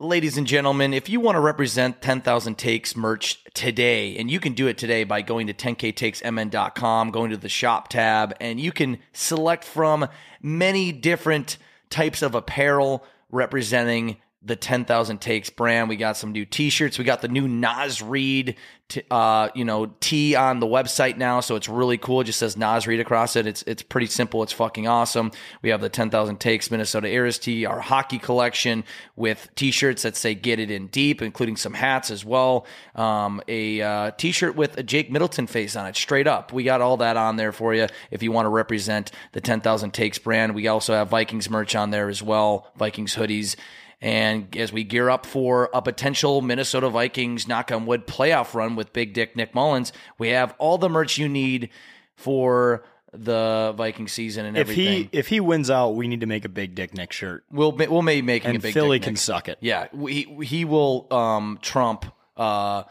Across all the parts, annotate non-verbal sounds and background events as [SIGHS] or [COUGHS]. Ladies and gentlemen, if you want to represent 10,000 Takes merch today, and you can do it today by going to 10ktakesmn.com, going to the shop tab, and you can select from many different types of apparel representing the 10,000 Takes brand. We got some new t-shirts. We got the new Nas Reed, t- uh, you know, T on the website now. So it's really cool. It just says Nas Reed across it. It's, it's pretty simple. It's fucking awesome. We have the 10,000 Takes Minnesota Ares T, our hockey collection with t-shirts that say get it in deep, including some hats as well. Um, a, uh, t-shirt with a Jake Middleton face on it straight up. We got all that on there for you. If you want to represent the 10,000 Takes brand, we also have Vikings merch on there as well. Vikings hoodies. And as we gear up for a potential Minnesota Vikings knock on wood playoff run with Big Dick Nick Mullins, we have all the merch you need for the Viking season and If everything. he if he wins out, we need to make a big dick Nick shirt, we'll ma- we'll maybe making a and big Philly Dick can Nick. suck it. Yeah, we, he will um, trump uh,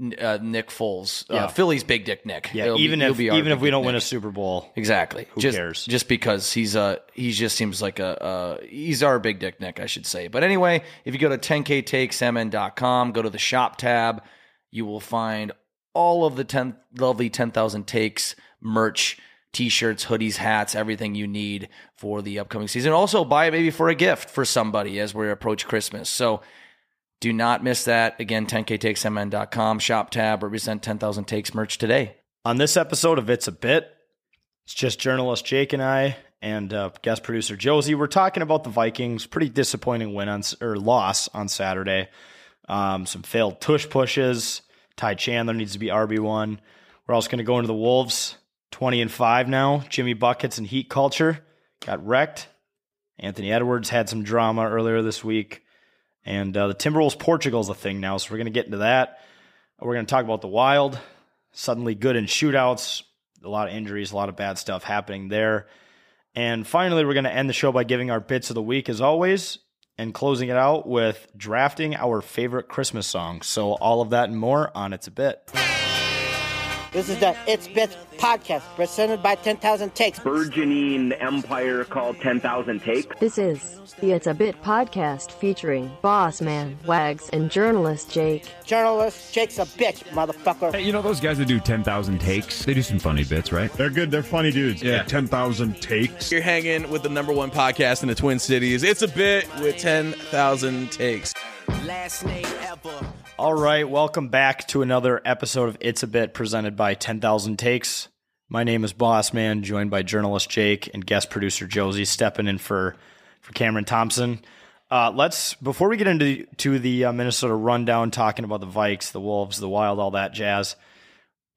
N- uh, Nick Foles, uh, Yeah. Philly's Big Dick Nick. Yeah, He'll be- even he'll if be our even if Big we Dick don't Nick. win a Super Bowl, Exactly. just, cares? Just because he's a he just seems like a, a he's our big dick Nick, I should say. But anyway, if you go to 10ktakesmn.com, go to the shop tab, you will find all of the 10 lovely 10,000 takes merch, t-shirts, hoodies, hats, everything you need for the upcoming season. Also buy it maybe for a gift for somebody as we approach Christmas. So do not miss that. Again, 10ktakesmn.com, shop tab, represent 10,000 takes merch today. On this episode of It's a Bit, it's just journalist Jake and I and uh, guest producer Josie. We're talking about the Vikings. Pretty disappointing win on s- or loss on Saturday. Um, some failed tush pushes. Ty Chandler needs to be RB one. We're also going to go into the Wolves. Twenty and five now. Jimmy buckets and heat culture got wrecked. Anthony Edwards had some drama earlier this week, and uh, the Timberwolves Portugal's a thing now. So we're going to get into that. We're going to talk about the Wild suddenly good in shootouts, a lot of injuries, a lot of bad stuff happening there. And finally, we're going to end the show by giving our bits of the week as always and closing it out with drafting our favorite Christmas song. So, all of that and more on It's a Bit. This is the It's Bits podcast presented by 10,000 Takes. burgeoning empire called 10,000 Takes. This is the It's a Bit podcast featuring Boss Man, Wags, and journalist Jake. Journalist Jake's a bitch, motherfucker. Hey, you know those guys that do 10,000 takes? They do some funny bits, right? They're good. They're funny dudes. Yeah. 10,000 takes. You're hanging with the number one podcast in the Twin Cities. It's a bit with 10,000 takes. All right, welcome back to another episode of It's a Bit presented by 10,000 Takes. My name is Boss Man, joined by journalist Jake and guest producer Josie stepping in for for Cameron Thompson. Uh, let's before we get into to the uh, Minnesota rundown talking about the Vikes, the Wolves, the Wild, all that jazz.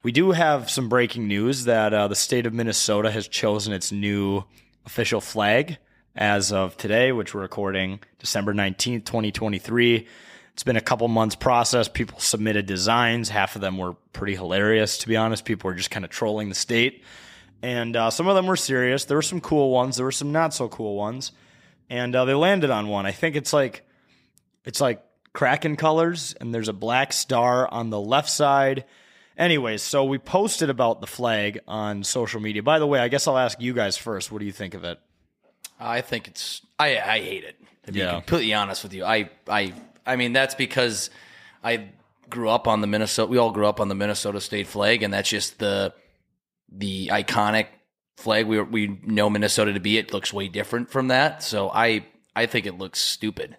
We do have some breaking news that uh, the state of Minnesota has chosen its new official flag as of today, which we're recording December 19th, 2023. It's been a couple months process. People submitted designs. Half of them were pretty hilarious, to be honest. People were just kind of trolling the state. And uh, some of them were serious. There were some cool ones. There were some not so cool ones. And uh, they landed on one. I think it's like it's like Kraken colors, and there's a black star on the left side. Anyways, so we posted about the flag on social media. By the way, I guess I'll ask you guys first. What do you think of it? I think it's I I hate it. To be Yeah. completely honest with you. I I I mean that's because I grew up on the Minnesota we all grew up on the Minnesota state flag and that's just the the iconic flag we we know Minnesota to be. It looks way different from that. So I I think it looks stupid.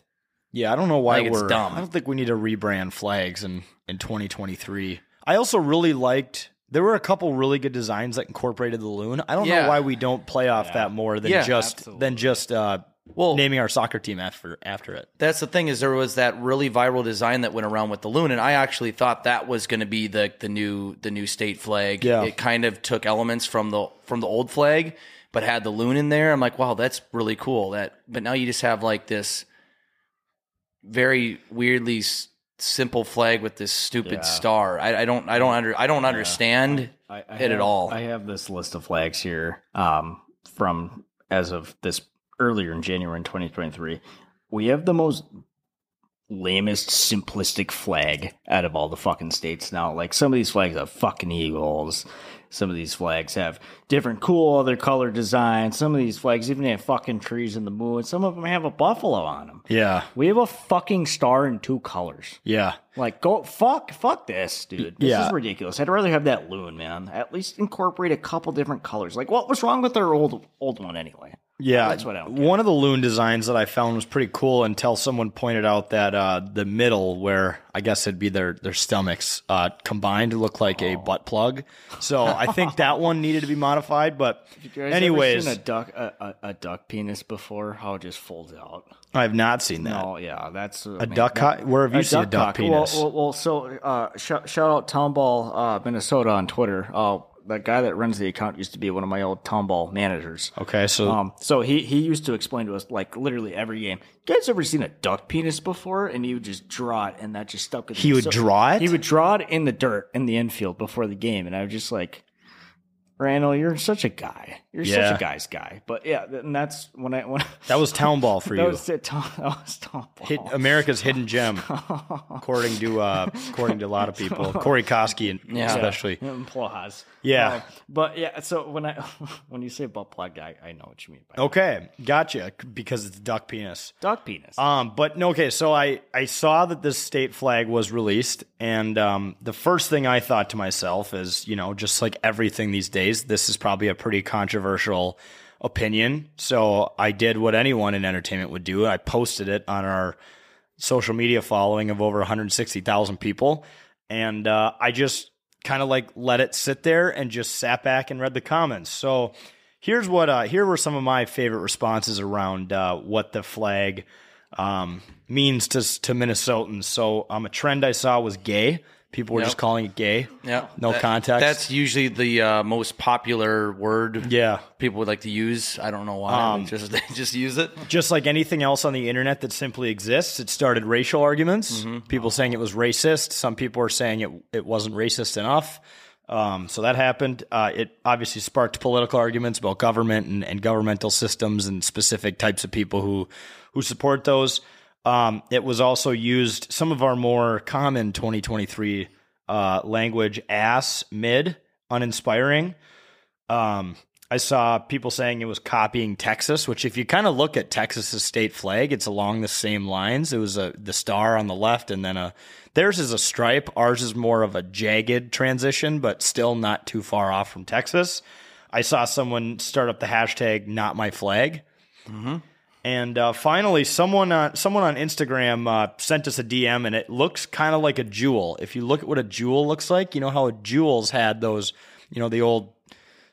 Yeah, I don't know why Like, it's we're. dumb. I don't think we need to rebrand flags in in 2023. I also really liked. There were a couple really good designs that incorporated the loon. I don't Yeah. know why we don't play off that more than Yeah, just than just uh, Well, naming our soccer team after after it. that's the thing is there was that really viral design that went around with the loon and i actually thought that was going to be the the new the new state flag Yeah. it kind of took elements from the from the old flag but had the loon in there i'm like wow that's really cool that but now you just have like this very weirdly s- simple flag with this stupid star I, I don't i don't under i don't understand I, I it at have- all I have this list of flags here um, from as of this earlier in January in 2023. We have the most lamest, simplistic flag out of all the fucking states now. Like some of these flags are fucking eagles. Some of these flags have different cool other color designs. Some of these flags even have fucking trees in the moon. Some of them have a buffalo on them. Yeah. We have a fucking star in two colors. Yeah. Like go fuck fuck this, dude. This Yeah. is ridiculous. I'd rather have that loon, man. At least incorporate a couple different colors. Like what was wrong with their old old one anyway? Yeah, That's what I don't get. One of the loon designs that I found was pretty cool until someone pointed out that uh, the middle, where I guess it'd be their their stomachs uh, combined, look like Oh. a butt plug. So I [LAUGHS] think that one needed to be modified. But anyways, a duck a, a, a duck penis before how it just folds out. I've not seen that. Oh yeah, that's a duck cock- where have you seen a duck penis? Well, well, well, so uh, sh- shout out Tomball uh, Minnesota on Twitter. Uh, that guy that runs the account used to be one of my old Tomball managers. Okay, so Um, so he he used to explain to us like literally every game. You guys ever seen a duck penis before? And he would just draw it, and that just stuck with He me. would draw it? He would draw it in the dirt in the infield before the game, and I was just like, Randall, you're such a guy. You're Yeah. such a guy's guy. But yeah, th- and that's when I when that was town ball for [LAUGHS] that you. was it. Tom, that was Tom. Ball. [LAUGHS] Hid- America's hidden gem, according to uh, according to a lot of [LAUGHS] people, Corey Koski, especially. Yeah, [LAUGHS] applause. Yeah. Uh, but yeah, so when I [LAUGHS] when you say butt plug, I, I know what you mean by that. Okay, gotcha. Because it's duck penis. duck penis. Um, but no, okay, so I, I saw that this state flag was released, and um, the first thing I thought to myself is, you know, just like everything these days, this is probably a pretty controversial opinion. So I did what anyone in entertainment would do. I posted it on our social media following of over 160,000 people, and uh, I just kind of like let it sit there and just sat back and read the comments. So here's what uh, here were some of my favorite responses around uh, what the flag um, means to to Minnesotans. So um, a trend I saw was gay. People were just calling it gay. Yeah. No That- context. That's usually the uh, most popular word yeah. Um, people would like to use. I don't know why. They just [LAUGHS] they just use it. Just like anything else on the internet that simply exists, it started racial arguments. People saying it was racist. Some people were saying it it wasn't racist enough. Um, so that happened. Uh, it obviously sparked political arguments about government and, and governmental systems and specific types of people who who support those. Um, it was also used some of our more common 2023 uh, language: ass, mid, uninspiring. Um, I saw people saying it was copying Texas, which if you kind of look at Texas's state flag, it's along the same lines. It was a the star on the left, and then a theirs is a stripe. Ours is more of a jagged transition, but still not too far off from Texas. I saw someone start up the hashtag "Not My Flag." And uh, finally, someone on someone on Instagram uh, sent us a DM, and it looks kind of like a jewel. If you look at what a jewel looks like, you know how jewels had those, you know, the old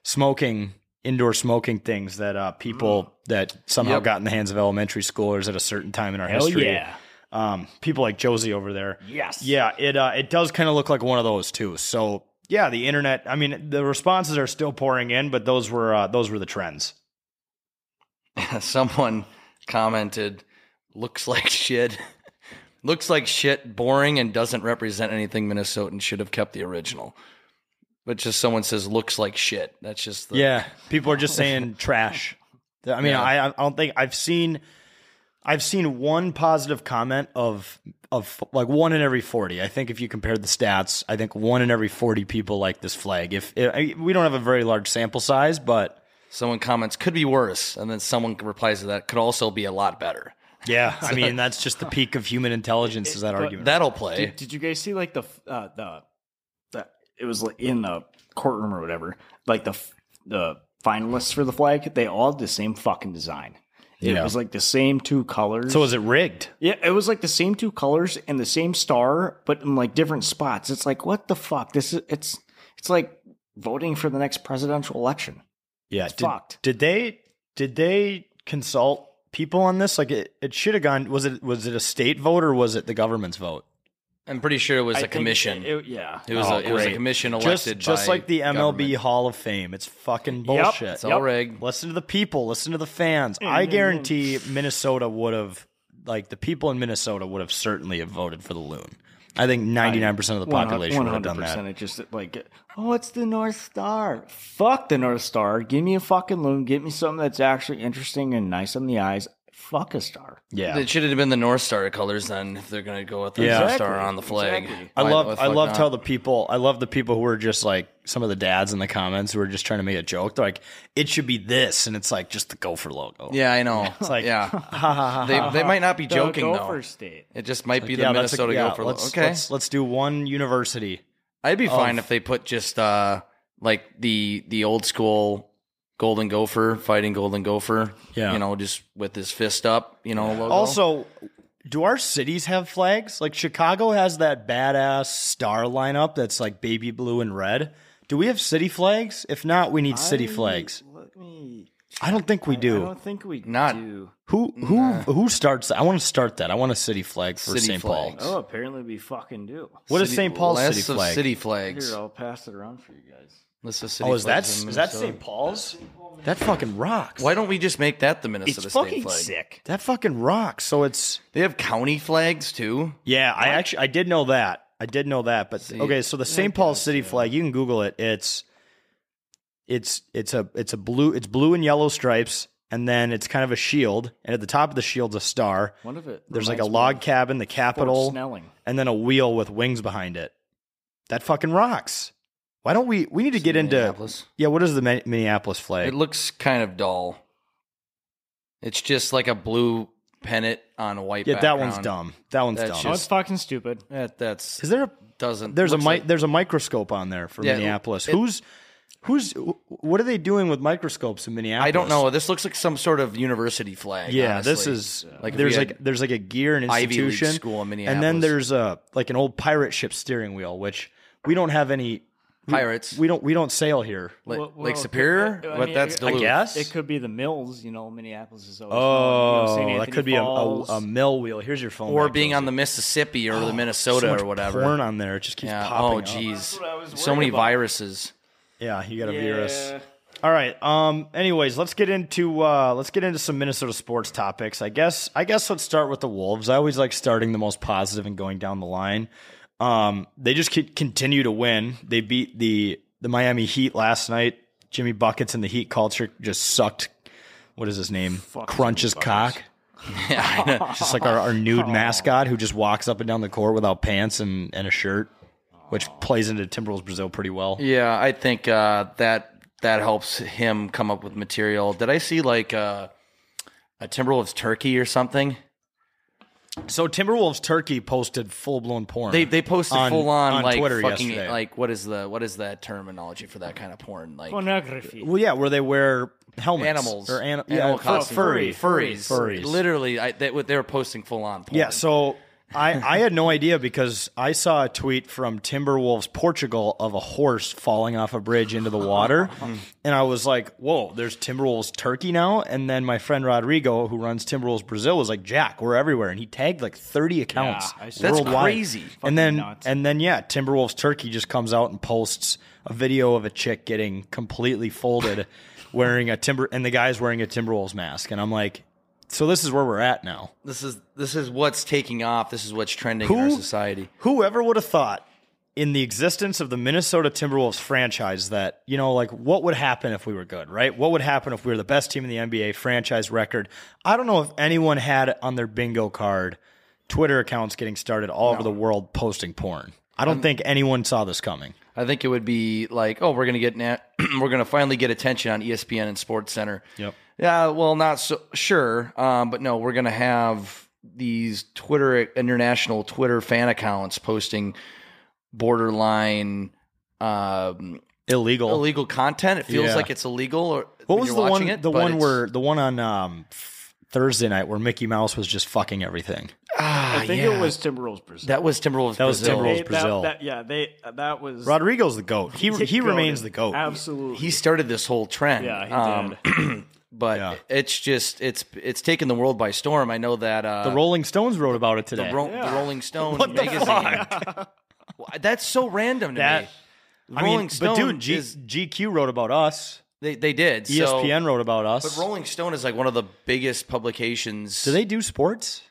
smoking indoor smoking things that uh, people Mm. that somehow Yep. got in the hands of elementary schoolers at a certain time in our Hell history. yeah. Um, people like Josie over there. Yes. Yeah, it uh, it does kind of look like one of those too. So yeah, the internet. I mean, the responses are still pouring in, but those were uh, those were the trends. Someone commented, "Looks like shit." [LAUGHS] Looks like shit, boring, and doesn't represent anything Minnesotan should have kept the original. But just someone says, looks like shit. That's just the. Yeah, people are just [LAUGHS] saying trash. I mean, I I don't think I've seen I've seen one positive comment of of like one in every forty. I think if you compare the stats, I think one in every forty people like this flag. If I- we don't have a very large sample size, but Someone comments, could be worse. And then someone replies to that, could also be a lot better. yeah, [LAUGHS] I mean that's just the peak of human intelligence. Is that argument? That'll play. Did, did you guys see like the f- uh, the the it was like in the courtroom or whatever? Like the f- the finalists for the flag, they all had the same fucking design. It Yeah. was like the same two colors. so is it rigged? yeah, it was like the same two colors and the same star, but in like different spots. It's like what the fuck? This is it's it's like voting for the next presidential election. Yeah, It's did, fucked. Did they did they consult people on this? Like it, it should have gone. Was it was it a state vote or was it the government's vote? I'm pretty sure it was I a think commission. it- it- yeah, It was, Oh, a, it was a great. commission just, elected just by like the MLB government. Hall of Fame. It's fucking bullshit. It's all rigged. Listen to the people. Listen to the fans. Mm, I guarantee Minnesota would have, like, the people in Minnesota would have certainly have voted for the loon. I think ninety nine percent of the population would have done that. It just like, oh, it's the North Star. Fuck the North Star. Give me a fucking loon. Give me something that's actually interesting and nice on the eyes. Fuck a star. Yeah. It should have been the North Star colors then if they're going to go with the Yeah. North Star on the flag. Exactly. I Why- love why the I fuck loved not? how the people I love the people who were just like some of the dads in the comments who were just trying to make a joke. They're like, it should be this, and it's like just the gopher logo. Yeah, I know. It's like, yeah. they, they might not be joking, the though. Gopher State. It just might be the Yeah, that's a- Minnesota yeah, Gopher. Let's, okay. let's um, let's do one university. I'd be fine if they put just uh, like the the old school golden gopher fighting golden gopher. Yeah. You know, just with his fist up, you know, logo. Also, do our cities have flags? Like Chicago has that badass star lineup that's like baby blue and red. Do we have city flags? If not, we need city flags. Let me. I don't think we I do. don't think we Not- do. who who who starts that? I want to start that. I want a city flag for City St. Paul. flags. Oh, apparently we fucking do. What is City- St. Paul's less city of flag? city Here, flags. I'll pass it around for you guys. List of city Oh, is that flags in is that Minnesota. St. Paul's? That fucking rocks. Why don't we just make that the Minnesota It's state fucking flag? sick. That fucking rocks. So it's They have county flags too. yeah. I actually I did know that. I did know that. But okay, so the St. Paul's city flag. You can Google it. It's it's it's a it's a blue it's blue and yellow stripes, and then it's kind of a shield, and at the top of the shield's a star. One of it. There's like a reminds me log of cabin, the Fort Capitol, Snelling. and then a wheel with wings behind it. That fucking rocks. Why don't we? We need to get into Minneapolis. yeah. What is the Mi- Minneapolis flag? It looks kind of dull. It's just like a blue pennant on a white. yeah, that one's background. dumb. That one's That's dumb. just- Oh, it's fucking stupid. That that's is there a doesn't. There's a mi- looks like- there's a microscope on there for Yeah, Minneapolis. it- who's who's wh- what are they doing with microscopes in Minneapolis? I don't know. This looks like some sort of university flag. Yeah, honestly. this is Like, like if there's we had like there's like a gear and Ivy League institution school in and then Minneapolis. there's a like an old pirate ship steering wheel, which we don't have any we- Pirates. We, don't we don't sail here. like, Well, like well, Superior, I but mean, that's I Duluth. guess. It could be the mills. You know, Minneapolis is always. known, you know, Oh, St. that Anthony could be a, a, Falls. a mill wheel. Here's your phone. or back, being Josie. on the Mississippi or the Oh, So Minnesota much or whatever. Porn on there. It just keeps yeah. popping. Oh, up. geez. what I was So worried many about. viruses. [LAUGHS] Yeah, you got a Yeah. virus. All right. Um. Anyways, let's get into uh, let's get into some Minnesota sports topics. I guess I guess let's start with the Wolves. I always like starting the most positive and going down the line. Um. They just c- continue to win. They beat the the Miami Heat last night. Jimmy buckets and the Heat culture just sucked. What is his name? Crunch's cock. Yeah, I know. Just like our, our nude mascot who just walks up and down the court without pants and, and a shirt, which plays into Timberwolves Brazil pretty well. Yeah, I think uh, that that helps him come up with material. Did I see like uh, a Timberwolves turkey or something? So Timberwolves Turkey posted full blown porn. They they posted On- full on, on like Twitter fucking yesterday. like what is the what is that terminology for that kind of porn? Oh, Like Pornography. well, yeah, where they wear helmets, animals or an, yeah, animal fur- costume. furry, furries, furries. Literally, I, they, they were posting full on porn. Yeah, so I I had no [LAUGHS] idea because I saw a tweet from Timberwolves Portugal of a horse falling off a bridge into the water, and I was like, "Whoa, there's Timberwolves Turkey now." And then my friend Rodrigo, who runs Timberwolves Brazil, was like, "Jack, we're everywhere," and he tagged like 30 accounts I saw that. That's worldwide. crazy. And then nuts. and then yeah, Timberwolves Turkey just comes out and posts a video of a chick getting completely folded, wearing a timber, and the guy's wearing a Timberwolves mask, and I'm like. So this is where we're at now. this is this is what's taking off. This is what's trending in our Who- society. Whoever would have thought in the existence of the Minnesota Timberwolves franchise that, you know, like what would happen if we were good, right? What would happen if we were the best team in the NBA franchise record? I don't know if anyone had on their bingo card Twitter accounts getting started all over the world posting porn. I don't think anyone saw this coming. I think it would be like, oh, we're gonna get na- [CLEARS THROAT] we're gonna finally get attention on E ESPN and Sports Center. Yep. Yeah, well, not so sure, um, but no, we're gonna have these Twitter international Twitter fan accounts posting borderline um, Illegal. illegal content. It feels Yeah. like it's illegal. Or What when was you're the one watching It, the but one it's- [SIGHS] where the one on um Thursday night where Mickey Mouse was just fucking everything. Ah, I think yeah. it was Timberwolves Brazil. that was Timberwolves. That was Brazil. Timberwolves. They- that- Brazil. that- yeah, they uh, that was Rodrigo's the goat. He he remains the goat. Absolutely. He started this whole trend. yeah, he Um, did. [LAUGHS] but Yeah. it's just it's it's taken the world by storm. I know that uh, The Rolling Stones wrote about it today. the, Ro- the Rolling Stone magazine. [LAUGHS] Well, That's so random to That- me. I Rolling mean, Stone but dude, G- is- GQ wrote about us. E They they did. so- ESPN wrote about us. but Rolling Stone is like one of the biggest publications. do they do sports?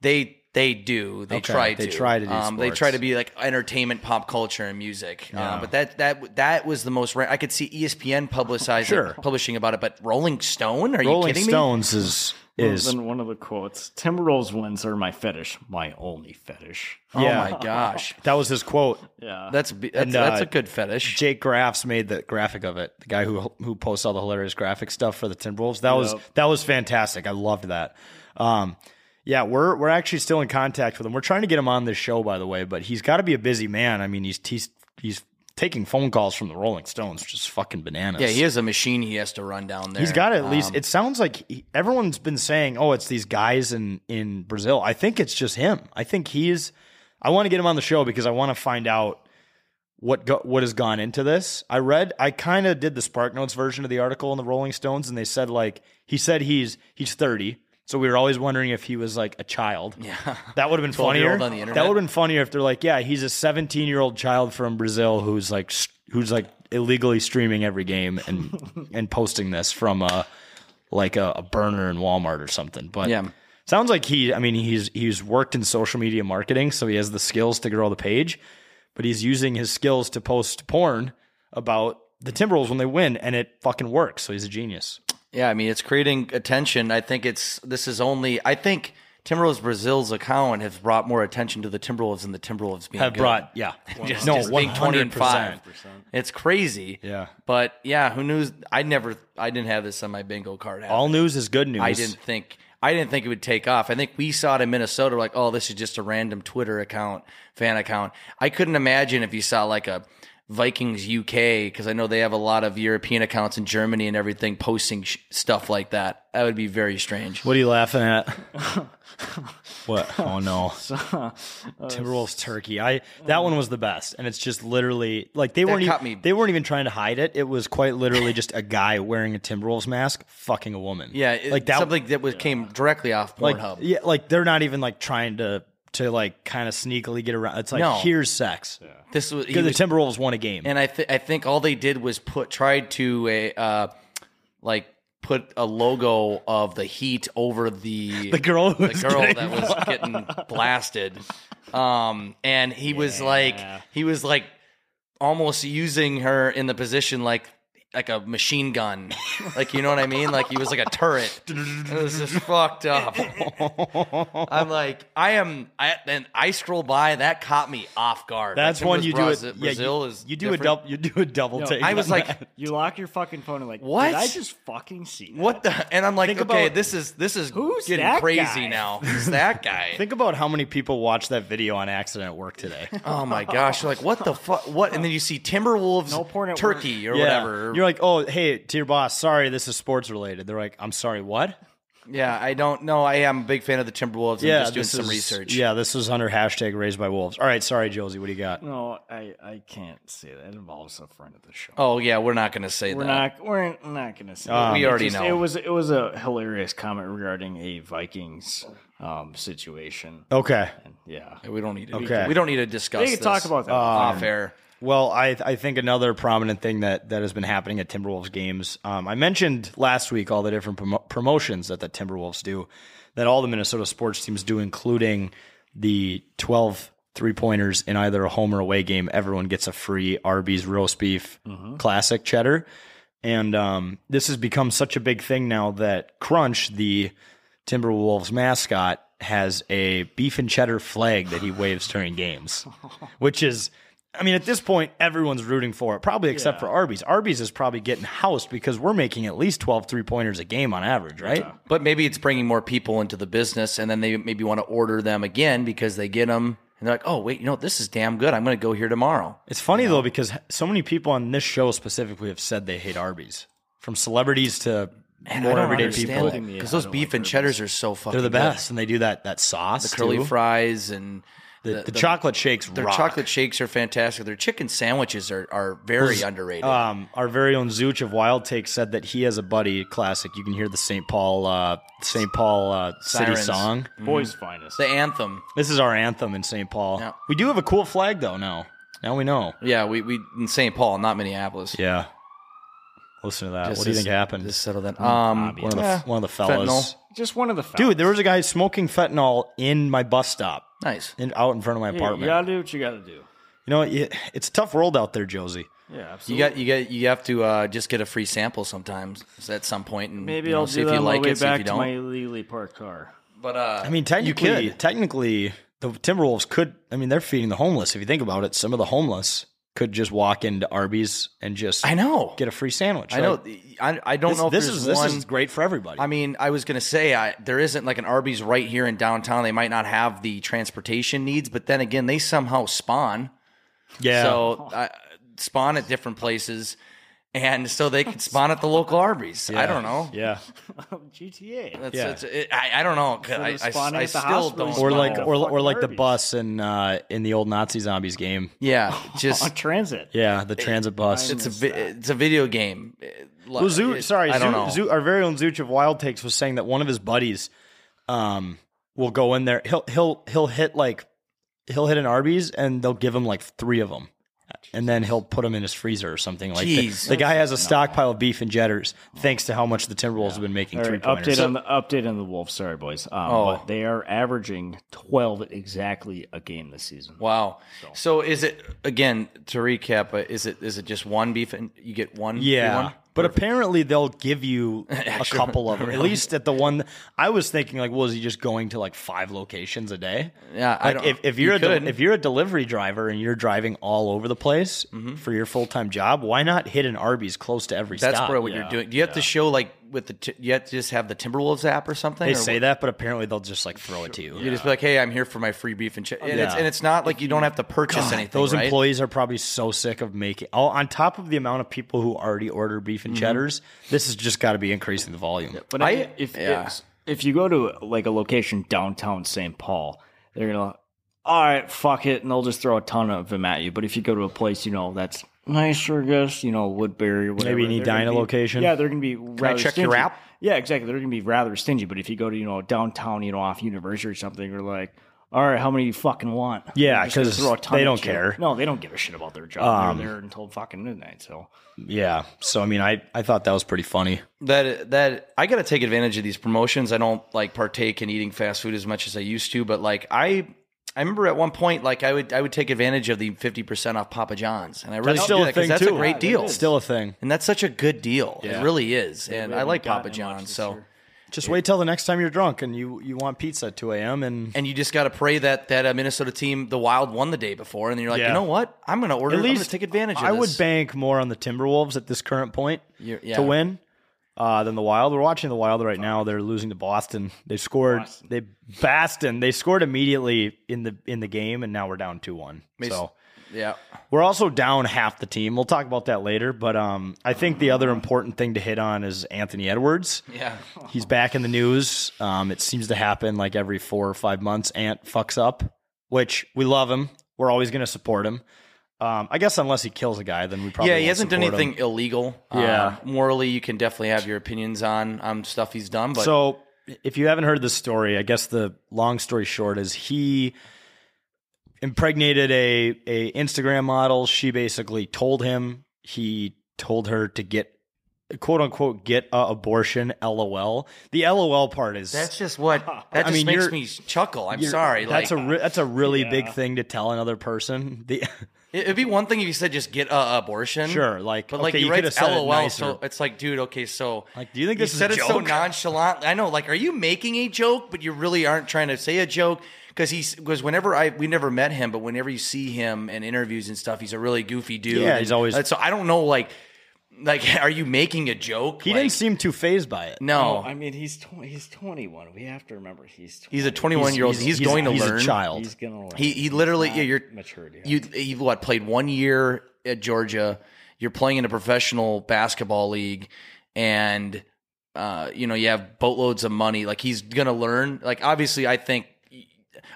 They they do. They Okay, try to. they try to do um, they sports. try to be like entertainment, pop culture, and music. Uh, but that that that was the most. Ra- I E could see ESPN publicizing Sure. publishing about it, but Rolling Stone? Are you Rolling kidding me? Stones is is Then one of the quotes: "Timberwolves wins are my fetish, my only fetish." yeah. Oh my gosh, that was his quote. Yeah, that's be- that's, And, [LAUGHS] uh, that's a good fetish. Jake Graffs made the graphic of it. The guy who who posts all the hilarious graphic stuff for the Timberwolves. That was that was fantastic. I loved that. Um, yeah, we're we're actually still in contact with him. We're trying to get him on this show, by the way, but he's got to be a busy man. I mean, he's he's he's taking phone calls from the Rolling Stones, which is fucking bananas. yeah, he is a machine. He has to run down there. Uh, Um, He's got to at least. it sounds like he, everyone's been saying, "Oh, it's these guys in in Brazil." I think it's just him. I think he's. I want to get him on the show because I want to find out what go, what has gone into this. I read. I kind of did the Spark Notes version of the article in the Rolling Stones, and they said like he said he's he's thirty. So we were always wondering if he was like a child. Yeah, [LAUGHS] that would have been 12-year-old funnier. on the That would internet. have been funnier if they're like, yeah, he's a 17 year old child from Brazil who's like s- who's like illegally streaming every game and [LAUGHS] and posting this from uh, a like a, a burner in Walmart or something. But Yeah. sounds like he. I mean, he's he's worked in social media marketing, so he has the skills to grow the page. But he's using his skills to post porn about the Timberwolves when they win, and it fucking works. So he's a genius. Yeah, I mean, it's creating attention. I think it's this is only. I think Timberwolves Brazil's account has brought more attention to the Timberwolves than the Timberwolves being Have good. brought yeah, just, no, just being 20 and 5. It's crazy. Yeah. But yeah, who knew? I never, I didn't have this on my bingo card. app. All news is good news. I didn't think, I didn't think it would take off. I think we saw it in Minnesota, like, oh, this is just a random Twitter account, fan account. I couldn't imagine if you saw like a Vikings UK, because I know they have a lot of European accounts in Germany and everything posting sh- stuff like that. That would be very strange. What are you laughing at? [LAUGHS] what? Oh [LAUGHS] no. Timberwolves turkey. I that one was the best, and it's just literally like they weren't cut even, me. they weren't even trying to hide it. It was quite literally just a guy wearing a Timberwolves mask fucking a woman. Yeah, it, like that. something that was came directly off like Pornhub. yeah, like they're not even like trying to to like kind of sneakily get around. It's like No. here's sex. this was, he Because was- the Timberwolves won a game. and I th- I think all they did was put tried to a uh, like put a logo of the Heat over the [LAUGHS] [LAUGHS] the girl, who the was girl getting- that was getting blasted. Um, and he was like he was like almost using her in the position like like a machine gun, like you know what I mean? Like he was like a turret. It was just fucked [LAUGHS] up. I'm like, I am, I and I scroll by. That caught me off guard. That's Like, one was you do. Braz- it. Brazil yeah, you, is you do different. a double. You do a double take. I was on [LAUGHS] like, that. you lock your fucking phone and like, What? Did I just fucking see that? What the? And I'm like, Think okay, about- this is this is Who's getting that crazy guy? now. Who's that [LAUGHS] guy? [LAUGHS] Think about how many people watched that video on accident at work today. oh [LAUGHS] my gosh! You're like, what the fuck? What? And then you see Timberwolves, No porn at turkey or Yeah. whatever. You're like, oh, hey, to your boss, sorry, this is sports related. They're like, I'm sorry, what? yeah, I don't know. I am a big fan of the Timberwolves. I'm just doing this some is- research. Yeah, this was under hashtag raised by wolves. All right, sorry, Josie, what do you got? No, I I can't say that. It involves a friend of the show. Oh yeah, we're not gonna say We're that. not. We're not gonna say. Um, it. We It already know. It was. It was a hilarious comment regarding a Vikings um, situation. Okay. Yeah. we don't need to. Okay. We don't need to discuss. We can this talk about that. Um, off air. Well, I I think another prominent thing that that has been happening at Timberwolves games. Um, I mentioned last week all the different promo- promotions that the Timberwolves do, that all the Minnesota sports teams do, including the 12 three pointers in either a home or away game. Everyone gets a free Arby's roast beef classic cheddar, and um, this has become such a big thing now that Crunch the Timberwolves mascot has a beef and cheddar flag that he waves during [LAUGHS] games, which is, I mean, at this point, everyone's rooting for it, probably except for Arby's. Arby's is probably getting housed because we're making at least 12 three pointers a game on average, right? But maybe it's bringing more people into the business, and then they maybe want to order them again because they get them, and they're like, oh wait, you know this is damn good. I'm gonna go here tomorrow. It's funny, though, because so many people on this show specifically have said they hate Arby's, from celebrities to more everyday people. because those beef and cheddars are so fucking. They're the good. best, and they do that that sauce, The curly too. fries and the, the chocolate shakes. Their rock. chocolate shakes are fantastic. Their chicken sandwiches are, are very underrated. Um, our very own Zooch of Wild Take said that he has a buddy classic. You can hear the St. Paul, uh, St. Paul uh, city Sirens. song. Boys' finest. the anthem. This is our anthem in St. Paul. Yeah. We do have a cool flag though. Now, now we know. Yeah, we, we in St. Paul, not Minneapolis. Yeah. Listen to that. Just what do you as- think happened? Mm, Just settle that. Um, one of the yeah. one of the fellas. Fentanyl. Just one of the facts. Dude, there was a guy smoking fentanyl in my bus stop, nice. in, out in front of my Hey, you apartment. gotta do what you gotta do. You know, it- it's a tough world out there, Josie. Yeah, absolutely. You got you got you have to uh, just get a free sample sometimes at some point and Maybe you know, I'll see do if that you on like my way it, see if back you to don't. my illegally parked car. [LAUGHS] But uh, I mean, technically, could. technically, the Timberwolves could. I mean, they're feeding the homeless. If you think about it, some of the homeless could just walk into Arby's and just I know. get a free sandwich. I know. Like, I, I don't this, know if this there's is one. this is great for everybody. I mean, I was gonna say I, there isn't like an Arby's right here in downtown. They might not have the transportation needs, but then again, they somehow spawn. yeah. Oh. So I spawn at different places, and so they could spawn at the local Arby's. I don't know. yeah. GTA. That's, Yeah. it's- it- I, I don't know. of I, I, spawning I at the still hospital, don't. you Or Wow. like, know. or or Fucking like the Arby's. bus in uh, in the old Nazi zombies game. [LAUGHS] yeah, just On transit. Yeah, the transit bus. it's a vi- it's a video game. It- Well, like, Zoo, it- sorry, I don't Zoo- know. Zoo- our very own Zooch of Wild Takes was saying that one of his buddies um, will go in there. He'll he'll he'll hit like he'll hit an Arby's and they'll give him like three of them, and then he'll put them in his freezer or something like Jeez. that. The guy has a stockpile of beef and jetters thanks to how much the Timberwolves have been making All three right, pointers. update on the update on the Wolves. Sorry, boys. Um, Oh. but they are averaging twelve exactly a game this season. Wow. So. is it again to recap? uh, Is it is it just one beef and you get one? free Yeah. one? But apparently they'll [LAUGHS] give you a couple of them, at least at the one. I was thinking, like, well, is he just going to like five locations a day? Yeah, I like don't- if, if you you're a del- could. if you're a delivery driver and you're driving all over the place Mm-hmm. for your full time job, why not hit an Arby's close to every That's stop? probably what you're doing. Do you have to show like with the t- you have to just have the Timberwolves app or something? They or say what? that, but apparently they'll just like throw it to you. You just be like, hey, I'm here for my free beef and chicken, and, it's, and it's not like you don't have to purchase anything. Those right? employees are probably so sick of making. Oh, on top of the amount of people who already order beef Mm-hmm. and cheddars, this has just got to be increasing the volume. But I, if if if you go to like a location downtown St. Paul, they're gonna all right, fuck it, and they'll just throw a ton of them at you. But if you go to a place, you know that's nicer, I guess, you know Woodbury or whatever, Maybe you need they're gonna diner be- location? Yeah, they're gonna be. Can rather check your stingy. app? Yeah, exactly. They're gonna be rather stingy. But if you go to you know downtown, you know off University or something, they're like. All right, how many you fucking want? Yeah, They're just gonna 'cause throw a ton they at don't you. care. Um, No, they don't give a shit about their job. they're there until fucking midnight. So Yeah. So I mean, I I thought that was pretty funny. that that I got to take advantage of these promotions. I don't like partake in eating fast food as much as I used to, but like I I remember at one point like I would I would take advantage of the 50% off Papa John's and I really That's should still do a that 'cause thing, that's too. a great Yeah, deal. Still a thing. and that's such a good deal. Yeah. It really is. And I like gotten Papa it much John's, this so year. Just wait till the next time you're drunk and you you want pizza at 2 a.m. and and you just got to pray that that uh, Minnesota team, the Wild, won the day before, and then you're like, Yeah. you know what? I'm gonna order. I'm gonna take advantage. of I this. would bank more on the Timberwolves at this current point You're- yeah. to win uh, than the Wild. We're watching the Wild right now. They're losing to Boston. They scored. They Boston. They scored immediately in the in the game, and now we're down two one. So Yeah, We're also down half the team. We'll talk about that later, but um, I think the other important thing to hit on is Anthony Edwards. yeah. He's back in the news. Um, it seems to happen like every four or five months. Ant fucks up, which we love him. We're always going to support him. Um, I guess unless he kills a guy, then we probably yeah, he won't hasn't done support him. anything illegal. Yeah. Um, morally, you can definitely have your opinions on on stuff he's done, but so if you haven't heard this story, I guess the long story short is he impregnated a a Instagram model. She basically told him he told her to get quote unquote get a abortion. LOL. The LOL part is that's just [LAUGHS] what that just mean, makes you're- me chuckle. I'm you're- sorry. That's like, a re- that's a really big thing to tell another person. The [LAUGHS] it, would be one thing if you said just get a abortion, sure, like but like okay, you you write could have said it LOL, nicer. so it's like, dude, okay, so Like, do you think you this is said a it so joke? nonchalant? I know, like, are you making a joke, but you really aren't trying to say a joke? Because he's because whenever I we never met him, but whenever you see him in interviews and stuff, he's a really goofy dude. Yeah, he's And- always- and so I don't know, like, like, [LAUGHS] are you making a joke? he Like, didn't seem too phased by it. No, I mean, he's tw- he's twenty one. We have to remember he's 20. he's a 21 year old. He's, going to he's learn. a child. He's gonna learn. He he literally He's yeah, not you're matured yet. You you what played one year at Georgia. You're playing in a professional basketball league, and uh, you know you have boatloads of money. Like he's gonna learn. Like obviously, I think.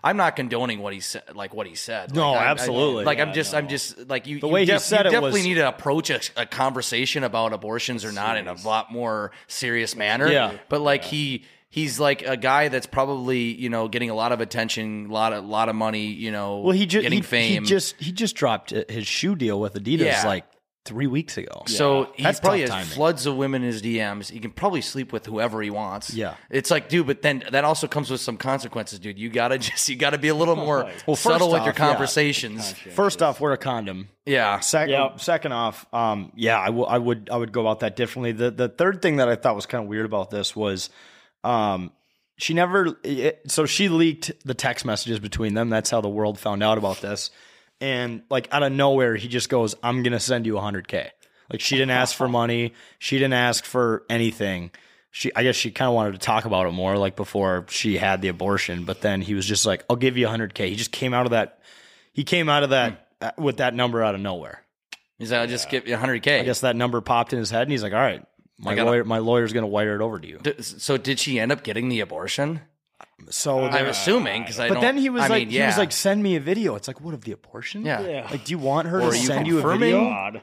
I'm not condoning what he said, like what he said. No, Like, I- I- absolutely. like I'm just, I'm just like you. The way you he said you it definitely was- need to approach a, a conversation about abortions or not in a lot more serious manner. Yeah. But like he he's like a guy that's probably, you know, getting a lot of attention, lot of lot of money, you know, Well, he just getting he, fame. he just he just dropped his shoe deal with Adidas Yeah. like three weeks ago. So he That's probably has tough timing. floods of women in his DMs. He can probably sleep with whoever he wants. Yeah. It's like, dude, but then that also comes with some consequences, dude. You gotta [LAUGHS] just you gotta be a Oh, little more Well, first subtle with your off, yeah. conversations. First off, wear a condom. Yeah. Second, Yep. second off, um, yeah, I, w- I would I would go about that differently. The the third thing that I thought was kind of weird about this was, um, she never. It, so she leaked the text messages between them. That's how the world found out about this. And like out of nowhere, he just goes, "I'm gonna send you 100k." Like she didn't ask for money. She didn't ask for anything. She, I guess she kind of wanted to talk about it more, like before she had the abortion. But then he was just like, "I'll give you 100k." He just came out of that. He came out of that uh, with that number out of nowhere. He's like, I'll just give you hundred K. I guess that number popped in his head, and he's like, "All right, my gotta- lawyer, my lawyer's gonna wire it over to you." so did she end up getting the abortion? So, I'm there- assuming because I but don't. then he was I like, mean, he yeah. was like, "Send me a video." It's like, what of the abortion? yeah. Like, do you want her Or to you send you a confirming? video? God.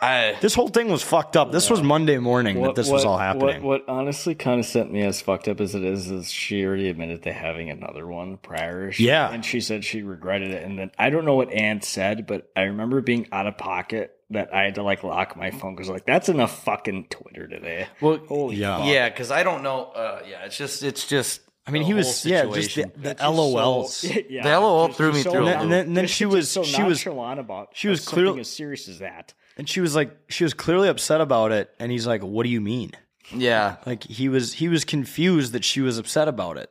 I, This whole thing was fucked up. This was Monday morning that this was all happening. What, what honestly kind of sent me as fucked up as it is is she already admitted to having another one prior. She- Yeah. and she said she regretted it. And then I don't know what Ann said, but I remember being out of pocket that I had to like lock my phone because like that's enough fucking Twitter today. [LAUGHS] well, yeah. yeah, because I don't know. Uh, yeah, it's just, it's just. I mean, the he whole was yeah, just the, situation. the LOLs. yeah, The LOL just- threw just me so through a non- and then, and then just she was so she was nonchalant about she was something clearly- as serious as that. and she was like she was clearly upset about it, and he's like, "What do you mean?" yeah, Like he was he was confused that she was upset about it.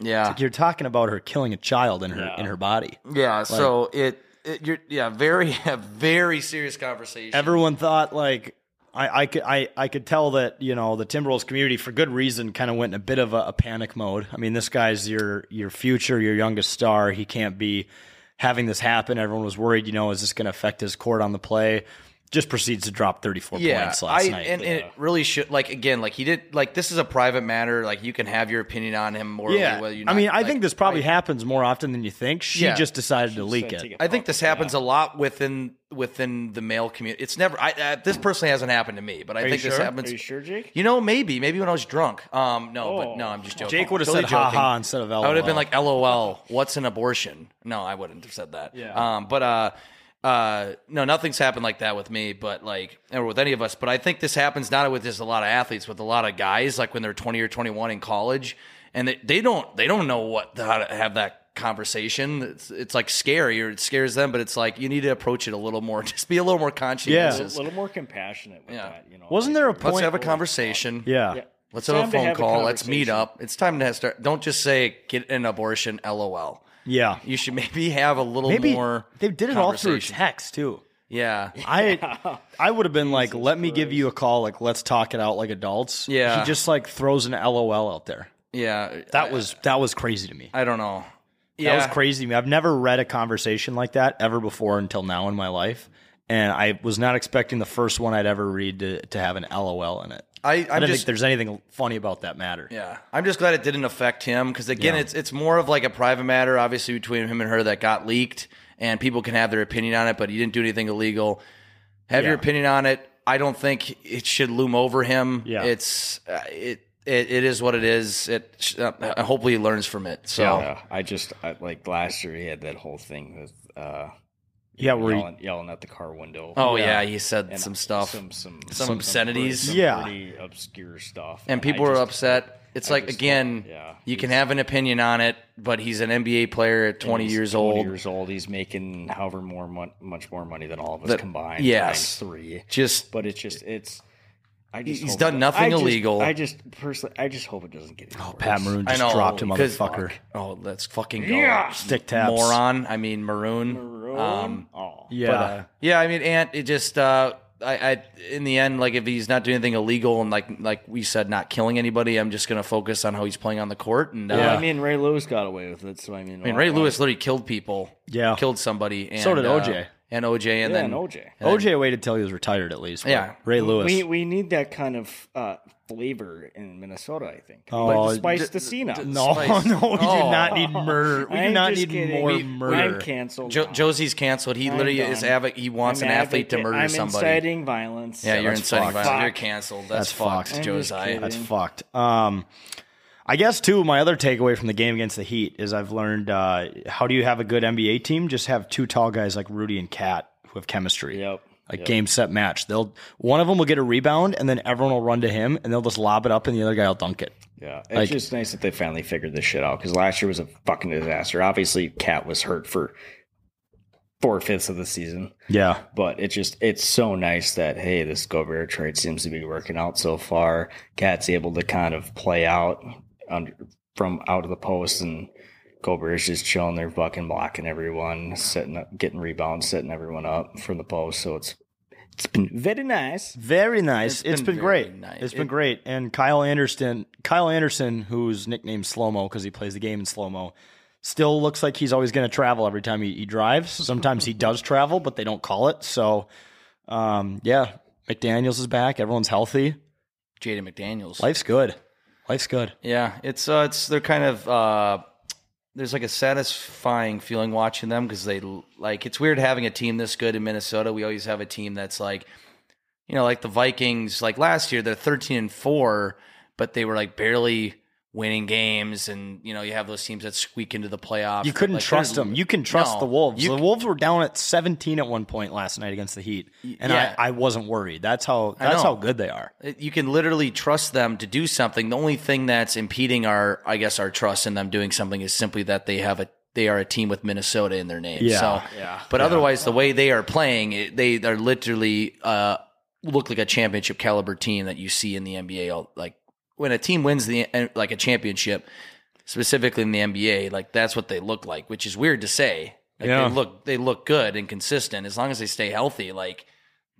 yeah, Like you're talking about her killing a child in her in her body. yeah. So it, it, you're, yeah, very, [LAUGHS] a very serious conversation. everyone thought like I, I could I, I could tell that you know the Timberwolves community for good reason kind of went in a bit of a, a panic mode. I mean, this guy's your your future, your youngest star. He can't be having this happen. Everyone was worried. You know, is this going to affect his court on the play? Just proceeds to drop thirty four points last I, night. And it really should like again, like he did like this is a private matter, like you can have your opinion on him morally yeah, whether you I mean, I like, think this probably happens more often than you think. She Yeah. just decided to leak it. I think this happens a lot within within the male community. It's never I, uh, this personally hasn't happened to me, but I think this happens. Are you sure, Jake? You know, maybe maybe when I was drunk. Um, no, but no, I'm just joking. Oh. Jake would have Totally said "ha joking. ha" instead of "lol." I would have been like, "LOL, what's an abortion?" No, I wouldn't have said that. Yeah. Um, but uh, uh, no, nothing's happened like that with me, but like, or with any of us. But I think this happens not with just a lot of athletes, with a lot of guys, like when they're 20 or 21 in college, and they, they don't they don't know what how to have that conversation. It's, it's like scary, or it scares them. But it's like you need to approach it a little more. [LAUGHS] Just be a little more A conscientious. A little more compassionate with that, you know. Wasn't there a Let's point? have a conversation. yeah. Let's Time have a to phone have a call. Let's meet conversation. up. It's time to start. Don't just say get an abortion. LOL. yeah. You should maybe have a little Maybe more. they did it all through conversation. text too. Yeah, I I would [LAUGHS] have been like, let me give you a call, like let's talk it out like adults. Yeah. he just like throws an LOL out there. yeah. That was that was crazy to me. I don't know. Yeah, That was crazy to me. I've never read a conversation like that ever before until now in my life, and I was not expecting the first one I'd ever read to, to have an LOL in it. I, I I'm don't think just there's anything funny about that matter. yeah. I'm just glad it didn't affect him because again, it's it's more of like a private matter, obviously between him and her that got leaked, and people can have their opinion on it. But he didn't do anything illegal. Have your Yeah. opinion on it. I don't think it should loom over him. Yeah. it's uh, it. It, it is what it is. It sh- uh, hopefully he learns from it. So Yeah, uh, I just I, like last year he had that whole thing with uh, Yeah, where he, yelling, yelling at the car window. Oh yeah, he said And some stuff, some some some obscenities. pretty- Yeah. pretty obscure stuff. and people I were just- upset. It's like just again, thought, yeah, you can have an opinion on it, but he's an NBA player at 20 he's years 20 old. Years old, he's making however more mon- much more money than all of us That- combined. yes. times three. Just But it's just it's. I just He's hope done it- nothing I just- illegal. I just personally, I just hope it doesn't get. Any oh, Pat Maroon I just know, dropped him, because- motherfucker. oh, let's fucking go. Stick taps. Moron. I mean maroon. Um, oh, Yeah, but, uh, yeah. I mean, Ant. It just. Uh, I, I in the end, like if he's not doing anything illegal and like like we said, not killing anybody, I'm just gonna focus on how he's playing on the court. And uh, Well, I mean, Ray Lewis got away with it, so I mean, I mean, Ray Lewis literally killed people. Yeah. killed somebody. And, So did uh, OJ. and OJ, and yeah, then and OJ. OJ waited till he was retired at least. but Yeah. Ray Lewis. We we need that kind of uh, flavor in Minnesota, I think. Oh, like the spice d- Decina. No, [LAUGHS] Spice. no, we do Oh. not need murder. We do I'm not just need kidding. more We- murder. I'm canceled. Jo- now. Josie's canceled. He I'm literally is done. av- he wants I'm an athlete to advocate- murder I'm somebody. inciting violence. yeah, you're that's inciting fucked. violence. You're Fuck. canceled. That's, That's fucked, fucked. I'm just Josie. kidding. That's fucked. Um, I guess too. My other takeaway from the game against the Heat is I've learned uh, how do you have a good NBA team? Just have two tall guys like Rudy and Cat who have chemistry. Yep. Like game set match. They'll one of them will get a rebound and then everyone will run to him and they'll just lob it up and the other guy will dunk it. Yeah, it's Like- just nice that they finally figured this shit out because last year was a fucking disaster. Obviously, Cat was hurt for four fifths of the season, Yeah. but it's just it's so nice that hey, this Gobert trade seems to be working out so far. Cat's able to kind of play out under, from out of the post, and Gobert's just chilling there, fucking blocking everyone, setting up, getting rebounds, setting everyone up from the post. So it's it's been very nice. Very nice. It's it's been been, very great. nice. It's been It- great. And Kyle Anderson, Kyle Anderson, who's nicknamed Slow Mo because he plays the game in slow mo, still looks like he's always going to travel every time he, he drives. Sometimes he does travel, but they don't call it. So, um, yeah, McDaniel's is back. Everyone's healthy. Jaden McDaniels. Life's good. Life's good. Yeah, it's uh, it's they're kind of uh, there's like a satisfying feeling watching them because they like it's weird having a team this good in Minnesota. We always have a team that's like, you know, like the Vikings. Like last year, they're 13 and four, but they were like barely winning games, and you know, you have those teams that squeak into the playoffs. You couldn't Like, trust they're- them. You can trust No, the Wolves. you the Wolves were down at 17 at one point last night against the Heat, and yeah. I, I wasn't worried. That's how I that's know. how good they are. It- Uh, you can literally trust them to do something. The only thing that's impeding our, I guess, our trust in them doing something is simply that they have a, they are a team with Minnesota in their name. Yeah. So, but otherwise, the way they are playing, it- they are literally uh, look like a championship caliber team that you see in the NBA. all- Like when a team wins the uh, like a championship, specifically in the NBA, like that's what they look like, which is weird to say. Like Yeah. they look they look good and consistent as long as they stay healthy. Like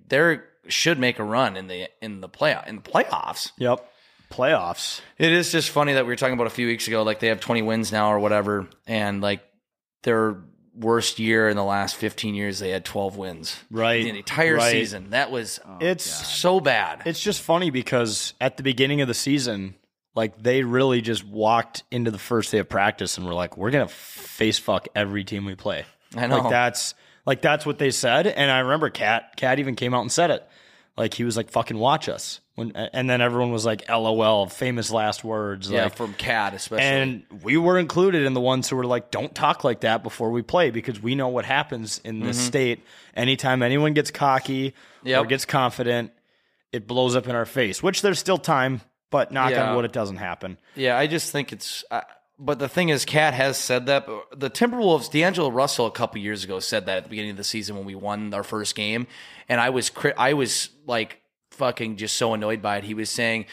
they should make a run in the in the playoff in the playoffs. Yep. Playoffs. It is just funny that we were talking about a few weeks ago. Like they have 20 wins now or whatever, and like their worst year in the last 15 years, they had 12 wins. Right. the entire Right. season. That was It's so bad. It's just funny because at the beginning of the season, like they really just walked into the first day of practice and were like, "We're gonna face fuck every team we play." I know. Like that's like that's what they said, and I remember Cat Cat even came out and said it. Like he was like, "Fucking watch us," when and then everyone was like, "LOL," famous last words. yeah, like, from Cad especially. and we were included in the ones who were like, don't talk like that before we play because we know what happens in this state. Anytime anyone gets cocky or Mm-hmm. Yep. gets confident, it blows up in our face, which there's still time, but knock Yeah. on wood, it doesn't happen. yeah, I just think it's. I but the thing is, Cat has said that. But the Timberwolves, D'Angelo Russell, a couple years ago, said that at the beginning of the season when we won our first game, and I was cri- I was like fucking just so annoyed by it. He was saying.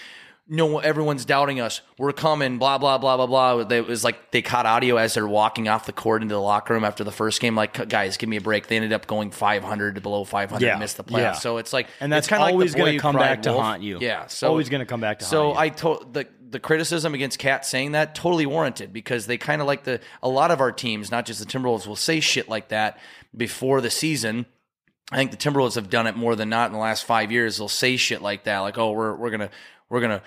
No, everyone's doubting us. We're coming. Blah blah blah blah blah. They- It was like they caught audio as they're walking off the court into the locker room after the first game. Like, guys, give me a break. They ended up going 500 to below 500, Yeah. missed the playoffs. Yeah. So it's like, And it's that's kinda like the always boy gonna who come cried back to wolf. haunt you. Yeah, It's so always gonna come back to so haunt you. I to- the the criticism against Cat saying that totally warranted because they kind of like the a lot of our teams, not just the Timberwolves, will say shit like that before the season. I think the Timberwolves have done it more than not in the last five years. They'll say shit like that, like, "Oh, we're we're gonna we're gonna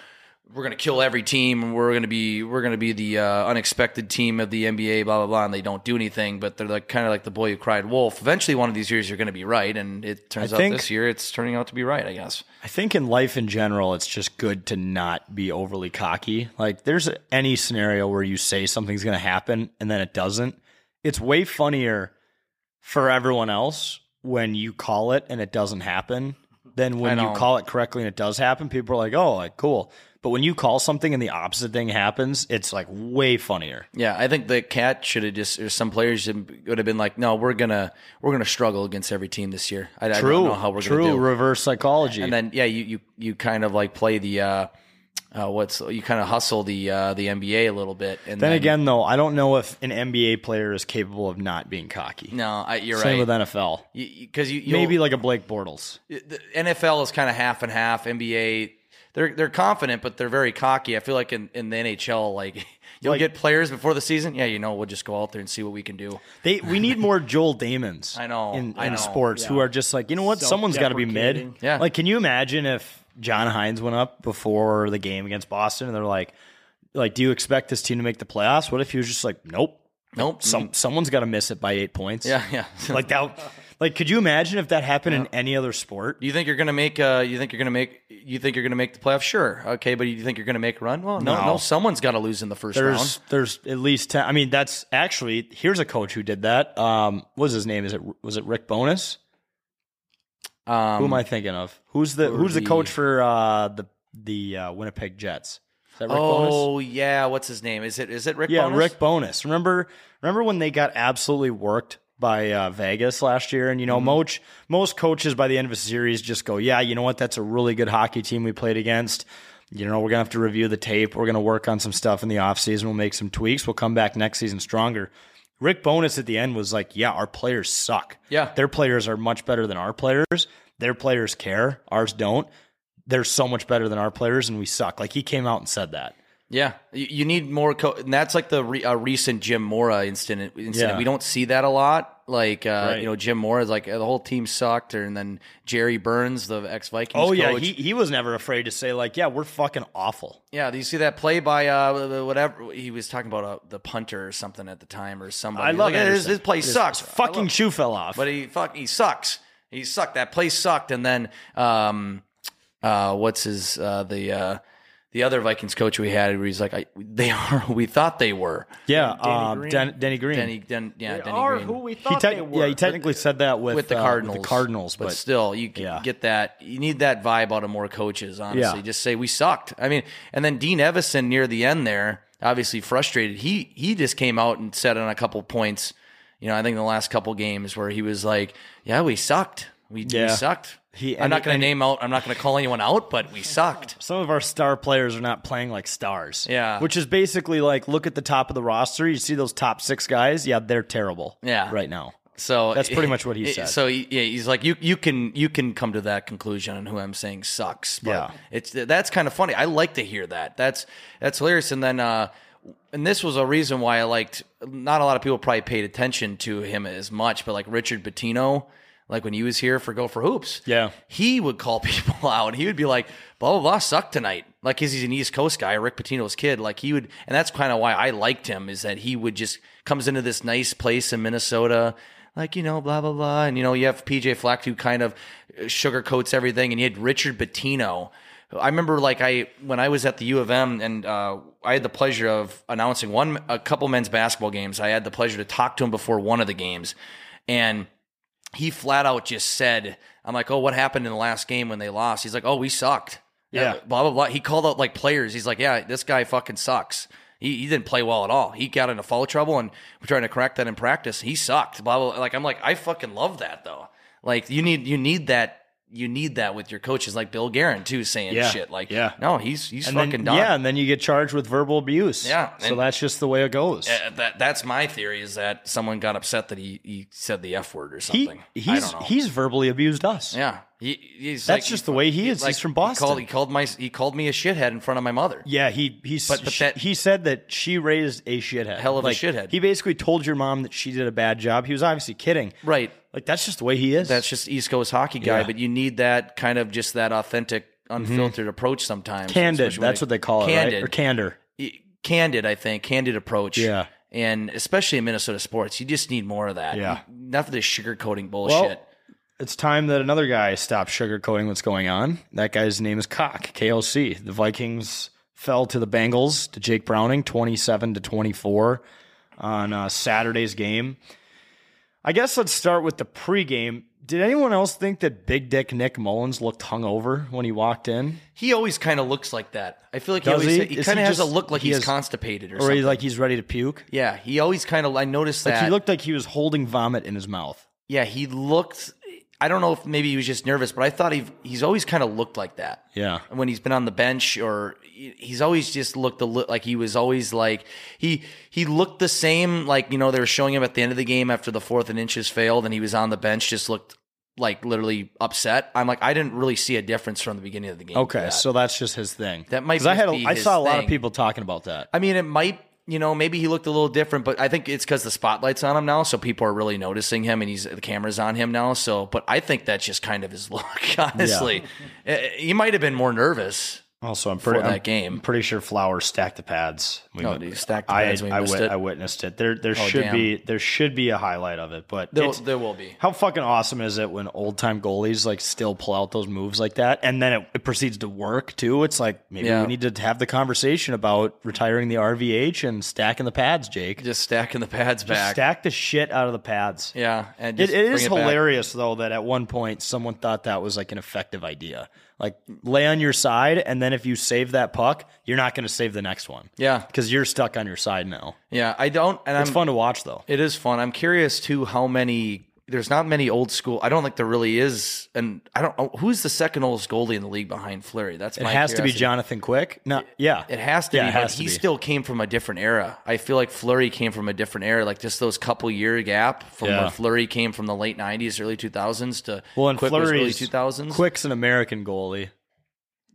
we're gonna kill every team, and we're gonna be we're gonna be the uh, unexpected team of the NBA." Blah blah blah, and they don't do anything. But they're like kind of like the boy who cried wolf. Eventually, one of these years, you're gonna be right, and it turns out think- this year it's turning out to be right. I guess. I think in life in general, it's just good to not be overly cocky. Like, there's any scenario where you say something's going to happen and then it doesn't. It's way funnier for everyone else when you call it and it doesn't happen than when I you know. call it correctly and it does happen. People are like, oh, like, cool. But when you call something and the opposite thing happens, it's like way funnier. Yeah, I think the cat should have just. Or some players should- would have been like, "No, we're gonna we're gonna struggle against every team this year." I, I don't know how we're true. gonna do. Reverse psychology. And then yeah, you you you kind of like play the uh, uh what's you kind of hustle the uh the NBA a little bit. And then again, though, I don't know if an NBA player is capable of not being cocky. no, I, you're Same right. with NFL. Because you, you'll- Maybe like a Blake Bortles. the NFL is kind of half and half. NBA, they're they're confident, but they're very cocky. I feel like in, in the NHL, like [LAUGHS] you'll Like- get players before the season. Yeah, you know, we'll just go out there and see what we can do. They [LAUGHS] we need more Joel Damons. I know, in, I in know. sports who are just like you know what someone's got to be mid. Self-deprecating. Yeah. like can you imagine if John Hines went up before the game against Boston and they're like, like do you expect this team to make the playoffs? What if he was just like, nope, Nope. some someone's got to miss it by eight points. Mm. yeah, yeah. [LAUGHS] [LAUGHS] like that. Like could you imagine if that happened in any other sport? You think you're gonna make? Uh, you think you're gonna make? You think you're gonna make the playoffs? Sure, okay, but you think you're gonna make a run? Well, no, no, No. someone's got to lose in the first There's round. there's at least ten. I mean, that's actually here's a coach who did that. Um, what was his name? Is it was it Rick Bonus? Um, Who am I thinking of? Who's the Who's the coach for uh, the the uh, Winnipeg Jets? Is that Rick Bonus? Oh yeah, what's his name? Is it is it Rick? Yeah, Bonus? Rick Bonus. Remember, remember when they got absolutely worked by uh, Vegas last year? And you Mm-hmm. know, most most coaches by the end of a series just go, "Yeah, you know what? That's a really good hockey team we played against." You know, we're gonna have to review the tape. We're gonna work on some stuff in the offseason. We'll make some tweaks. We'll come back next season stronger. Rick Bonus at the end was like, "Yeah, our players suck. Yeah. their players are much better than our players. Their players care. Ours don't." They're so much better than our players, and we suck. Like he came out and said that. Yeah, you, you need more. Co- and that's like the re- uh, recent Jim Mora incident. incident. Yeah. We don't see that a lot. Like uh, Right. you know, Jim Mora is like uh, the whole team sucked, and then Jerry Burns, the ex Vikings. Oh yeah, coach. he, he was never afraid to say like, yeah, we're fucking awful. yeah. Do you see that play by uh, whatever he was talking about uh, the punter or something at the time or somebody? I love like, this, Anderson. this play His sucks. I Fucking love- shoe fell off. but he fuck he sucks. He sucked. That play sucked. And then um, uh, what's his uh, the uh, the other Vikings coach we had where he's like, I, they [LAUGHS] are who we thought they were. yeah, um, Green. Den- Denny Green. Denny, Den, yeah, Denny are Green. who we he thought tec- they were. yeah, he technically said that with, with the uh, Cardinals, the Cardinals, but, still, you g- yeah. get that. You need that vibe out of more coaches. Honestly, Yeah. just say we sucked. I mean, and then Dean Evison near the end there, obviously frustrated. He he just came out and said on a couple points. You know, I think the last couple games where he was like, "Yeah, we sucked. We, we Yeah. sucked." He- I'm and not he- going to name out. I'm not going to call anyone out, but we sucked. some of our star players are not playing like stars. Yeah. which is basically like look at the top of the roster. You see those top six guys. Yeah, they're terrible. Yeah. right now. So That's pretty much [LAUGHS] what he said. So he, yeah, he's like, you you can you can come to that conclusion on who I'm saying sucks. But Yeah. it's that's kind of funny. I like to hear that. That's that's hilarious. And then uh, and this was a reason why I liked. Not a lot of people probably paid attention to him as much, but like Richard Bettino. Like when he was here for Go for Hoops, Yeah. he would call [LAUGHS] people out. and He would be like, "Blah blah blah, sucked tonight." Like, 'cause he's an East Coast guy, Rick Pitino's kid. Like he would, and that's kind of why I liked him is that he would just comes into this nice place in Minnesota, like you know, blah blah blah, and you know, you have PJ Flack who kind of uh, sugarcoats everything, and you had Richard Bettino. I remember like I when I was at the U of M and uh, I had the pleasure of announcing one a couple men's basketball games. I had the pleasure to talk to him before one of the games, and he flat out just said, I'm like, oh, what happened in the last game when they lost? He's like, oh, we sucked. Yeah. Blah, blah, blah. He called out like players. He's like, yeah, this guy fucking sucks. He, he didn't play well at all. He got into foul trouble and we're trying to correct that in practice. He sucked. Blah, blah. blah. Like, I'm like, I fucking love that though. Like, you need, you need that. You need that with your coaches, like Bill Guerin too, saying Yeah. shit. Like, Yeah. no, he's he's And fucking then, done. yeah, and then you get charged with verbal abuse. Yeah, so and- that's just the way it goes. Uh, That that's my theory is that someone got upset that he, he said the f word or he something. I he's don't know. he's verbally abused us. Yeah, he, he's That's like- just the way he is. He's from He Boston. called, he called my he called me a shithead in front of my mother. Yeah, he he s- But- but she- that- he said that she raised a shithead, Hell of a Like, shithead. He basically told your mom that she did a bad job. He was obviously kidding, Right. Like that's just the way he is. That's just East Coast hockey guy, Yeah. Mm-hmm. but you need that kind of just that authentic, unfiltered approach sometimes. candid. especially when That's what they call it, candid, right? Or candor. y- candid, I think, candid approach. Yeah. And especially in Minnesota sports, you just need more of that. Yeah. Enough of this sugarcoating bullshit. Well, it's time that another guy stopped sugarcoating what's going on. That guy's name is Cock KOC. The Vikings fell to the Bengals to Jake Browning, twenty-seven to twenty-four, on uh, Saturday's game. I guess let's start with the pregame. Did anyone else think that Big Dick Nick Mullins looked hungover when he walked in? he always kind of looks like that. I feel like he Does always he? he Is kind of he has a just- look like he he's has- constipated or, or something. he, like he's ready to puke. yeah, he always kind of. I noticed Like that he looked like he was holding vomit in his mouth. Yeah, he looked. I don't know if maybe he was just nervous, but I thought he he's always kind of looked like that. Yeah. when he's been on the bench or he- he's always just looked a li- like he was always like he he looked the same. Like you know they were showing him at the end of the game after the fourth and inches failed, and he was on the bench, just looked like literally upset. I'm like I didn't really see a difference from the beginning of the game. to Okay, that. so that's just his thing. That might 'Cause I just had a, be I his saw a lot of thing. people talking about that. I mean, it might, you know, maybe he looked a little different, but I think it's because the spotlight's on him now, so people are really noticing him, and he's the camera's on him now. [LAUGHS] So, but I think that's just kind of his look, honestly. Eh, eh, he might have been more nervous. Also, I'm pretty For that I'm game. pretty sure Flower stacked the pads. We, No, dude, stacked the I pads, we I, missed wit- it. I witnessed it. There there should damn. be there should be a highlight of it, Oh. but There, it's- there will be. how fucking awesome is it when old time goalies like still pull out those moves like that, and then it, it proceeds to work too? It's like maybe Yeah. we need to have the conversation about retiring the RVH and stacking the pads, Jake. Just stacking the pads Just back. stack the shit out of the pads. yeah, and It, just it bring is back. hilarious though that at one point someone thought that was like an effective idea. Like lay on your side, and then if you save that puck, you're not going to save the next one. Yeah. Um, because you're stuck on your side now. Yeah, I don't. And It's I'm, fun to watch though. It is fun. I'm curious too how many. There's not many old school. I don't think there really is. And I don't. oh, Who's the second oldest goalie in the league behind Fleury? That's It my has to be curiosity. Jonathan Quick. No, yeah, It has to Yeah, be. it but has to he be. still came from a different era. I feel like Flurry came from a different era. Like just those couple year gap from Yeah. where Flurry came from the late '90s, early 2000s to Well, and Quick was early Fleury's 2000s. Quick's an American goalie.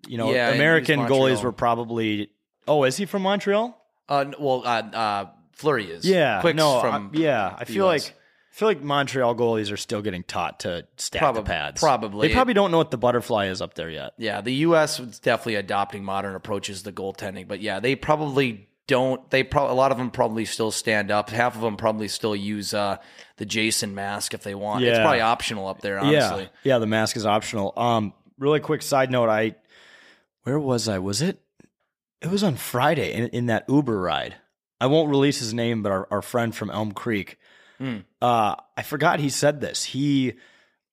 You know, Yeah, and he's American goalies Montreal. were probably. Oh, is he from Montreal? Uh, n- well, uh, uh, Flurry is. Yeah, Quick's no, from I, yeah. I the feel US. like I feel like Montreal goalies are still getting taught to stack Probab- the pads. probably. they probably don't know what the butterfly is up there yet. Yeah, the U.S. is definitely adopting modern approaches to goaltending, but yeah, they probably don't. They probably a lot of them probably still stand up. Half of them probably still use uh, the Jason mask if they want. It's Yeah. probably optional up there, honestly. Yeah, yeah, the mask is optional. Um, really quick side note, I where was I? Was it? It was on Friday in, in that Uber ride. I won't release his name, but our, our friend from Elm Creek. Hmm. Uh, I forgot he said this. He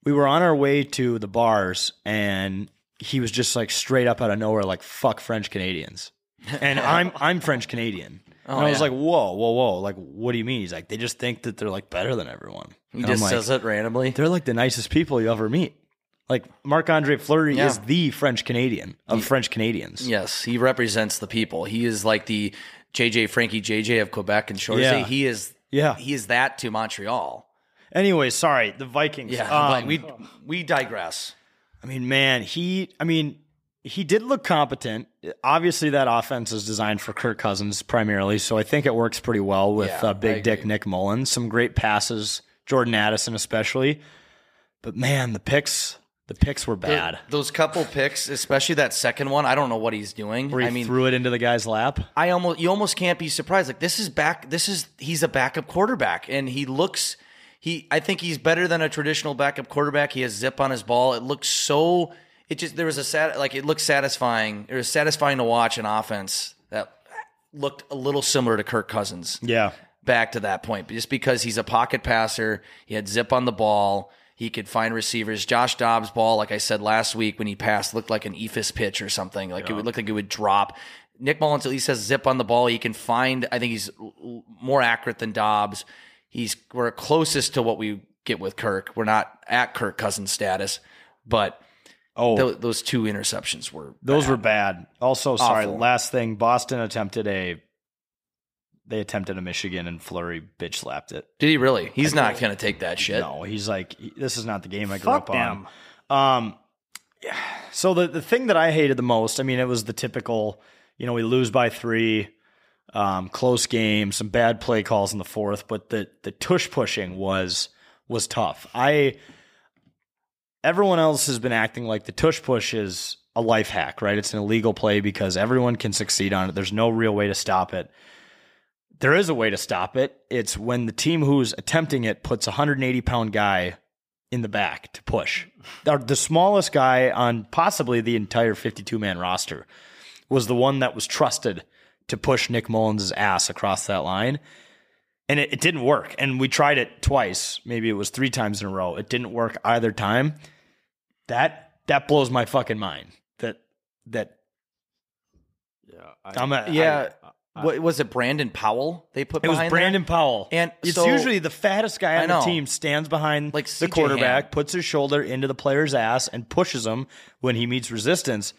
we were on our way to the bars and he was just like straight up out of nowhere, like fuck French Canadians. [LAUGHS] And I'm I'm French Canadian. and I was Oh, yeah. like, whoa, whoa, whoa. Like, what do you mean? He's like, they just think that they're like better than everyone. He And I'm just like, says it randomly. they're like the nicest people you ever meet. Like Marc Andre Fleury Yeah. is the French Canadian of French Canadians. Yes, he represents the people. He is like the JJ Frankie JJ of Quebec and Shorzy. Yeah. He is. Yeah. he is that to Montreal. Anyway, sorry, the Vikings. Yeah, Um, but we we digress. I mean, man, he. I mean, he did look competent. Obviously, that offense is designed for Kirk Cousins primarily, so I think it works pretty well with Yeah, uh, I Big Dick Nick Mullins. Some great passes, Jordan Addison especially. But man, the picks, the picks were bad. Those couple picks, especially that second one. I don't know what he's doing. Where he I mean, threw it into the guy's lap. I almost you almost can't be surprised. Like this is back. This is he's a backup quarterback, and he looks. He I think he's better than a traditional backup quarterback. He has zip on his ball. It looks so. It just there was a sad like it looked satisfying. It was satisfying to watch an offense that looked a little similar to Kirk Cousins Yeah, back to that point, but just because he's a pocket passer, he had zip on the ball, he could find receivers. Josh Dobbs' ball, like I said last week when he passed, looked like an Ephus pitch or something. Like it would look like it would drop. Nick Mullins at least has zip on the ball. He can find. I think he's l- l- more accurate than Dobbs. He's we're closest to what we get with Kirk. We're not at Kirk Cousins status, but Oh. tho- those two interceptions were Those were bad. Also, sorry, Awful. last thing, Boston attempted eh, a they attempted a Michigan and Flurry bitch slapped it. Did he really? He's not going to take that shit. No, he's like this is not the game I grew Fuck up them. on. Um [SIGHS] yeah. so the the thing that I hated the most, I mean, it was the typical, you know, we lose by 3, um close game, some bad play calls in the fourth, but the the tush pushing was was tough. I everyone else has been acting like the tush push is a life hack, right? It's an illegal play because everyone can succeed on it. There's no real way to stop it. There is a way to stop it. It's when the team who's attempting it puts a 180 pound guy in the back to push. Or The smallest guy on possibly the entire 52 man roster was the one that was trusted to push Nick Mullins' ass across that line. And it, it didn't work. And we tried it twice. Maybe it was three times in a row. It didn't work either time that that blows my fucking mind. That that yeah, I'm a, Yeah. What, was it Brandon Powell they put I- it was behind there? Brandon Powell, And it's so- usually the fattest guy I on the know. team stands behind Like the CJ quarterback, Ham. puts his shoulder into the player's ass, and pushes him when he meets resistance.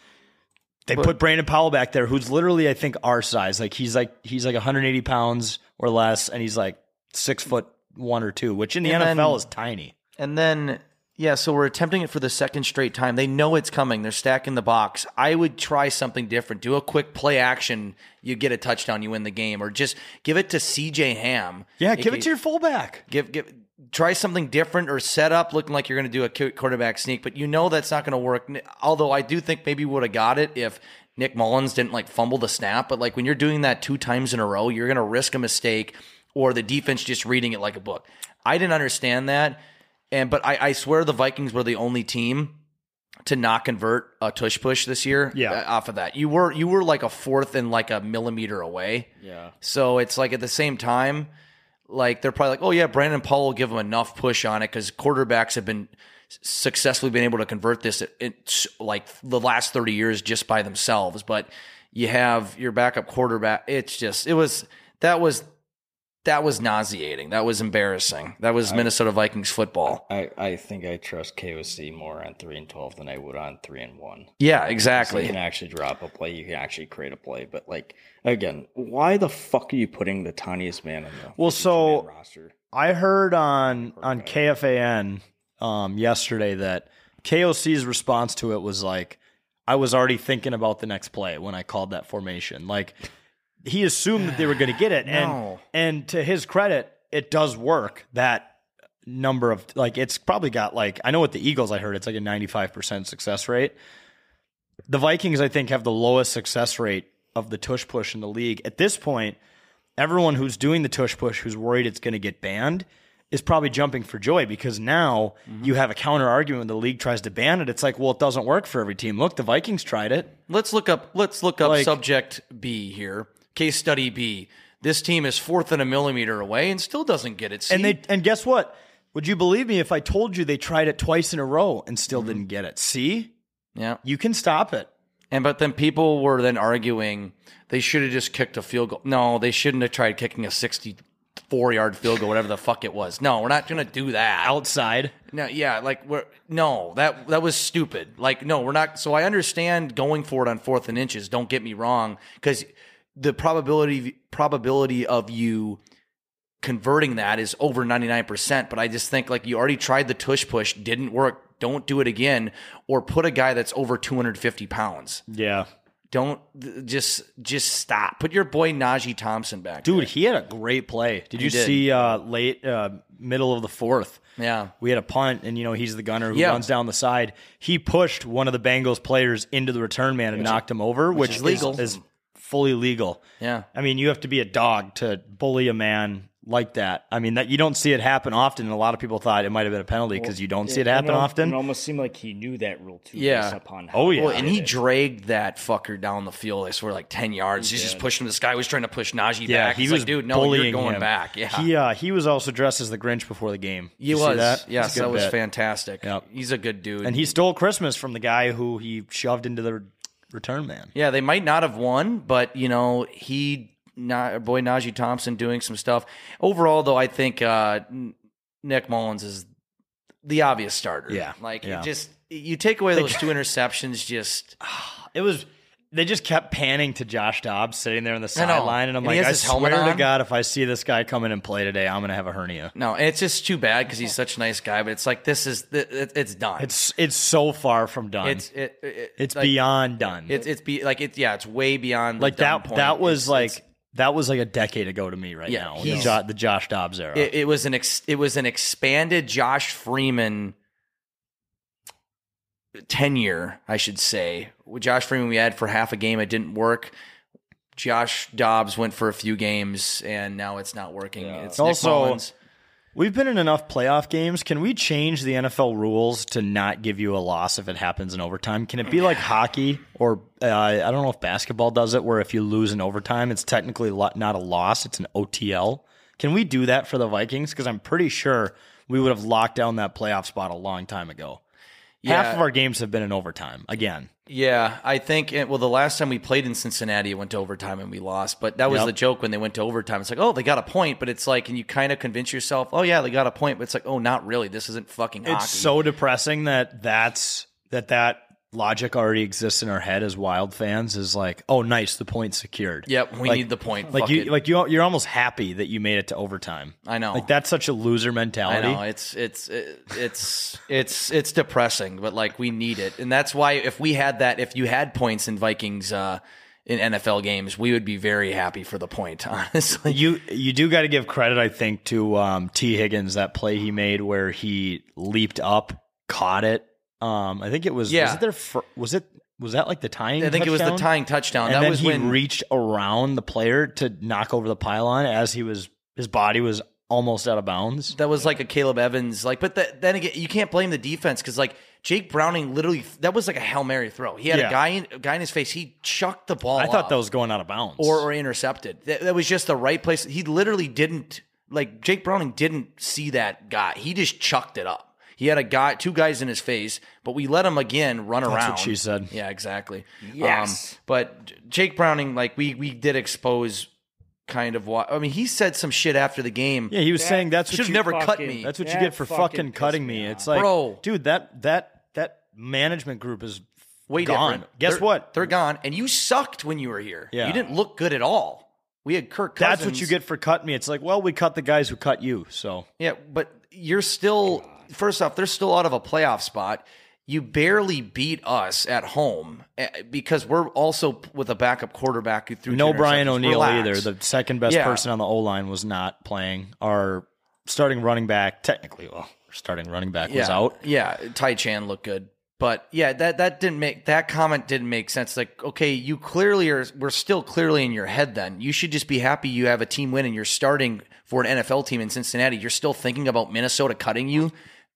They put Brandon Powell back there, who's literally I think our size. Like he's like he's like 180 pounds or less, and he's like six foot one or two, which in the And NFL then- is tiny. And then, yeah, so we're attempting it for the second straight time. They know it's coming. They're stacking the box. I would try something different. Do a quick play action. You get a touchdown. You win the game, or just give it to CJ Ham. Yeah, give it to your fullback. give give. Try something different or set up looking like you're going to do a cu- quarterback sneak, but you know that's not going to work. N- Although I do think maybe we would have got it if Nick Mullins didn't like fumble the snap, but like when you're doing that two times in a row, you're going to risk a mistake or the defense just reading it like a book. I didn't understand that. And but I, I swear the Vikings were the only team to not convert a tush push this year Yeah. uh, off of that. You were you were like a fourth and like a millimeter away. Yeah. So it's like at the same time, like they're probably like, oh yeah, Brandon Paul will give him enough push on it because quarterbacks have been successfully been able to convert this at, it's like the last thirty years just by themselves. But you have your backup quarterback. It's just it was that was that was nauseating. That was embarrassing. That was Minnesota Vikings football. I, I think I trust KOC more on three and twelve than I would on three and one. Yeah, So you exactly. can actually drop a play. You can actually create a play. But like again, why the fuck are you putting the tiniest man on the Well, 52 so- man roster? I heard on on KFAN um, yesterday that KOC's response to it was like, "I was already thinking about the next play when I called that formation." Like he assumed that they were going to [SIGHS] get it, No. and and to his credit, it does work. That number of like it's probably got like I know with the Eagles, I heard it's like a ninety five percent success rate. The Vikings, I think, have the lowest success rate of the tush push in the league at this point everyone who's doing the tush push who's worried it's going to get banned is probably jumping for joy because now you have a counter argument when the league tries to ban it. It's like, well, it doesn't work for every team. Look, the Vikings tried it. Let's look up. Let's look up Like- subject B here. Case study B. This team is fourth and a millimeter away and still doesn't get it. See? And they and guess what? Would you believe me if I told you they tried it twice in a row and still didn't get it? See? yeah. You can stop it. And but then people were then arguing they should have just kicked a field goal. No, they shouldn't have tried kicking a sixty-four yard field goal, whatever the fuck it was. No, we're not gonna do that. Outside. No, yeah, like we're no that that was stupid. Like no, we're not. So I understand going for it on fourth and inches. Don't get me wrong, because the probability probability of you converting that is over ninety nine percent. But I just think like you already tried the tush push, didn't work. Don't do it again, or put a guy that's over two hundred fifty pounds. Yeah. Don't th- just just stop. Put your boy Najee Thompson back, Dude, he had a great play. Did you did. see uh, late uh, middle of the fourth? Yeah. We had a punt, and you know he's the gunner who Yeah. runs down the side. He pushed one of the Bengals players into the return man and knocked him over, which, is is legal. Is, fully legal. Yeah. I mean, you have to be a dog to bully a man like that. I mean, that you don't see it happen often. And a lot of people thought it might have been a penalty because you don't see it happen It al- often. It almost seemed like he knew that rule too. Yeah. Based upon Oh, yeah. Well, and he did it. dragged that fucker down the field. I swear, like ten yards. He's just pushing. This guy was trying to push Najee back. He's like, dude, no, you're bullying going him. back. Yeah, He uh, he was also dressed as the Grinch before the game. he You see was. that? Yes, It's a good that was bit. fantastic. Yep. He's a good dude. And he stole Christmas from the guy who he shoved into the return man. yeah, they might not have won, but you know, he, not, boy, Najee Thompson doing some stuff. Overall, though, I think uh, N- Nick Mullins is the obvious starter. Yeah. like Yeah. It just you take away those two interceptions, [SIGHS] just It was. They just kept panning to Josh Dobbs sitting there on the I know. sideline, and I'm And he has like, I his helmet swear to on. God, if I see this guy come in and play today, I'm gonna have a hernia. no, and it's just too bad because he's such a nice guy. But it's like this is th- it, it's done. It's it's so far from done. it's It's it, it it's like, beyond done. It's it's be like it's yeah, it's way beyond the like dumb that. point. That was It's- like it's- that was like a decade ago to me right Yeah, now. The, he's- jo- the Josh Dobbs era. it, it was an ex, it was an expanded Josh Freeman tenure, I should say. With Josh Freeman we had for half a game, it didn't work. Josh Dobbs went for a few games, and now it's not working. It's Nick Also- Mullins. We've been in enough playoff games. Can we change the NFL rules to not give you a loss if it happens in overtime? Can it be like hockey or uh, I don't know if basketball does it, where if you lose in overtime, it's technically lo- not a loss, it's an OTL. Can we do that for the Vikings? Because I'm pretty sure we would have locked down that playoff spot a long time ago. Yeah. Half of our games have been in overtime again. Yeah, I think it, well the last time we played in Cincinnati it went to overtime and we lost, but that was Yep. the joke when they went to overtime. It's like, "Oh, they got a point," but it's like and you kind of convince yourself, "Oh yeah, they got a point," but it's like, "Oh, not really. This isn't fucking hockey." It's so depressing that that's that that logic already exists in our head as wild fans. Is like, oh, nice, the point secured. Yep, we Like- need the point. Like Fuck you, it. like you, you're almost happy that you made it to overtime. I know. Like that's such a loser I mentality. know it's it's it- it's it's it's depressing, but like we need it, and that's why if we had that, if you had points in Vikings uh, in NFL games, we would be very happy for the point. [LAUGHS] Honestly, You you do got to give credit, I think, to um, T Higgins that play he made where he leaped up, caught it. Um, I think it was Yeah. was it their fir- was it was that like the tying? I think it was the touchdown? tying touchdown. And that then was he when reached around the player to knock over the pylon as he was his body was almost out of bounds. that was like a Caleb Evans like. But that, then again, you can't blame the defense because like Jake Browning literally that was like a hail mary throw. He had a Yeah. guy in, a guy in his face. He chucked the ball. I thought up that was going out of bounds. or or intercepted. That, that was just the right place. He literally didn't like Jake Browning didn't see that guy. He just chucked it up. He had a guy, two guys in his face, but we let him again run That's around. what she said. Yeah, exactly. Yes. Um, but J- Jake Browning, like we we did expose kind of what I mean. He said some shit after the game. yeah, he was saying that's Should what have you, never cut fucking- me. that's what you That get for fucking fucking pissed cutting me me. off. It's like, Bro. dude, that that that management group is way gone. different. Guess They're- what? They're gone. And you sucked when you were here. Yeah. You didn't look good at all. We had Kirk. That's what Cousins. you get for cut me. It's like, well, we cut the guys who cut you. So Yeah, but you're still first off, they're still out of a playoff spot. You barely beat us at home eh, because we're also with a backup quarterback who threw no two Brian interceptions. O'Neill Relax. either. The second best Yeah. person on the O line was not playing. Our starting running back, technically, well, starting running back yeah, was out. Yeah, Tai Chan looked good, but yeah, that that didn't make that comment didn't make sense. Like, okay, you clearly are. We're still clearly in your head. Then you should just be happy you have a team win and you're starting for an NFL team in Cincinnati. You're still thinking about Minnesota cutting you.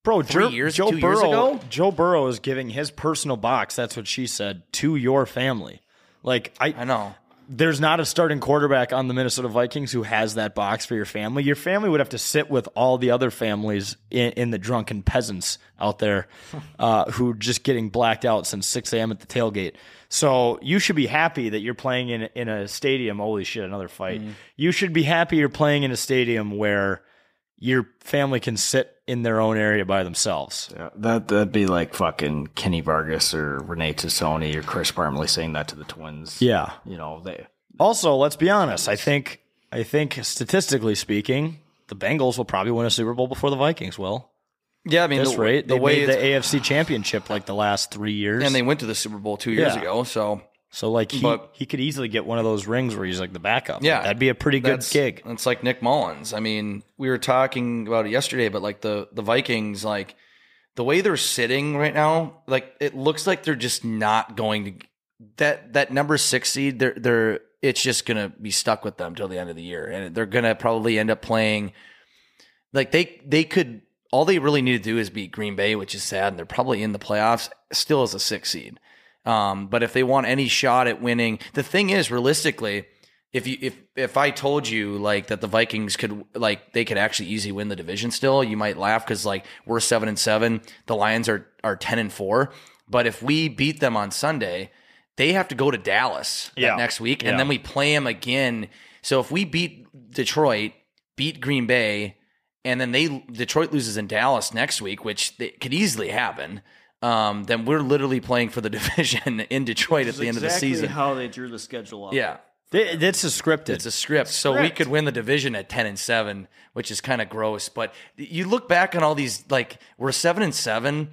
Bro, Three Jer- years, Joe two Burrow, years ago? Joe Burrow is giving his personal box. That's what she said to your family. Like I, I know. there's not a starting quarterback on the Minnesota Vikings who has that box for your family. Your family would have to sit with all the other families in, in the drunken peasants [LAUGHS] out there uh, who are just getting blacked out since 6 a.m. at the tailgate. So you should be happy that you're playing in, in a stadium. Holy shit, another fight. Mm-hmm. You should be happy you're playing in a stadium where your family can sit in their own area by themselves. Yeah, that that'd be like fucking Kenny Vargas or Renee Tassoni or Chris Parmley saying that to the Twins. Yeah. you know they. Also, let's be honest. I think I think statistically speaking, the Bengals will probably win a Super Bowl before the Vikings will. Yeah, I mean, That's the, right. the they way made it's- the AFC Championship like the last three years, and they went to the Super Bowl two years Yeah. ago. So so like he, but- he could easily get one of those rings where he's like the backup. Yeah, that'd be a pretty good that's, gig. It's like Nick Mullins. I mean, we were talking about it yesterday, but like the the Vikings, like the way they're sitting right now, like it looks like they're just not going to that that number six seed. They're they're it's just gonna be stuck with them till the end of the year, and they're gonna probably end up playing like they they could. All they really need to do is beat Green Bay, which is sad, and they're probably in the playoffs still as a six seed. Um, but if they want any shot at winning, the thing is, realistically, if you if if I told you like that the Vikings could like they could actually easily win the division still, you might laugh because like we're seven and seven, the Lions are are ten and four. But if we beat them on Sunday, they have to go to Dallas that Yeah. next week, Yeah. and then we play them again. So if we beat Detroit, beat Green Bay, and then they Detroit loses in Dallas next week, which they, could easily happen. Um, then we're literally playing for the [LAUGHS] division in Detroit at the end of the season. how they drew the schedule up. yeah, Th- That's a scripted. it's a script. So we script. could win the division at 10 and 7, which is kind of gross. But you look back on all these, like, we're 7 and 7,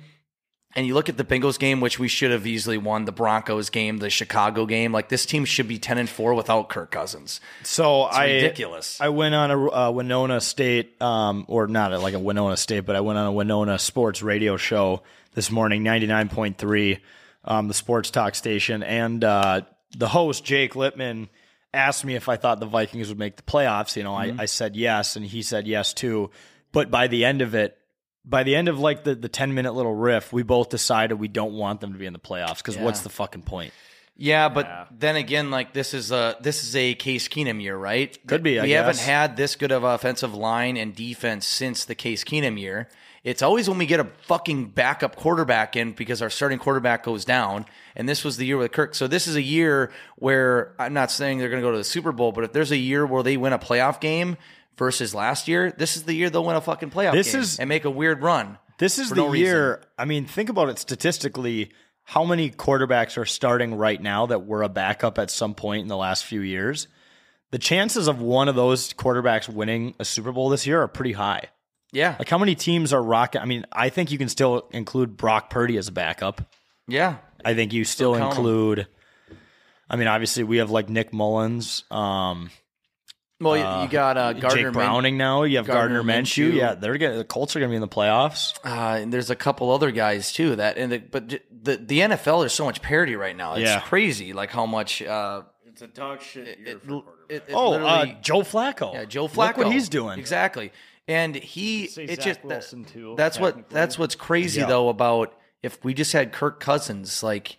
and you look at the Bengals game, which we should have easily won, the Broncos game, the Chicago game. Like, this team should be 10 and 4 without Kirk Cousins. so I ridiculous. I went on a uh, Winona State, um, or not like a Winona State, but I went on a Winona sports radio show this morning, ninety nine point three, um, the sports talk station, and uh, the host Jake Littman asked me if I thought the Vikings would make the playoffs. You know, I, I said yes, and he said yes too. But by the end of it, by the end of like the, the ten minute little riff, we both decided we don't want them to be in the playoffs because what's the fucking point? Yeah, but then again, like this is a this is a Case Keenum year, right? Could be, I we haven't guess. had this good of offensive line and defense since the Case Keenum year. It's always when we get a fucking backup quarterback in because our starting quarterback goes down, and this was the year with Kirk. So this is a year where I'm not saying they're going to go to the Super Bowl, but if there's a year where they win a playoff game versus last year, this is the year they'll win a fucking playoff This game is- and make a weird run. This is for the no reason. year. I mean, think about it statistically. How many quarterbacks are starting right now that were a backup at some point in the last few years? The chances of one of those quarterbacks winning a Super Bowl this year are pretty high. Yeah, Like, how many teams are rocking? I mean, I think you can still include Brock Purdy as a backup. yeah, I think you still count 'em. include. I mean, obviously, we have like Nick Mullins. Um, Well, you- you got uh, Gardner Jake Min- Browning now. You have Gardner, Gardner Minshew. Minshew. Yeah, they're gonna, the Colts are going to be in the playoffs. Uh, and there's a couple other guys too that and the, but j- the the NFL there's so much parody right now. It's Yeah. crazy, like how much. Uh, It's a dog shit. it, it, it Oh, uh, literally- Joe Flacco. yeah, Joe Flacco. Look what he's doing. exactly, and he Say it's Zach just that- Wilson, too, That's what technically. that's what's crazy Yeah. though about if we just had Kirk Cousins like.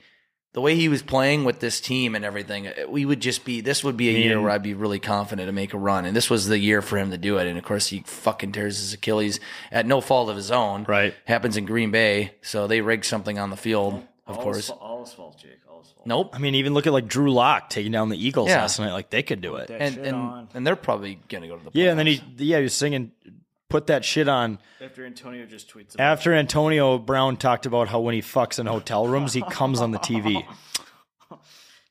The way he was playing with this team and everything, uh, we would just be. This would be a year and- where I'd be really confident to make a run, and this was the year for him to do it. And of course, he fucking tears his Achilles at no fault of his own. Right. happens in Green Bay, so they rigged something on the field, of course. All's fault, Jake. All's fault. Nope. I mean, even look at like Drew Lock taking down the Eagles Yeah. last night. Like they could do it. And shit and, on. and they're probably gonna go to the playoffs. Yeah, and then he yeah he was singing, put that shit on. After Antonio just tweets about After Antonio Brown talked about how when he fucks in hotel rooms, he comes on [LAUGHS] the TV.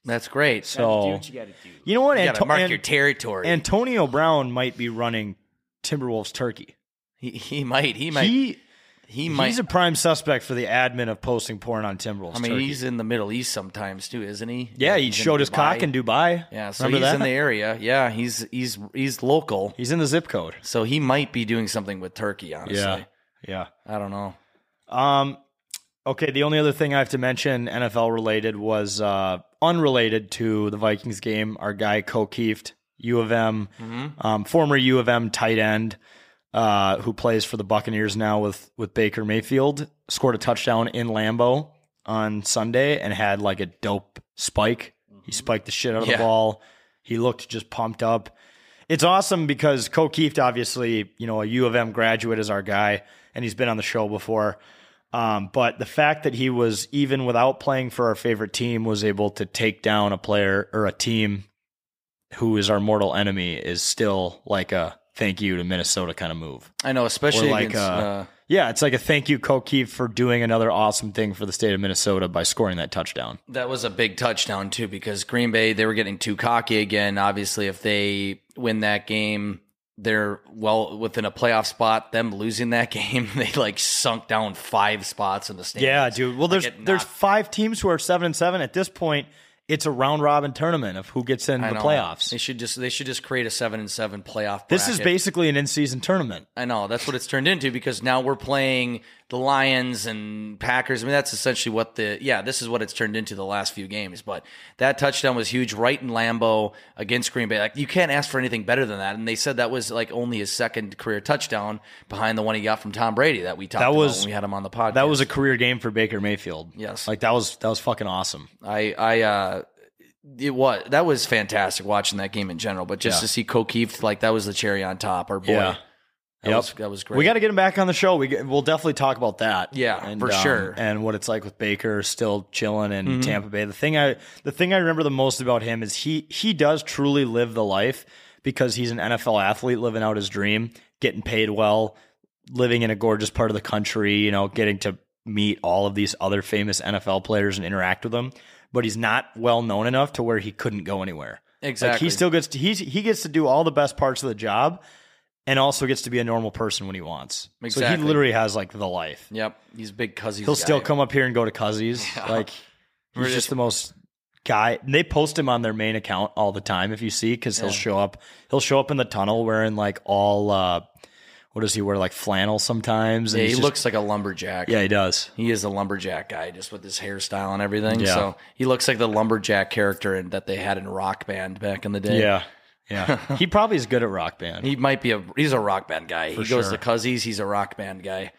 That's great. So do So what you gotta do. you know what? you gotta Anto- mark An- your territory. And Antonio Brown might be running Timberwolves turkey. he, he might. He might. He, he might. he's a prime suspect for the admin of posting porn on Timberwolves. I mean, turkey. he's in the Middle East sometimes too, isn't he? yeah, he He's in showed his Dubai. cock in Dubai. Yeah, so Remember he's that? in the area. Yeah, he's he's he's local. He's in the zip code. So he might be doing something with Turkey. Honestly, yeah. I don't know. Um, okay, the only other thing I have to mention, NFL related, was uh, unrelated to the Vikings game. Our guy Kokeeft, U of M, um, former U of M tight end, uh, who plays for the Buccaneers now with with Baker Mayfield, scored a touchdown in Lambeau on Sunday and had like a dope spike. He spiked the shit out of Yeah. the ball. He looked just pumped up. It's awesome because Kokeeft, obviously, you know, a U of M graduate is our guy, and he's been on the show before. Um, but the fact that he was even without playing for our favorite team was able to take down a player or a team who is our mortal enemy is still like a thank you to Minnesota kind of move. I know, especially like, against. uh, Uh, Yeah, it's like a thank you, Kokeef, for doing another awesome thing for the state of Minnesota by scoring that touchdown. that was a big touchdown too, because Green Bay they were getting too cocky again. Obviously, if they win that game, they're well within a playoff spot. Them losing that [LAUGHS] game, they like sunk down five spots in the standings. Yeah, dude. Well, there's Like it there's knocked- five teams who are seven and seven at this point. It's a round robin tournament of who gets in I the know. playoffs. They should just they should just create a seven and seven playoff. this is bracket. basically an in season tournament. I know that's what it's turned into because now we're playing the Lions and Packers. I mean, that's essentially what the yeah, this is what it's turned into the last few games. But that touchdown was huge, right in Lambeau against Green Bay. Like you can't ask for anything better than that. And they said that was like only his second career touchdown behind the one he got from Tom Brady that we talked That about was- when we had him on the podcast. That was a career game for Baker Mayfield. Yes. like that was that was fucking awesome. I I uh it was that was fantastic watching that game in general, but just Yeah. to see Kokeef like that was the cherry on top. Our boy, Yeah. that Yep. was that was great. We got to get him back on the show. We get, we'll definitely talk about that. Yeah, for sure. Mm-hmm. And what it's like with Baker still chilling in Tampa Bay. The thing I the thing I remember the most about him is he he does truly live the life because he's an NFL athlete living out his dream, getting paid well, living in a gorgeous part of the country, you know, getting to meet all of these other famous NFL players and interact with them, but he's not well known enough to where he couldn't go anywhere. Like Exactly. he still gets to, he's, he gets to do all the best parts of the job and also gets to be a normal person when he wants. So he Exactly. literally has like the life. Yep, he's a big cuzzy. He'll still come up here and go [LAUGHS] to Cuzzies. Like he's Really? just the most guy. And they post him on their main account all the time if you see cuz he'll show up. He'll show up in the tunnel wearing like all uh what does he wear like flannel sometimes and Yeah, he he's just- looks like a lumberjack. Yeah, he does. he is a lumberjack guy, just with his hairstyle and everything. Yeah. So he looks like the lumberjack character in, that they had in Rock Band back in the day. Yeah. [LAUGHS] Yeah. he probably is good at rock band. he might be a he's a Rock Band guy. he goes sure. to cuzzies. He's a Rock Band guy.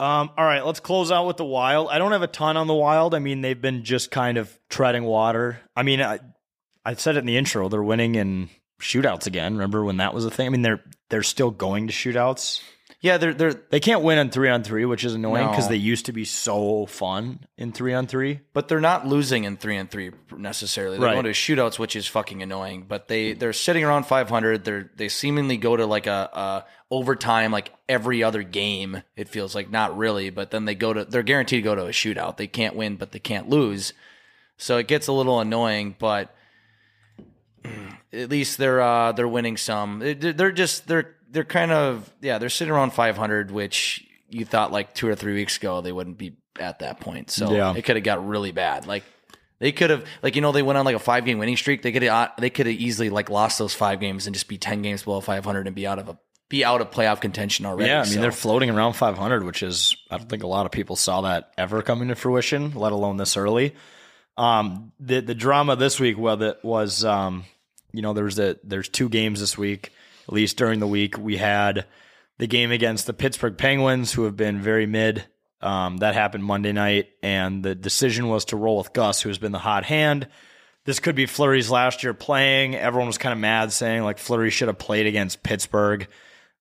Um, all right, let's close out with the wild. I don't have a ton on the wild. I mean, they've been just kind of treading water. I mean, I, I said it in the intro. They're winning in shootouts again. Remember when that was a thing? I mean, they're they're still going to shootouts. Yeah, they're they're They can't win on three on three, which is annoying because No. they used to be so fun in three on three. but they're not losing in three and three necessarily. They're Right. going to shootouts, which is fucking annoying. But they they're sitting around 500. They're they seemingly go to like a, a overtime like every other game. It feels like not really, but then they go to they're guaranteed to go to a shootout. They can't win, but they can't lose. So it gets a little annoying, but [CLEARS THROAT] at least they're uh, they're winning some. They- They're they're just they're they're kind of yeah they're sitting around 500, which you thought like two or three weeks ago they wouldn't be at that point. So Yeah. it could have got really bad. Like they could have like you know they went on like a five uh, game winning streak. They could have they could have easily like lost those five games and just be ten games below 500 and be out of a be out of playoff contention already. Yeah, I mean so- they're floating around 500, which is I don't think a lot of people saw that ever coming to fruition, let alone this early. Um, the the drama this week was it was um, you know there's the there's two games this week at least during the week we had the game against the Pittsburgh Penguins who have been very mid. Um, that happened Monday night, and the decision was to roll with Gus, who has been the hot hand this could be Flurry's last year playing. Everyone was kind of mad saying like Flurry should have played against Pittsburgh,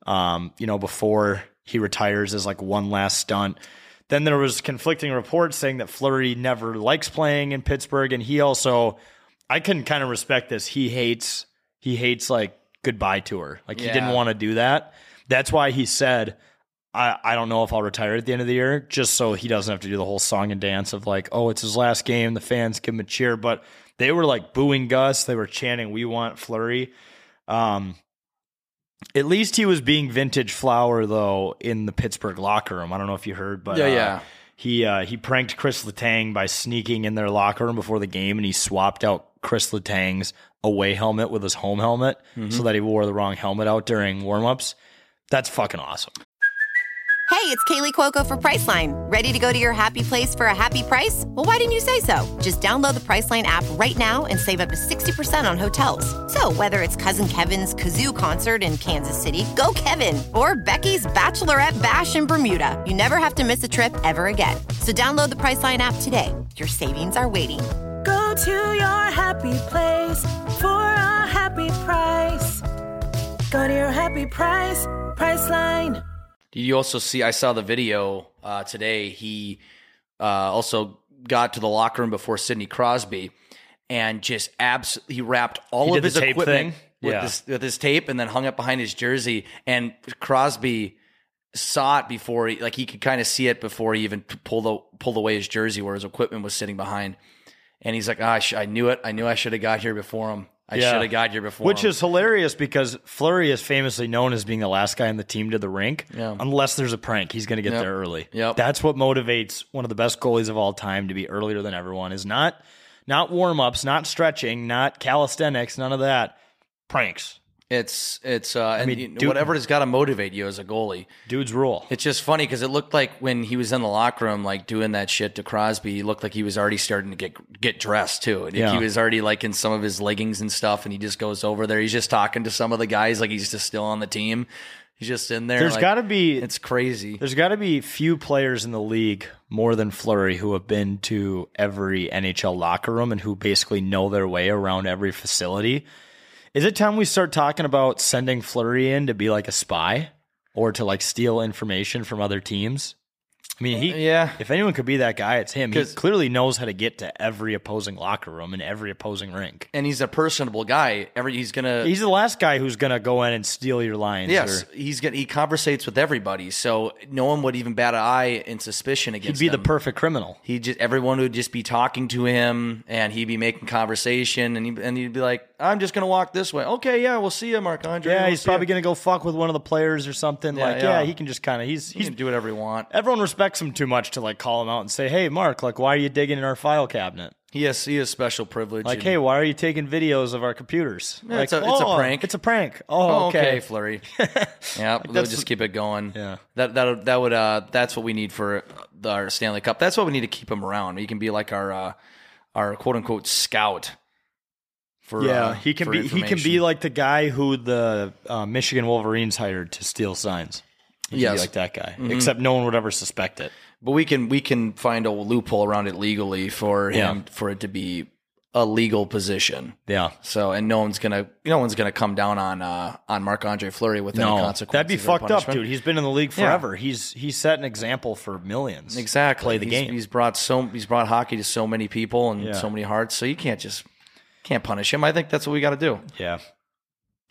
um, you know, before he retires as like one last stunt. Then there was conflicting reports saying that Flurry never likes playing in Pittsburgh, and he also, I can kind of respect this. He hates he hates like goodbye tour. Like he didn't Yeah. want to do that. That's why he said, I, I don't know if I'll retire at the end of the year, just so he doesn't have to do the whole song and dance of like, oh, it's his last game. The fans give him a cheer. But they were like booing Gus. They were chanting, we want Flurry. Um, at least he was being vintage flower, though, in the Pittsburgh locker room. I don't know if you heard, but Yeah, uh, yeah. he uh, he pranked Chris Letang by sneaking in their locker room before the game, and he swapped out Chris Letang's away helmet with his home helmet so that he wore the wrong helmet out during warmups. That's fucking awesome. Hey, it's Kaylee Cuoco for Priceline. Ready to go to your happy place for a happy price? Well, why didn't you say so? Just download the Priceline app right now and save up to 60% on hotels. So, whether it's Cousin Kevin's Kazoo concert in Kansas City, go Kevin, or Becky's Bachelorette Bash in Bermuda, you never have to miss a trip ever again. So, download the Priceline app today. Your savings are waiting. Go to your happy place for a happy price. Go to your happy price, Priceline. Did you also see? I saw the video uh, today. He uh, also got to the locker room before Sidney Crosby, and just abs. He wrapped all He of did the his tape equipment thing? with Yeah. this with his tape, and then hung it behind his jersey. And Crosby saw it before, he, like he could kind of see it before he even p- pulled the, pulled away his jersey where his equipment was sitting behind. And he's like, "Ah, I, sh- I knew it. I knew I should have got here before him. I Yeah. should have got here before." Which him." is hilarious because Flurry is famously known as being the last guy on the team to the rink. Yeah. Unless there's a prank, he's going to get there early. Yep. That's what motivates one of the best goalies of all time to be earlier than everyone is not not warm-ups, not stretching, not calisthenics, none of that. Pranks. it's it's uh, and mean, you know, dude- whatever has got to motivate you as a goalie. Dudes rule. It's just funny because it looked like when he was in the locker room, like doing that shit to Crosby, he looked like he was already starting to get get dressed too. And Yeah. He was already like in some of his leggings and stuff, and he just goes over there. He's just talking to some of the guys, like he's just still on the team. He's just in there. There's like, got to be It's crazy. There's got to be few players in the league more than Flurry who have been to every NHL locker room and who basically know their way around every facility. Is it time we start talking about sending Flurry in to be like a spy or to like steal information from other teams? I mean, he Uh, Yeah. If anyone could be that guy, it's him. He 'Cause- clearly knows how to get to every opposing locker room and every opposing rink. And he's a personable guy. Every he's gonna. He's the last guy who's gonna go in and steal your lines. Yes, or- he's gonna. He conversates with everybody, so no one would even bat an eye in suspicion he'd against. be the him. perfect criminal. he just everyone would just be talking to him and he'd be making conversation and, he, and he'd be like i'm just gonna walk this way okay yeah we'll see you mark andre Yeah, he's probably going to go fuck with one of the players or something. Yeah, like, yeah. yeah. he can just kind of he's he's he's gonna do whatever he want everyone respects him too much to like call him out and say, "Hey, Mark, like, why are you digging in our file cabinet? he has he has special privilege Like, and- hey, why are you taking videos of our computers? Yeah, like, it's a- it's a "Oh, prank." It's a prank. Oh, Oh, okay, okay. [LAUGHS] Flurry. yeah, we'll that's- just keep it going. Yeah. that that that would uh, that's what we need for the, our Stanley Cup. That's what we need to keep him around. He can be like our uh, our quote unquote scout. For yeah, uh, he can for be he can be information. like the guy who the uh, Michigan Wolverines hired to steal signs. He can be Yes. Mm-hmm. like that guy. Except no one would ever suspect it. But we can we can find a loophole around it legally for him for it to be a legal position. Yeah. So and no one's gonna no one's gonna come down on uh, on Marc Andre Fleury with any No, consequences. that'd be or fucked up, punishment. dude. He's been in the league forever. He's he's set an example for millions. Exactly. Play the he's, game. He's brought so he's brought hockey to so many people and Yeah. so many hearts. So you can't just can't punish him. I think that's what we got to do. Yeah.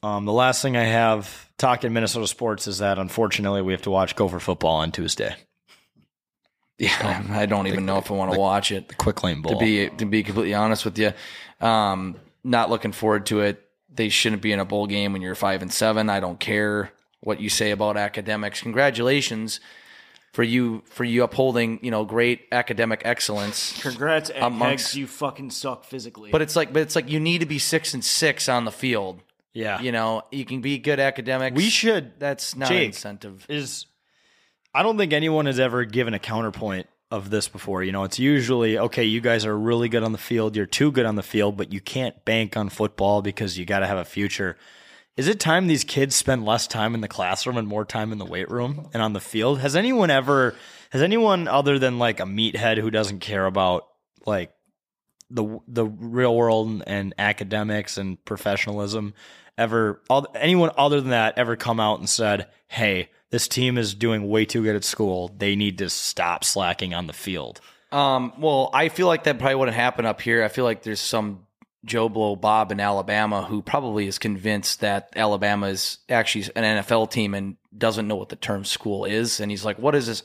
Um, the last thing I have talking Minnesota sports is that unfortunately we have to watch Gopher football on Tuesday. Yeah, I don't even know if I want to watch it. Quick lane bowl. To be to be completely honest with you, um, not looking forward to it. They shouldn't be in a bowl game when you're five and seven. I don't care what you say about academics. Congratulations for you for you upholding you know great academic excellence. Congrats, Amongst- Amongst, you fucking suck physically. But it's like but it's like you need to be six and six on the field Yeah. You know, you can be good academics. We should. That's not Jake, an incentive. Is I don't think anyone has ever given a counterpoint of this before. You know, it's usually okay. You guys are really good on the field. You're too good on the field, but you can't bank on football because you got to have a future. Is it time these kids spend less time in the classroom and more time in the weight room and on the field? Has anyone ever? Has anyone other than like a meathead who doesn't care about like the the real world and academics and professionalism ever all, anyone other than that ever come out and said, "Hey, this team is doing way too good at school. They need to stop slacking on the field." Um, well, I feel like that probably wouldn't happen up here. I feel like there's some Joe Blow Bob in Alabama who probably is convinced that Alabama is actually an NFL team and doesn't know what the term school is. And he's like, what is this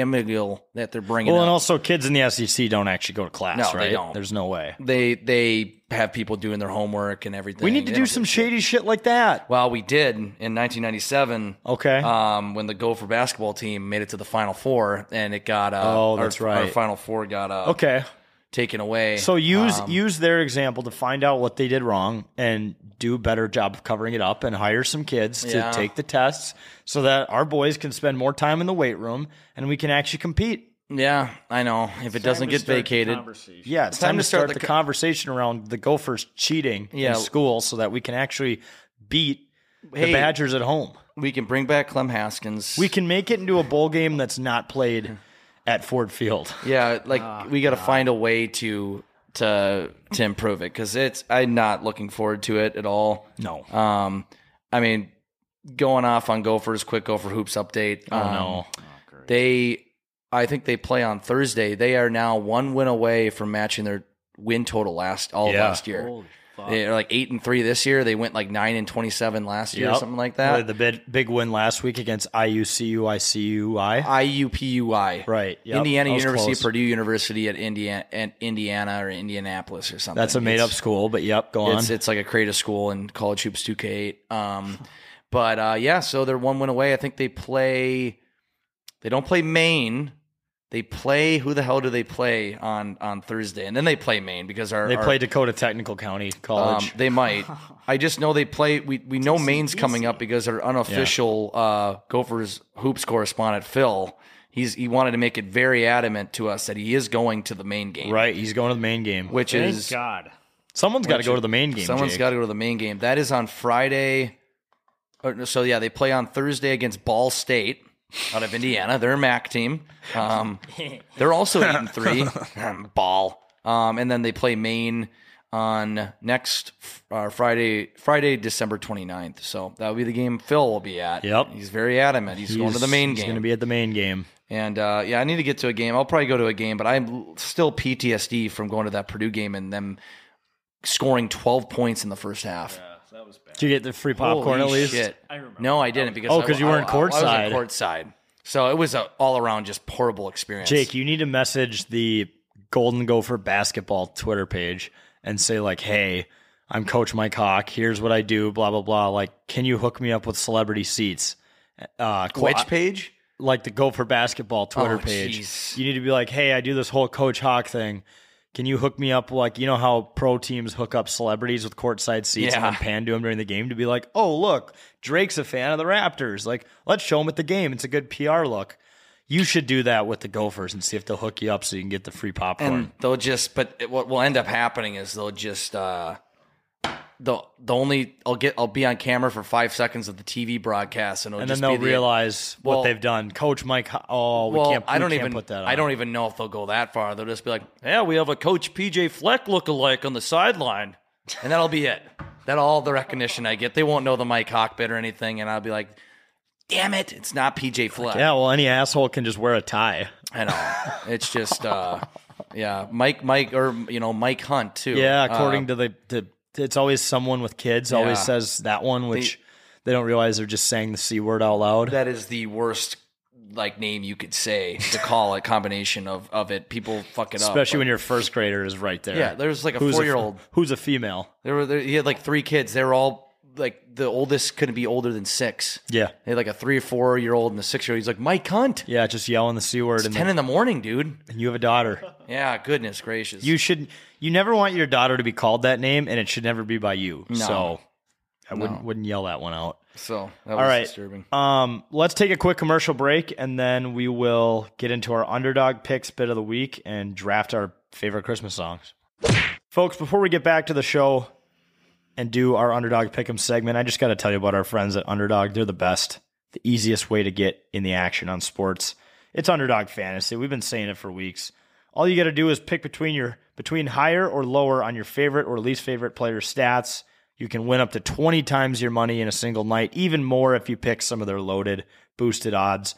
academical that they're bringing Well, up? and also kids in the SEC don't actually go to class, No, they right? don't. There's no way. they they have people doing their homework and everything. We need to They do don't some shady shit like that. Well, we did in 1997. Okay. Um, when the Gopher basketball team made it to the Final Four, and it got uh, Oh, our- that's Our right. Final Four got uh, okay. taken away. So use Um, use their example to find out what they did wrong and do a better job of covering it up and hire some kids to Yeah. take the tests so that our boys can spend more time in the weight room and we can actually compete. yeah, I know. If it doesn't get vacated, Yeah, it's time, to start, the, co- conversation around the Gophers cheating Yeah. in school so that we can actually beat Hey. the Badgers at home. we can bring back Clem Haskins. We can make it into a bowl game that's [LAUGHS] not played at Ford Field. yeah, like Ah, we got to find a way to to to improve it because it's I'm not looking forward to it at all. No. Um, I mean, going off on Gophers, quick Gopher hoops update. Oh, um, no. They, I think they play on Thursday. They are now one win away from matching their win total last all of Yeah. last year. They're like eight and three this year. They went like nine and twenty seven last year, or Yep. something like that. The big, big win last week against IUCUICUI. IUPUI, Right. Yep. Indiana That was University, close. Purdue University at Indiana, at Indiana or Indianapolis or something. That's a made It's- up school, but yep, go on. It's it's like a creative school in college hoops 2K8. Um, but uh, yeah, so they're one win away. I think they play. They don't play Maine. They play who the hell do they play on on Thursday? And then they play Maine because our they our- play Dakota Technical County um, College. they might. I just know they play. We we know Maine's coming up because our unofficial uh, Gophers hoops correspondent Phil. He's he wanted to make it very adamant to us that he is going to the Maine game, right, he's going to the main game. Which is God. Someone's got to go to the main game. Someone's got to go to the main game. That is on Friday. Or, no, so yeah, they play on Thursday against Ball State out of Indiana. They're a MAC team. [LAUGHS] Um, they're also eight and three. Ball. Um, and then they play Maine on next uh, Friday, Friday, December 29th. So that'll be the game Phil will be at. Yep. He's very adamant. He's, going to the main He's game. going to be at the main game. and uh, yeah, I need to get to a game. I'll probably go to a game, but I'm still PTSD from going to that Purdue game and them scoring 12 points in the first half. Did you get the free Holy popcorn at least? Shit. I remember. No, I didn't because Oh, I- 'cause you weren't I- I- I courtside. wasn't courtside. So it was an all around just horrible experience. Jake, you need to message the Golden Gopher basketball Twitter page and say like, "Hey, I'm Coach Mike Hawk. Here's what I do. Blah blah blah. Like, can you hook me up with celebrity seats? Uh, qu- which page? like the Gopher basketball Twitter Oh, page. jeez. You need to be like, "Hey, I do this whole Coach Hawk thing." Can you hook me up? Like, you know how pro teams hook up celebrities with courtside seats Yeah. and then pan to them during the game to be like, oh, look, Drake's a fan of the Raptors. Like, let's show him at the game. It's a good PR look. You should do that with the Gophers and see if they'll hook you up so you can get the free popcorn. And they'll just, but it, what will end up happening is they'll just, uh, the the only I'll get I'll be on camera for five seconds of the TV broadcast and, it'll And just then they'll be the- realize Well- what they've done. Coach Mike, Ho- oh, we well, can't, we I don't can't even put that on. I don't even know if they'll go that far. They'll just be like, yeah, we have a Coach PJ Fleck lookalike on the sideline, and that'll be it. That'll all the recognition I get. They won't know the Mike Hockbit or anything, and I'll be like, damn it, it's not PJ Fleck. Yeah, well, any asshole can just wear a tie. I know. It's just, uh, yeah, Mike, Mike, or you know, Mike Hunt too. Yeah, according to the, the it's always someone with kids Uh, always Yeah. says that one, which they, don't realize they're just saying the c word out loud. that is the worst like name you could say to call a combination of of it. People fuck it up, Especially but- when your first grader is right there. Yeah, there's like a Who's four-year-old. who's a female. There were there, he had like three kids. They were all like the oldest couldn't be older than six. Yeah, They had like a three or four year old and a six year old. He's like Mike Hunt. yeah, just yelling the c word, and, Ten in the morning, dude. then- and you have a daughter. Yeah, goodness gracious. You should. You never want your daughter to be called that name, and it should never be by you. So I wouldn't wouldn't yell that one out. So that All was right. disturbing. Um, let's take a quick commercial break and then we will get into our underdog picks bit of the week and draft our favorite Christmas songs. Folks, before we get back to the show and do our underdog pick'em segment, I just got to tell you about our friends at Underdog. They're the best, the easiest way to get in the action on sports. It's Underdog Fantasy. We've been saying it for weeks. All you got to do is pick between your between higher or lower on your favorite or least favorite player stats. You can win up to 20 times your money in a single night, even more if you pick some of their loaded boosted odds.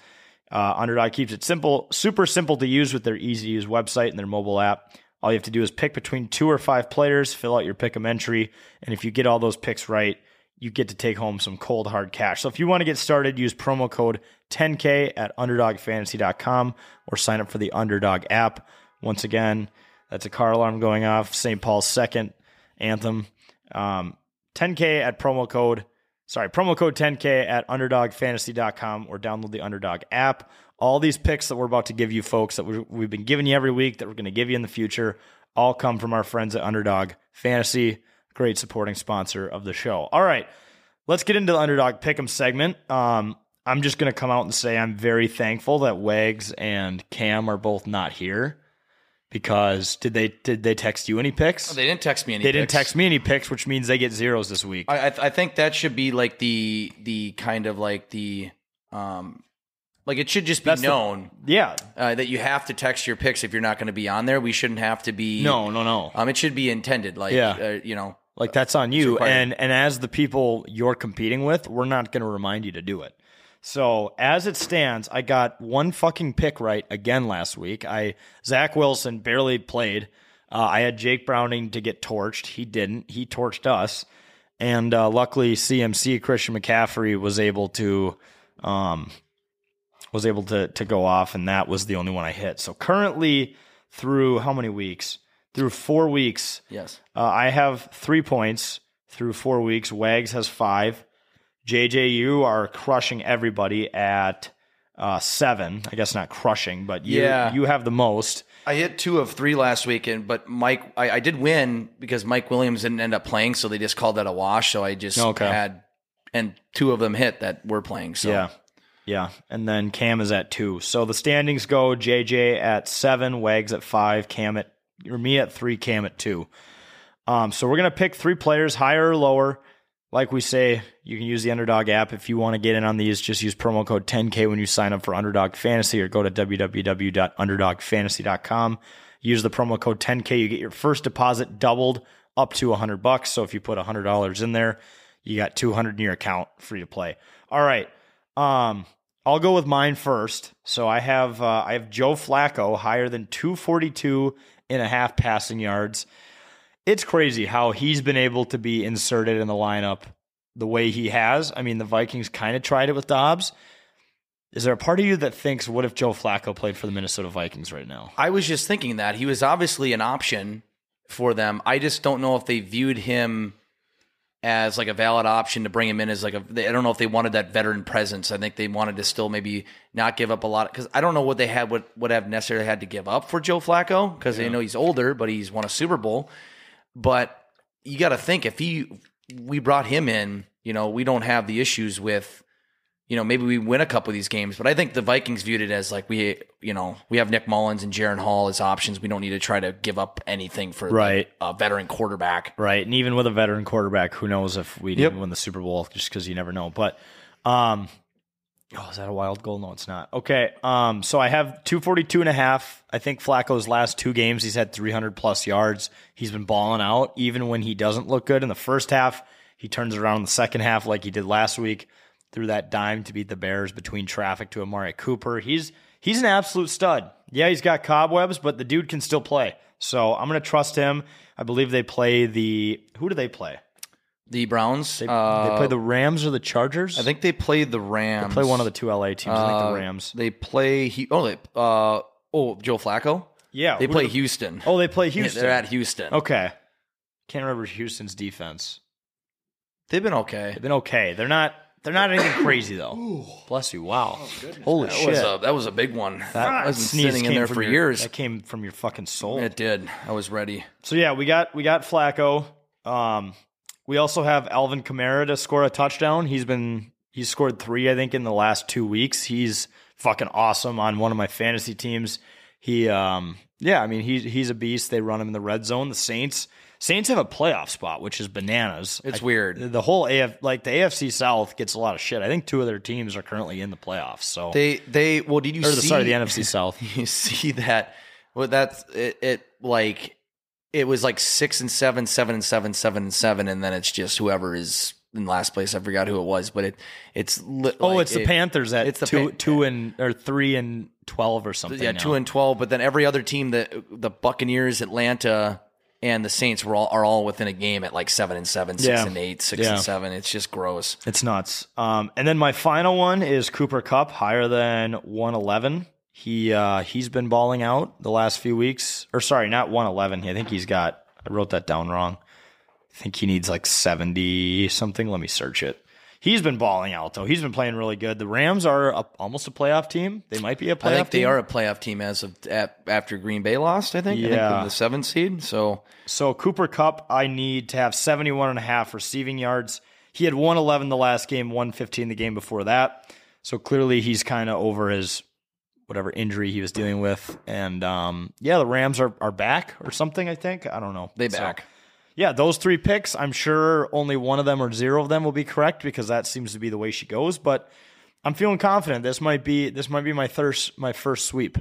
Uh, Underdog keeps it simple, super simple to use with their easy to use website and their mobile app. All you have to do is pick between two or five players, fill out your pick 'em entry, and if you get all those picks right, you get to take home some cold hard cash. So if you want to get started, use promo code 10K at underdogfantasy.com or sign up for the Underdog app. Once again, that's a car alarm going off, St. Paul's second anthem. Um, 10K at promo code, sorry, promo code 10K at underdogfantasy.com or download the Underdog app. All these picks that we're about to give you, folks, that we- we've been giving you every week, that we're going to give you in the future, all come from our friends at Underdog Fantasy, great supporting sponsor of the show. All right, let's get into the Underdog Pick'em segment. Um, I'm just going to come out and say I'm very thankful that Wags and Cam are both not here because did they did they text you any picks? Oh, they didn't text me any. they didn't picks. text me any picks, which means they get zeros this week. I, I th- I think that should be like the the kind of like the um like it should just be That's the- known yeah. uh, that you have to text your picks if you're not going to be on there. We shouldn't have to be No, no, no. Um, it should be intended. Like Yeah. uh, you know. Like that's on you. required. And and as the people you're competing with, we're not going to remind you to do it. So as it stands, I got one fucking pick right again last week. I Zach Wilson barely played. Uh, I had Jake Browning to get torched. He didn't. He torched us. And uh, luckily, CMC Christian McCaffrey was able to um, was able to to go off, and that was the only one I hit. So currently, through how many weeks? Through four weeks, Yes. uh, I have three points through four weeks. Wags has five. JJU are crushing everybody at uh, seven. I guess not crushing, but you, Yeah. you have the most. I hit two of three last week, and but Mike, I, I did win because Mike Williams didn't end up playing, so they just called that a wash. So I just Okay. had, and two of them hit that were playing. So Yeah. Yeah. And then Cam is at two. So the standings go JJ at seven, Wags at five, Cam at, or me at three, Cam at two. Um, so we're going to pick three players, higher or lower. Like we say, you can use the Underdog app. If you want to get in on these, just use promo code 10K when you sign up for Underdog Fantasy or go to www.underdogfantasy.com. Use the promo code 10K. You get your first deposit doubled up to 100 bucks. So if you put $100 in there, you got 200 in your account free to play. All right. Um, I'll go with mine first. So I have uh, I have Joe Flacco higher than 242 and a half passing yards. It's crazy how he's been able to be inserted in the lineup the way he has. I mean, the Vikings kind of tried it with Dobbs. Is there a part of you that thinks what if Joe Flacco played for the Minnesota Vikings right now? I was just thinking that he was obviously an option for them. I just don't know if they viewed him as like a valid option to bring him in as like a. They, I don't know if they wanted that veteran presence. I think they wanted to still maybe not give up a lot because I don't know what they had what would have necessarily had to give up for Joe Flacco because they know he's older, but he's won a Super Bowl. But you got to think if he we brought him in, you know, we don't have the issues with you know, maybe we win a couple of these games, but I think the Vikings viewed it as like we, you know, we have Nick Mullins and Jaron Hall as options. We don't need to try to give up anything for Right. a veteran quarterback. Right. And even with a veteran quarterback, who knows if we didn't Yep. win the Super Bowl just because you never know. But um oh, is that a wild goal? No, it's not. Okay. Um so I have 242 and a half. I think Flacco's last two games he's had 300 plus yards. He's been balling out even when he doesn't look good in the first half. He turns around in the second half like he did last week through that dime to beat the Bears between traffic to Amari Cooper. He's he's an absolute stud. Yeah, he's got cobwebs, but the dude can still play. So I'm gonna trust him. I believe they play the who do they play? The Browns, They, uh, they play the Rams or the Chargers. I think they play the Rams. Uh, they play one of the two LA teams. I think the Rams. They play he. Oh, they, uh, oh, Joe Flacco. Yeah, they who play do- Houston. Oh, they play Houston. [LAUGHS] Yeah, they're at Houston. Okay, can't remember Houston's defense. They've been okay. They've been okay. They're not. They're not [COUGHS] anything crazy though. Bless you. Wow. Holy That shit. was a that was a big one. That, wasn't sneeze sitting in came there from for your- years. That came from your fucking soul. It did. I was ready. So yeah, we got we got Flacco. Um, We also have Alvin Kamara to score a touchdown. He's been he's scored three, I think, in the last two weeks. He's fucking awesome on one of my fantasy teams. He um yeah, I mean he's he's a beast. They run him in the red zone. The Saints Saints have a playoff spot, which is bananas. It's I- weird. The whole AF like the AFC South gets a lot of shit. I think two of their teams are currently in the playoffs. So They they well did you or the see [LAUGHS] sorry, the NFC South. you see that well that's it, it like it was like six and seven, seven and seven, seven and seven, and then it's just whoever is in last place. I forgot who it was, but it it's li- Oh, like, it's the it- Panthers at it's the two Pan- two and or three and twelve or something. yeah now. two and twelve. But then every other team that the Buccaneers, Atlanta, and the Saints were all are all within a game at like seven and seven, six Yeah. and eight, six Yeah. and seven. It's just gross. It's nuts. Um, and then my final one is Cooper Cup, higher than 111. He uh, he's been balling out the last few weeks. Or sorry, not 111. I think he's got. I wrote that down wrong. I think he needs like 70 something. Let me search it. He's been balling out though. He's been playing really good. The Rams are a, almost a playoff team. They might be a playoff. I think they team. are a playoff team as of at, after Green Bay lost. I think I think they're Yeah. the seventh seed. So So Cooper Cup, I need to have 71 and a half receiving yards. He had 111 the last game, 115 the game before that. So clearly he's kind of over his whatever injury he was dealing with. And um, yeah, the Rams are, are back or something, I think. I don't know. they So, back. yeah, those three picks, I'm sure only one of them or zero of them will be correct because that seems to be the way she goes. But I'm feeling confident. This might be this might be my thirst my first sweep.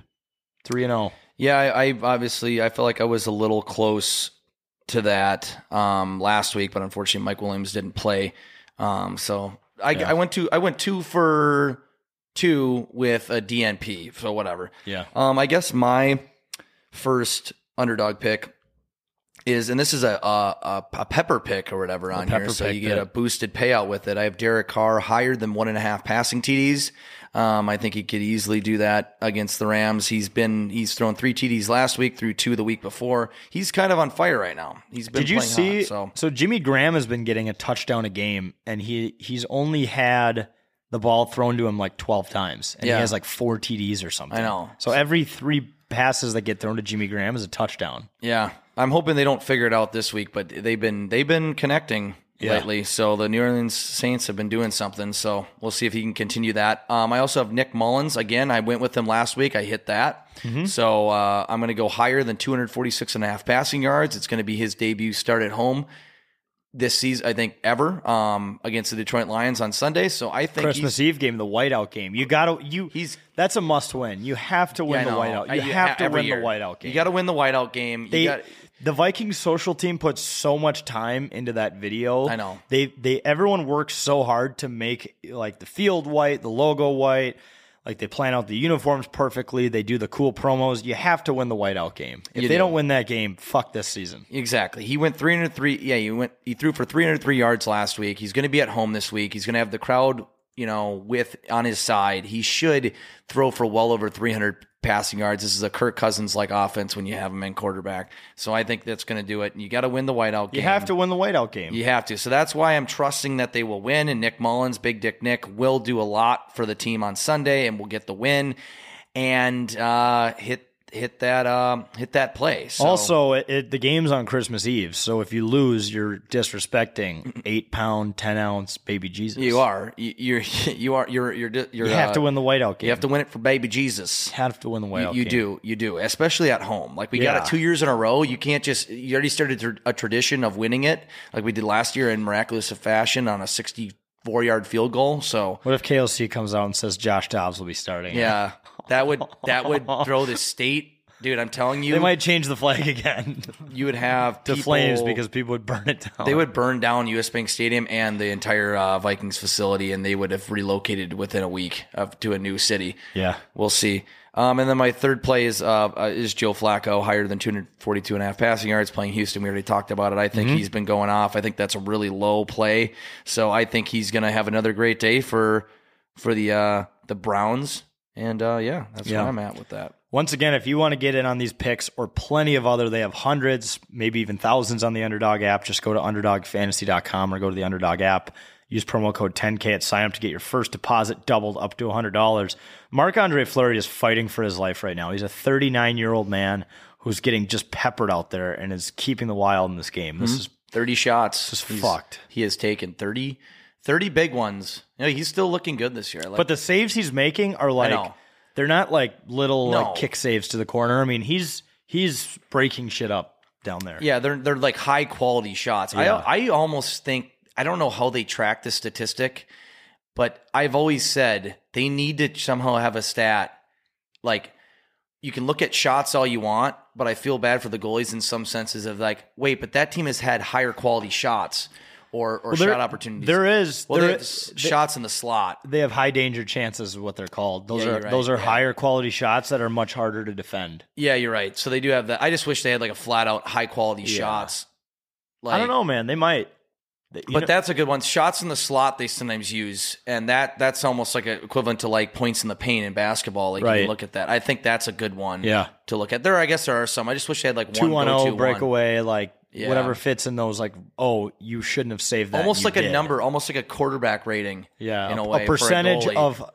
Three and oh. Yeah, I, I obviously I feel like I was a little close to that um, last week, but unfortunately Mike Williams didn't play. Um, so I, I went to I went two for two with a DNP. So whatever. Yeah. Um, I guess my first underdog pick is, and this is a a, a, a pepper pick or whatever on here, pepper so pick, you get yeah. a boosted payout with it. I have Derek Carr higher than one and a half passing TDs. Um, I think he could easily do that against the Rams. He's been he's thrown three TDs last week, through two the week before. He's kind of on fire right now. He's been Did you playing see? hot, so. so Jimmy Graham has been getting a touchdown a game, and he he's only had the ball thrown to him like twelve times, and Yeah. he has like four TDs or something. I know. So every three passes that get thrown to Jimmy Graham is a touchdown. Yeah, I'm hoping they don't figure it out this week, but they've been they've been connecting Yeah. lately. So the New Orleans Saints have been doing something. So we'll see if he can continue that. Um, I also have Nick Mullins again. I went with him last week. I hit that. Mm-hmm. So uh, I'm going to go higher than 246 and a half passing yards. It's going to be his debut start at home this season, I think, ever um, against the Detroit Lions on Sunday. So I think he's- Christmas Eve game, the whiteout game. You gotta you. He's- that's a must win. You have to win Yeah, I the know. whiteout. I- You you ha- have to every win year. the whiteout game. You got to win the whiteout game. You They, got- the Vikings social team puts so much time into that video. I know. They they everyone works so hard to make like the field white, the logo white, like they plan out the uniforms perfectly, they do the cool promos. You have to win the whiteout game. If You they do. do. not win that game, fuck this season. Exactly. He went 303. Yeah, he went. He threw for 303 yards last week. He's going to be at home this week. He's going to have the crowd, you know, with on his side. He should throw for well over 300 passing yards. This is a Kirk Cousins like offense when you have him in quarterback. So I think that's going to do it. You got to win the whiteout game. You have to win the whiteout game. You have to. So that's why I'm trusting that they will win. And Nick Mullins, Big Dick Nick, will do a lot for the team on Sunday, and will get the win and uh, hit hit that um, hit that play. So- Also, it, it, the game's on Christmas Eve, so if you lose, you're disrespecting eight pound, ten ounce baby Jesus. You are. You, you're. [LAUGHS] You are. You're. You're. di- you're You have uh, to win the whiteout game. You have to win it for baby Jesus. have to win the You, whiteout. you game. do. You do. Especially at home. Like we Yeah. got it two years in a row. You can't just. You already started tr- a tradition of winning it, like we did last year in miraculous fashion on a sixty-four yard field goal. So What if KLC comes out and says Josh Dobbs will be starting? yeah, that would that [LAUGHS] would throw the state. Dude, I'm telling you, They might change the flag [LAUGHS] again you would have to people- flames because people would burn it down. They would burn down U.S. Bank Stadium and the entire uh, Vikings facility, and they would have relocated within a week of, to a new city. Yeah. we'll see. Um, and then my third play is uh, uh, is Joe Flacco, higher than 242 and a half passing yards, playing Houston. We already talked about it. I think Mm-hmm. he's been going off. I think that's a really low play, so I think he's going to have another great day for for the uh, the Browns. And uh, yeah, that's Yeah. where I'm at with that. Once again, if you want to get in on these picks or plenty of other, they have hundreds, maybe even thousands on the Underdog app. Just go to underdogfantasy.com or go to the Underdog app. Use promo code 10K at sign up to get your first deposit doubled up to $100. Marc Andre Fleury is fighting for his life right now. He's a Mm-hmm. 39 year old man who's getting just peppered out there and is keeping the wild in this game. This is 30 shots. Just fucked. He has taken 30, 30 big ones. You know, he's still looking good this year. I Like, but the saves he's making are like know. they're not like little No. like kick saves to the corner. I mean, he's he's breaking shit up down there. Yeah, they're they're like high quality shots. Yeah. I I almost think I don't know how they track this statistic, but I've always said they need to somehow have a stat like you can look at shots all you want, but I feel bad for the goalies in some senses of like, wait, but that team has had higher quality shots or or Well, there- shot opportunities. there is- well, there they have is- s- shots in the slot. They have high danger chances is what they're called. Those Yeah, are you're right, those are yeah. higher quality shots that are much harder to defend. Yeah, you're right. So they do have that. I just wish they had like a flat out high quality Yeah. shots. I don't know, man. They might. But that's a good one. Shots in the slot they sometimes use, and that that's almost like a equivalent to like points in the paint in basketball. Like you Right. can look at that. I think that's a good one. Yeah. To look at there, I guess there are some. I just wish they had like two one one go-to zero one. breakaway, like Yeah. whatever fits in those. Like, oh, you shouldn't have saved that. almost you like a did. number, almost like a quarterback rating. Yeah, in a- a way, a for percentage goalie. of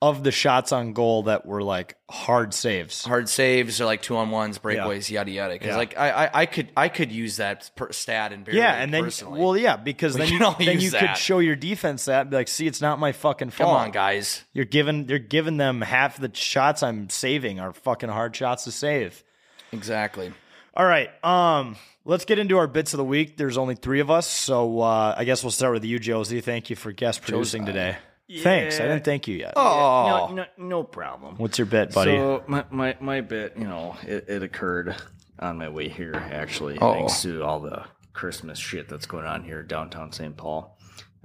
of the shots on goal that were like hard saves. hard saves or like two on ones, breakaways, yada yada. Because Yeah. like I, I I could I could use that per stat in Barry yeah, League and then personally. well, yeah, because We then you, can all then use you could that. show your defense that and be like, see, it's not my fucking come fault. on guys, You're giving you're giving them half the shots I'm saving are fucking hard shots to save. exactly. All right. Um, let's get into our bits of the week. There's only three of us, so uh, I guess we'll start with you, Josie. Thank you for guest producing today. Thanks. I didn't thank you yet. Oh, no, no, no problem. What's your bit, buddy? So my, my, my bit, you know, it, it occurred on my way here actually, Oh. thanks to all the Christmas shit that's going on here downtown St. Paul.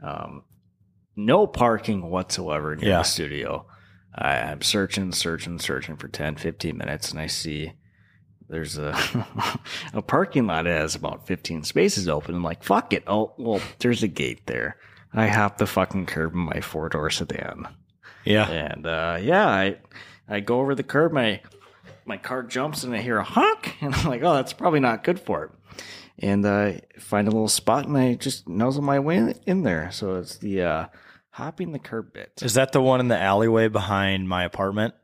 Um, no parking whatsoever near Yeah. the studio. I, I'm searching, searching, searching for 10, 15 minutes, and I see there's a [LAUGHS] a parking lot that has about 15 spaces open. I'm like, fuck it. Oh, well, there's a gate there. I hop the fucking curb in my four door sedan. Yeah. And uh, yeah, I I go over the curb, my my car jumps and I hear a honk [LAUGHS] and I'm like, oh, that's probably not good for it. And I find a little spot and I just nuzzle my way in there. So it's the uh, hopping the curb bit. Is that the one in the alleyway behind my apartment?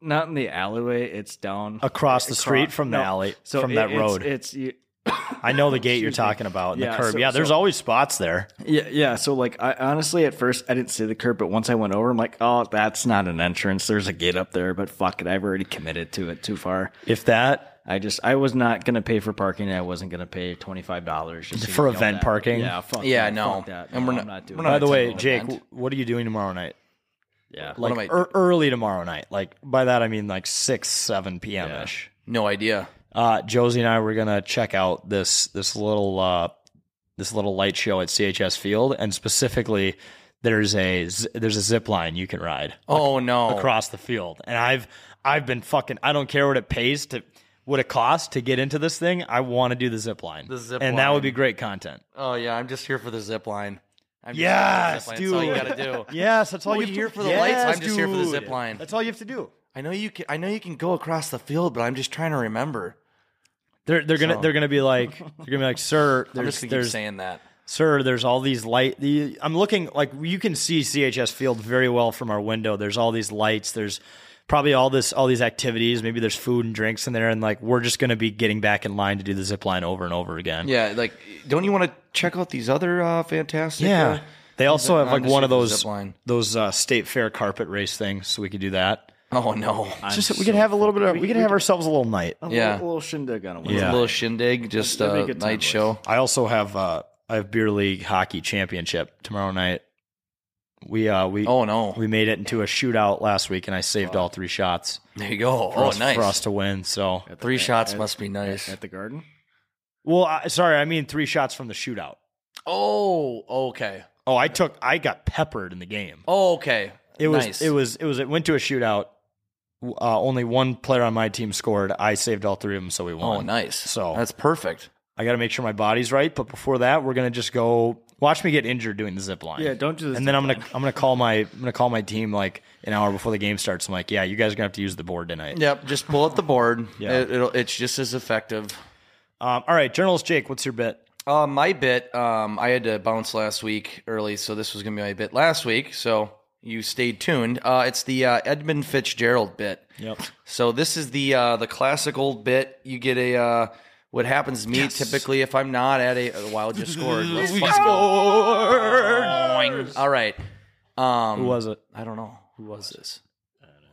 Not in the alleyway, it's down Across the street from the no. alley- So from it- that it's- road. It's, you [COUGHS] I know the gate you're Excuse me. talking about and Yeah, the curb. so- yeah, there's so- always spots there. Yeah, yeah. So like, I honestly at first I didn't see the curb, but once I went over, I'm like, oh, that's not an entrance. There's a gate up there, but fuck it, I've already committed to it too far. If that, I just I was not gonna pay for parking. I wasn't gonna pay twenty five dollars For event parking? Yeah, fuck Yeah, that, no. fuck that. And we're No, not- I'm not doing. we're it. not By the way, attending Jake, an event. w- what are you doing tomorrow night? Yeah, What Like am I- ear- early tomorrow night. Like by that I mean like six, seven p.m. ish. No idea. Uh, Josie and I were gonna check out this this little uh, this little light show at CHS Field, and specifically there's a z- there's a zip line you can ride. Oh no. across the field. And I've I've been fucking I don't care what it pays to what it costs to get into this thing. I want to do the zip line. The zip and that would line. be great content. Oh yeah, I'm just here for the zip line. I'm just Yes, here for the zip line. [LAUGHS] That's all you dude. [LAUGHS] gotta do. Yes, that's all No, you have you're to- here for the lights. Yes, I'm just here for the dude. zip line. That's all you have to do. I know you can. I know you can go across the field, but I'm just trying to remember. They're they're gonna So- they're gonna be like they're gonna be like, sir, I'm there's just gonna keep there's saying that. sir, there's all these light. The I'm looking like you can see CHS Field very well from our window. There's all these lights. There's probably all this all these activities. Maybe there's food and drinks in there, and like we're just gonna be getting back in line to do the zip line over and over again. Yeah, like, don't you want to check out these other uh, fantastic? Yeah. uh, they also I'm have like just one here of for the those zip line. those uh, state fair carpet race things, so we could do that. [LAUGHS] Oh no! Just we could have a little bit of we, could have ourselves a little night. A Yeah. little, little shindig on a It's Yeah. a little shindig, just That'd be a a good time, night boys. show. I also have uh I have beer league hockey championship tomorrow night. We uh we Oh no! we made it into a shootout last week, and I saved all three shots There you go. for, Oh us, nice. for us to win. So, At the- Three at- shots at- must be nice. at the garden. well, I, sorry, I mean three shots from the shootout. Oh okay. Oh, I took I got peppered in the game. Oh okay. It was Nice. it was it was it went to a shootout. Uh, only one player on my team scored. I saved all three of them, so we won. Oh nice. So- that's perfect. I got to make sure my body's right. But before that, we're gonna just go watch me get injured doing the zip line. Yeah, don't do this. and then I'm gonna I'm gonna call my I'm gonna call my team like an hour before the game starts. I'm like, yeah, you guys are gonna have to use the board tonight. Yep. Just pull up the board. Yeah. It, it'll, it's just as effective. Um, all right, journalist Jake, what's your bet? Uh, my bit, um, I had to bounce last week early, so this was going to be my bit last week. So you stayed tuned. Uh, it's the uh, Edmund Fitzgerald bit. Yep. So this is the uh, the classic old bit. You get a uh, What happens to me typically if I'm not at a oh, Wild just scored? Let's We fucking go. All right. Um, Who was it? I don't know. Who was this?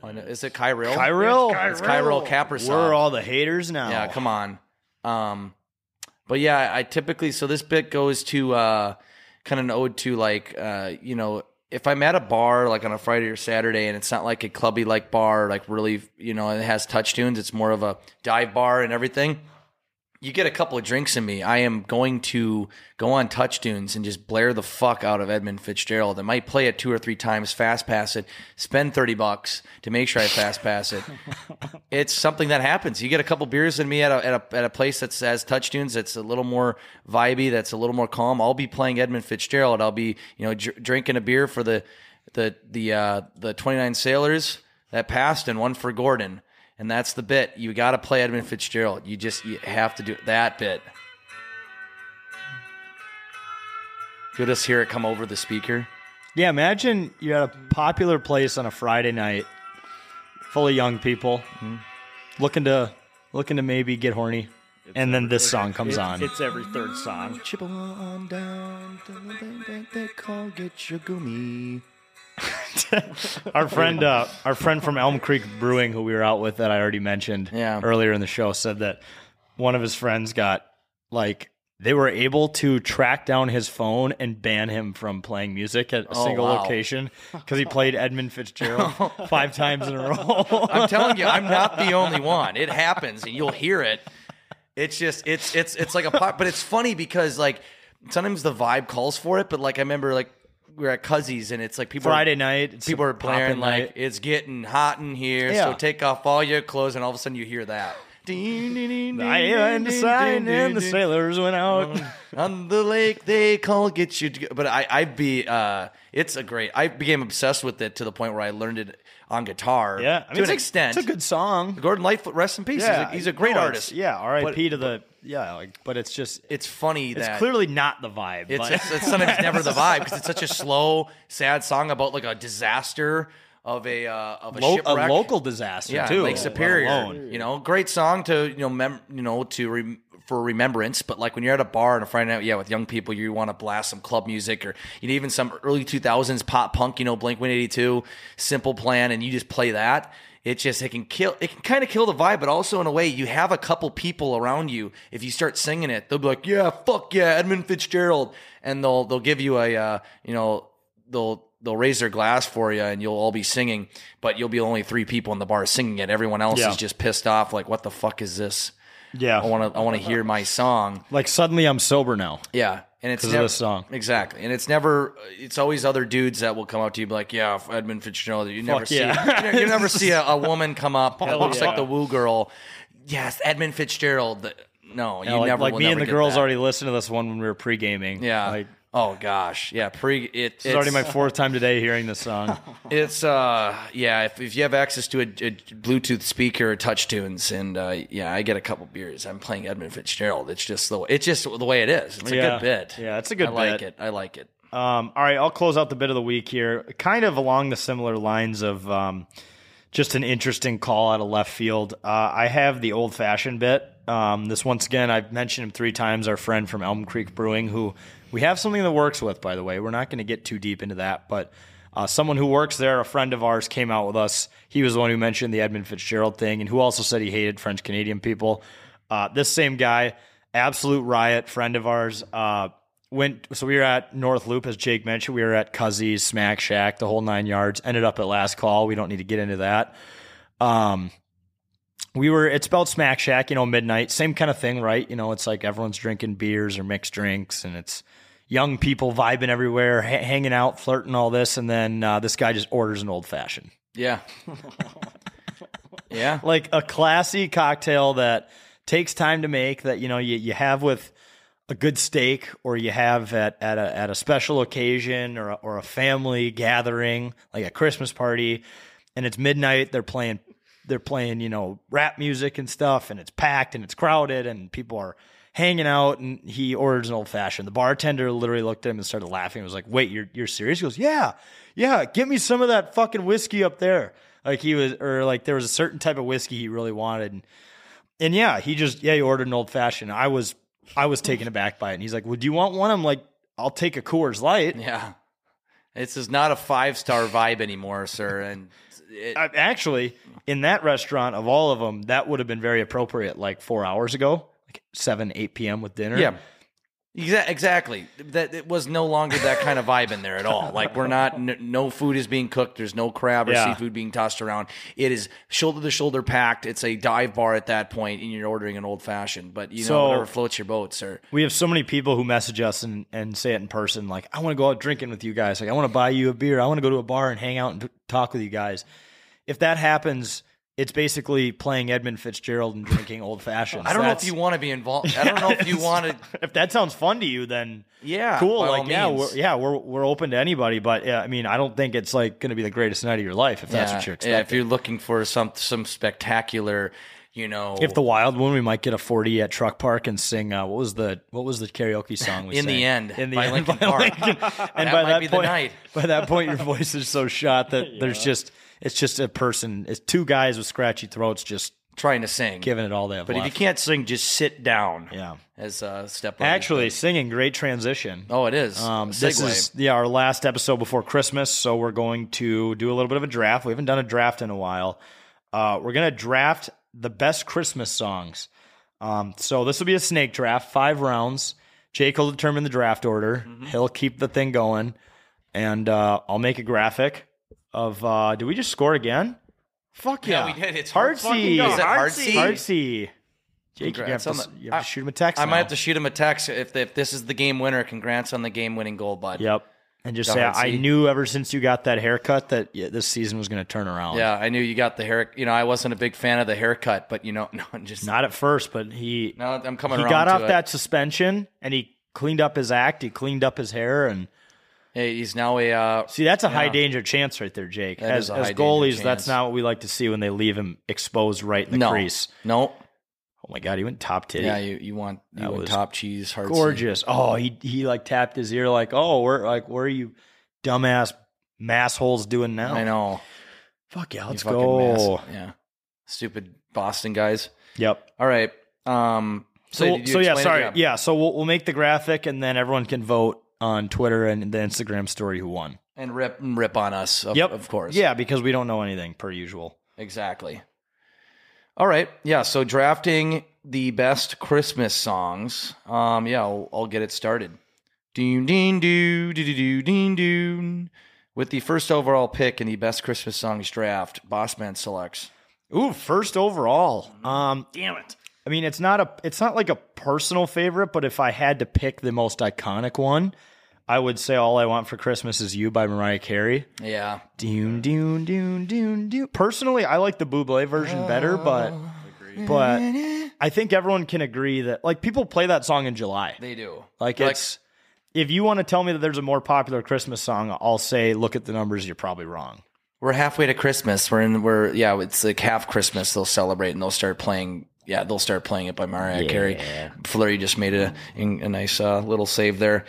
I know. Is it Kyril? Kyril. It's Kyril Caprasov. We're all the haters now. Yeah, come on. Um, but yeah, I- I typically so this bit goes to uh, kind of an ode to like uh, you know if I'm at a bar like on a Friday or Saturday and it's not like a clubby like bar like really you know and it has touch tunes, it's more of a dive bar and everything. You get a couple of drinks in me, I am going to go on touch tunes and just blare the fuck out of Edmund Fitzgerald. I might play it two or three times, fast pass it, spend thirty bucks to make sure I fast pass it it's something that happens. You get a couple beers in me at a, at a, at a place that says touch tunes that's a little more vibey, that's a little more calm. I'll be playing Edmund Fitzgerald. I'll be you know dr- drinking a beer for the the the uh, the twenty nine sailors that passed and one for Gordon, and that's the bit. You got to play Edmund Fitzgerald. You just you have to do that bit. You'll just hear it come over the speaker. Yeah, imagine you're at a popular place on a Friday night, full of young people, looking to looking to maybe get horny, and then this song comes on. It's every third song. Chip on down, they call get your gummy. [LAUGHS] our friend, uh, our friend from Elm Creek Brewing, who we were out with that I already mentioned Yeah. earlier in the show, said that one of his friends got like they were able to track down his phone and ban him from playing music at a Oh, single wow. location because he played Edmund Fitzgerald [LAUGHS] [LAUGHS] five times in a row. I'm telling you, I'm not the only one. It happens, and you'll hear it. It's just it's it's it's like a pop, but it's funny because like sometimes the vibe calls for it, but like I remember like we were at Cuzzies and it's like people Friday are, night, it's people a are blaring poppin' like night. it's getting hot in here, so Yeah. take off all your clothes, and all of a sudden you hear that. I and the sign and the sailors went Oh. out. on the lake they call get you to go. but i i'd be uh it's a great i became obsessed with it to the point where i learned it on guitar [LAUGHS] Yeah, to an extent it's a good song. Gordon Lightfoot, rest in peace. he's, a, he's a great no, it's- artist. Yeah, R.I.P. But to the yeah, like, but it's just It's funny it's that clearly not the vibe. it's, but- [LAUGHS] it's, it's sometimes never the vibe because it's such a slow, sad song about like a disaster of a uh, of a Lo- shipwreck. a local disaster yeah, too. Lake let Superior. alone. You know, great song to you know mem- you know to rem for remembrance. But like when you're at a bar on a Friday night, yeah, with young people, you want to blast some club music or you know, even some early 2000s pop punk. You know, Blink 182, Simple Plan, and you just play that. It just it can kill it can kind of kill the vibe, but also in a way you have a couple people around you. If you start singing it, they'll be like, "Yeah, fuck yeah, Edmund Fitzgerald," and they'll they'll give you a uh, you know they'll they'll raise their glass for you and you'll all be singing, but you'll be the only three people in the bar singing it. Everyone else Yeah. is just pissed off, like, what the fuck is this? Yeah, I want to I want to hear my song. like suddenly I'm sober now. Yeah, and it's 'Cause of never, this song. exactly, and it's never. It's always other dudes that will come up to you, be like, "Yeah, Edmund Fitzgerald." You never Fuck see. yeah. You, ne- you never see a, a woman come [LAUGHS] up that looks like the woo girl. Yes, Edmund Fitzgerald. The- No, you Yeah, like never. like will me never and the get girls that. already listened to this one when we were pre gaming. Yeah. like oh gosh. Yeah. Pre. It, it's already my fourth time today hearing this song. It's uh yeah if, if you have access to a, a Bluetooth speaker or touch tunes and uh, yeah I get a couple beers I'm playing Edmund Fitzgerald it's just the it's just the way it is it's a Yeah. good bit Yeah, it's a good I like bit. it I like it Um, all right, I'll close out the bit of the week here, kind of along the similar lines of um, just an interesting call out of left field. Uh, I have the old fashioned bit. Um, this once again, I've mentioned him three times. Our friend from Elm Creek Brewing, who we have something that works with, by the way. We're not going to get too deep into that, but uh, someone who works there, a friend of ours, came out with us. He was the one who mentioned the Edmund Fitzgerald thing, and who also said he hated French Canadian people. Uh, this same guy, absolute riot, friend of ours. Uh, went so we were at North Loop as Jake mentioned. We were at Cuzzy's, Smack Shack, the whole nine yards. Ended up at Last Call. We don't need to get into that. Um, we were it's about Smack Shack, you know, midnight. Same kind of thing, right? You know, it's like everyone's drinking beers or mixed drinks, and it's young people vibing everywhere, ha- hanging out, flirting, all this, and then uh, this guy just orders an old fashioned [LAUGHS] yeah yeah like a classy cocktail that takes time to make that you know you, you have with a good steak or you have at, at a at a special occasion or a, or a family gathering like a Christmas party and it's midnight they're playing they're playing you know rap music and stuff and it's packed and it's crowded and people are hanging out and he orders an old fashioned the bartender literally looked at him and started laughing and was like wait you're you're serious he goes yeah yeah get me some of that fucking whiskey up there like he was or like there was a certain type of whiskey he really wanted and And yeah, he just yeah, he ordered an old fashioned. I was I was taken aback by it. And he's like, Well, do you want one? I'm like, I'll take a Coors Light. Yeah. This is not a five star vibe anymore, sir. And it, I, actually, in that restaurant of all of them, that would have been very appropriate like four hours ago, like 7, 8 p.m. with dinner. Yeah. Exa- exactly. That it was no longer that kind [LAUGHS] of vibe in there at all. Like we're not. n no food is being cooked. There's no crab or Yeah. seafood being tossed around. It is shoulder to shoulder packed. It's a dive bar at that point, and you're ordering an old fashioned. But you know, So- whatever floats your boat, sir. We have so many people who message us and, and say it in person, like, I want to go out drinking with you guys. Like, I want to buy you a beer. I want to go to a bar and hang out and t- talk with you guys. If that happens, it's basically playing Edmund Fitzgerald and drinking old fashions. I don't know if That's- you want to be involved. I don't know [LAUGHS] [LAUGHS] if you want to. if that sounds fun to you, then Yeah, cool. by all Like, yeah, means. we're, yeah, we're we're open to anybody. But yeah, I mean, I don't think it's like going to be the greatest night of your life if that's what Yeah, you're if expecting. you're looking for some some spectacular, you know, if the wild one, we might get a forty at Truck Park and sing. Uh, what was the what was the karaoke song? We in the sang? end, in the by end, Lincoln by Park, [LAUGHS] Lincoln. and That by might that be the point, night. [LAUGHS] by that point, your voice is so [LAUGHS] shot that there's just it's just a person. It's two guys with scratchy throats just trying to sing. giving it all they have. but if you left. can't sing, just sit down. yeah. As uh, step Actually, singing, great transition. oh, it is. Um, A this segue. is yeah our last episode before Christmas, so we're going to do a little bit of a draft. We haven't done a draft in a while. Uh, we're gonna draft the best Christmas songs. Um, so this will be a snake draft, five rounds. Jake will determine the draft order. Mm-hmm. He'll keep the thing going, and uh, I'll make a graphic of. Uh, did we just score again? Fuck yeah, Yeah, we did. It's hard Hardsy. Is it Hardsy? Hardsy. Jake, you Congrats have, to, on s- the- you have I- to shoot him a text. I might now. have to shoot him a text if, if this is the game winner. Congrats on the game winning goal, bud. Yep. And just Go say, ahead, I see. knew ever since you got that haircut that yeah, this season was going to turn around. Yeah, I knew you got the hair. You know, I wasn't a big fan of the haircut, but you know, [LAUGHS] no, I'm just Not at first, but he No, I'm coming he around got to off it. that suspension and he cleaned up his act. He cleaned up his hair. And Hey, he's now a uh, see, that's a high danger chance right there, Jake. That as is a as high danger goalies, chance. that's not what we like to see when they leave him exposed right in the no, crease. no. Oh my God, he went top titty. Yeah, you, you want you That want was top cheese, hard Gorgeous. Oh, he he like tapped his ear like, oh, we're like, where are you dumbass massholes doing now? I know. Fuck yeah, You let's fucking go. mass- Yeah, stupid Boston guys. Yep. All right. Um. So, So, did you so yeah, explain it? sorry. Yeah. so we'll, we'll make the graphic and then everyone can vote on Twitter and the Instagram story who won. and rip and rip on us. Of, yep. of course. Yeah, because we don't know anything per usual. Exactly. All right. Yeah. So drafting the best Christmas songs. Um. Yeah. I'll, I'll get it started. Ding ding do do do ding doo. With the first overall pick in the best Christmas songs draft, Bossman selects. Ooh, first overall. Um Damn it. I mean, it's not a it's not like a personal favorite, but if I had to pick the most iconic one, I would say All I Want for Christmas Is You by Mariah Carey. Yeah. Dune, dune, dune, dune, dune. Personally, I like the Buble version better, but but I think everyone can agree that like people play that song in July. They do. Like, it's if you want to tell me that there's a more popular Christmas song, I'll say look at the numbers, you're probably wrong. We're halfway to Christmas. We're in. We're yeah. It's like half Christmas. They'll celebrate and they'll start playing. Yeah, they'll start playing it by Mariah Carey. Flurry just made a a nice uh, little save there.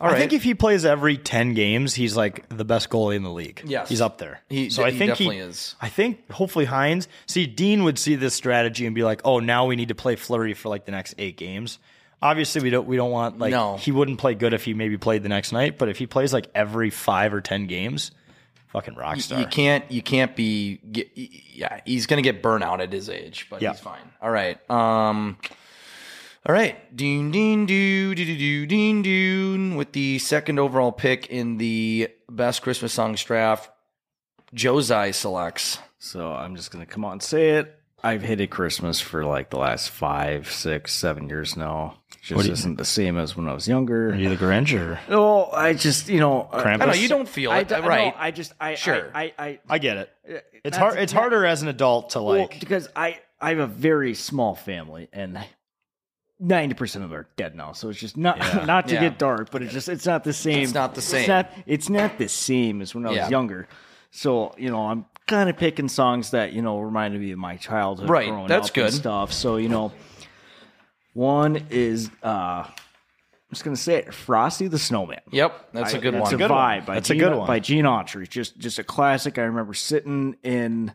All right. I think if he plays every 10 games, he's like the best goalie in the league. Yes. He's up there. He- so I he think definitely he is. I think hopefully Hines, see Dean would see this strategy and be like, "Oh, now we need to play Flurry for like the next 8 games." Obviously, we don't we don't want like No. he wouldn't play good if he maybe played the next night, but if he plays like every 5 or 10 games, fucking rock star. You can't. You can't be. Get, yeah, he's gonna get burnout at his age, but Yeah. he's fine. All right. Um. All right. Ding ding do do do do ding ding with the second overall pick in the best Christmas songs draft. Josai selects. So I'm just gonna come out and say it. I've hated Christmas for like the last five, six, seven years now. It What Just do you- isn't the same as when I was younger. Are you the Grinch or No, I just you know. I- Krampus? I know you don't feel I, it, I- no, right? [LAUGHS] I just I Sure. I I, I I get it. It's That's- hard. It's that- harder as an adult to well, like. because I I have a very small family and. Ninety percent of them are dead now, so it's just not [LAUGHS] not to Yeah. get dark, but it's just it's not the same. It's not the same. It's not, it's not the same as when I was Yeah. younger. So you know, I'm kind of picking songs that you know reminded me of my childhood. Right, growing that's up and good. stuff. So you know, one is uh, I'm just gonna say it, Frosty the Snowman. Yep, that's a good that's one. A vibe By That's a Gene, good one. by Gene Autry. Just just a classic. I remember sitting in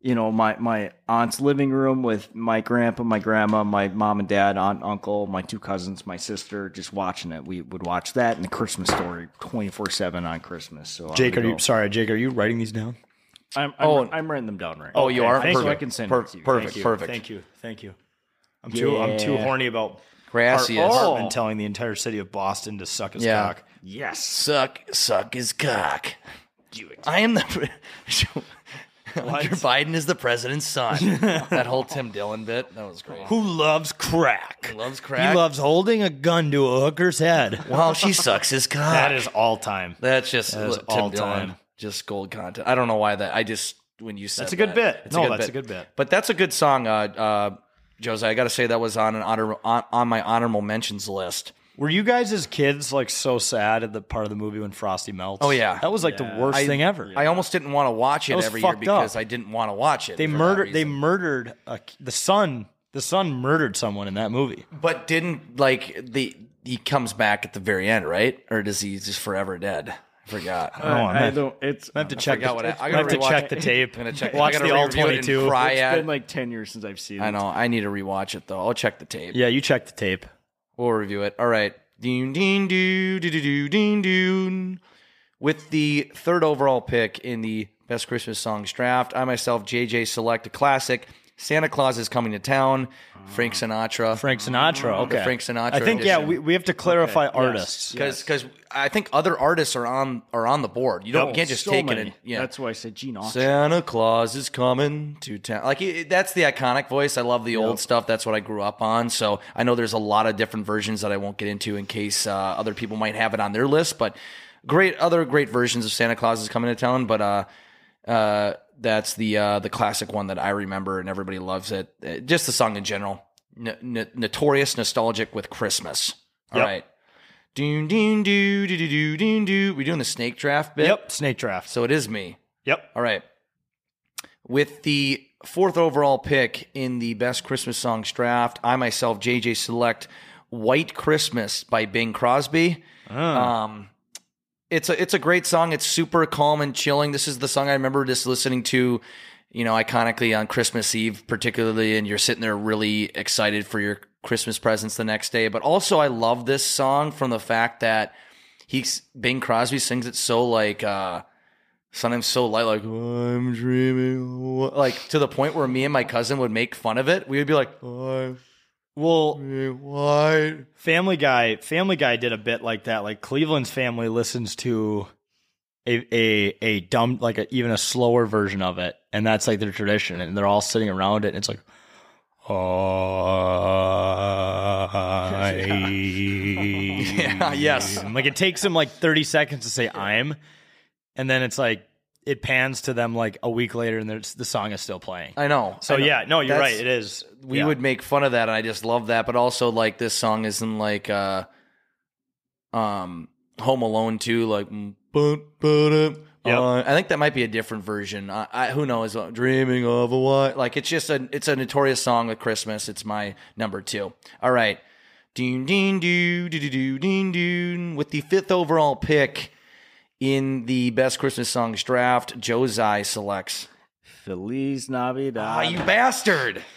you know, my, my aunt's living room with my grandpa, my grandma, my mom and dad, aunt, uncle, my two cousins, my sister, just watching it. We would watch that and the Christmas story 24 7 on Christmas. So I Jake, would are you go- sorry? Jake, are you writing these down? I'm, I'm, Oh. I'm writing them down right Oh, you are? Thank you. I Perfect. can send it Per- to you. perfect, Thank you. perfect. Thank you. Thank you. I'm too. I'm too Yeah. Oh. horny about Gracias. Hartman telling the entire city of Boston to suck his Yeah. cock. Yes. Suck, suck his cock. I am the. [LAUGHS] pre- Hunter Biden is the president's [LAUGHS] son. that whole Tim Dillon bit. That was great. Who loves crack? loves [LAUGHS] crack? He loves holding a gun to a [LAUGHS] hooker's head. While she sucks his cock. That is all time. That's just That is Tim all Dillon. time. Just gold content. I don't know why that. I just when you said That's a good that, bit. it's No, that's a good bit. But that's a good song, uh, uh, Jose. I got to say that was on an honor on, on my honorable mentions list. Were you guys as kids like so sad at the part of the movie when Frosty melts? Oh, yeah. that was like the worst I- thing ever. I almost didn't want to watch it That was every year fucked up. because I didn't want to watch it. they for that murdered. They reason. murdered a, the son. The son murdered someone in that movie. but didn't like the he comes back at the very end, right? Or does he just forever dead? I forgot. Oh, I'm I gonna- don't, it's, I have to I check. forgot The, what I, I I gotta have to rewatch check it. the tape. I'm gonna check. Watch I gotta the all re-review it and twenty-two. Cry it's at. been like 10 years since I've seen I it. know. I need to rewatch it though. I'll check the tape. Yeah, you check the tape. We'll review it. All right. Ding ding doo doo doo doo ding doo. With the third overall pick in the Best Christmas Songs draft, I myself, JJ, select a classic. Santa Claus is coming to town. Frank Ah. Sinatra. Frank Sinatra. Mm-hmm. The Okay, Frank Sinatra I think yeah, edition. we, we have to clarify artists. Because I think other artists are on are on the board. You don't Oh, can't just so take it. many. And, yeah. That's why I said Gene Autry. Santa Claus is coming to town. Like it, it- that's the iconic voice. I love the old stuff. That's what I grew up on. So I know there's a lot of different versions that I won't get into in case uh, other people might have it on their list. But great other great versions of Santa Claus is coming to town. But uh, uh, that's the uh, the classic one that I remember and everybody loves it. Uh, Just the song in general. N- n- notorious nostalgic with Christmas. All Yep. right. Doon doon doo doo doo doo doon doo. We're doing the snake draft bit. Yep, snake draft. So it is me. Yep. All right. With the fourth overall pick in the best Christmas songs draft, I myself, JJ, select "White Christmas" by Bing Crosby. Um, it's a it's a great song. It's super calm and chilling. This is the song I remember just listening to, you know, iconically on Christmas Eve, particularly, and you're sitting there really excited for your Christmas presents the next day. But also, I love this song from the fact that he's Bing Crosby sings it so like. uh sometimes so light, like I'm dreaming, like to the point where me and my cousin would make fun of it. We would be like, I'm Well, dreaming [LAUGHS] white. Family Guy, Family Guy did a bit like that. Like Cleveland's family listens to a a a dumb like a, even a slower version of it, and that's like their tradition. And they're all sitting around it, and it's like. [LAUGHS] Yeah, yeah. yes. Like it takes them like 30 seconds to say I'm, and then it's like it pans to them like a week later, and there's- the song is still playing. I know. So I know. yeah, no, you're That's- right. It is. We Yeah. would make fun of that, and I just love that. But also, like this song isn't like, uh, um, Home Alone too. Like, mm, boop, boop, boop. Yep. Uh, I think that might be a different version. I, I who knows? Uh, Dreaming of a what? Like, it's just a it's a notorious song with Christmas. It's my number two. All right. Ding ding doo doo doo doo ding doo. With the fifth overall pick in the best Christmas songs draft, Josai selects. Feliz Navidad. Ah, you bastard! Those-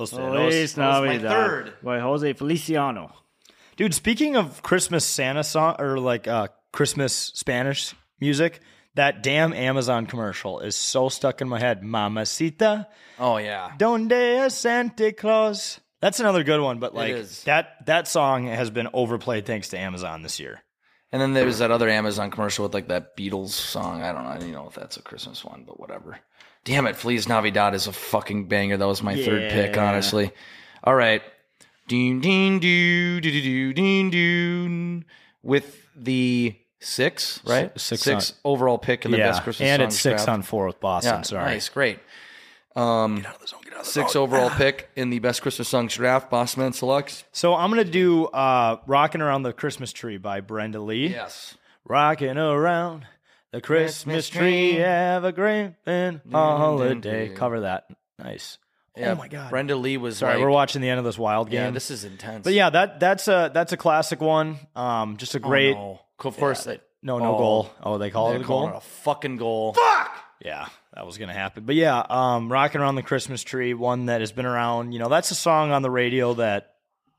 Oh, those- Feliz that was my Navidad. third. By Jose Feliciano. Dude, speaking of Christmas Santa song or like uh Christmas Spanish music, that damn Amazon commercial is so stuck in my head. Mamacita, Oh yeah. donde es Santa Claus? That's another good one, but like is. that that song has been overplayed thanks to Amazon this year. And then there was that other Amazon commercial with like that Beatles song. I don't know. I don't know if that's a Christmas one, but whatever. Damn it, Fleas Navidad is a fucking banger. That was my third pick, honestly. All right. Ding ding doo doo doo doo ding doo with the six, right? six six overall pick in the best Christmas and song it's six draft. on four with Boston. Yeah, sorry, Nice, great. Um, six Ah. overall pick in the best Christmas songs draft. Bossman selects. so I'm gonna do uh "Rocking Around the Christmas Tree" by Brenda Lee. Yes. Rocking around the Christmas tree, tree. have a great and holiday. Cover that. Nice. Yeah, oh my god. Brenda Lee was Sorry, like- we're watching the end of this wild game. Yeah, this is intense. but yeah, that that's a that's a classic one. Um, just a great. Oh, no. Of course, that no, no Oh. goal. Oh, they call it a They're calling goal. it a fucking goal. Yeah, that was gonna happen. But yeah, um, "Rocking Around the Christmas Tree," one that has been around. You know, that's a song on the radio that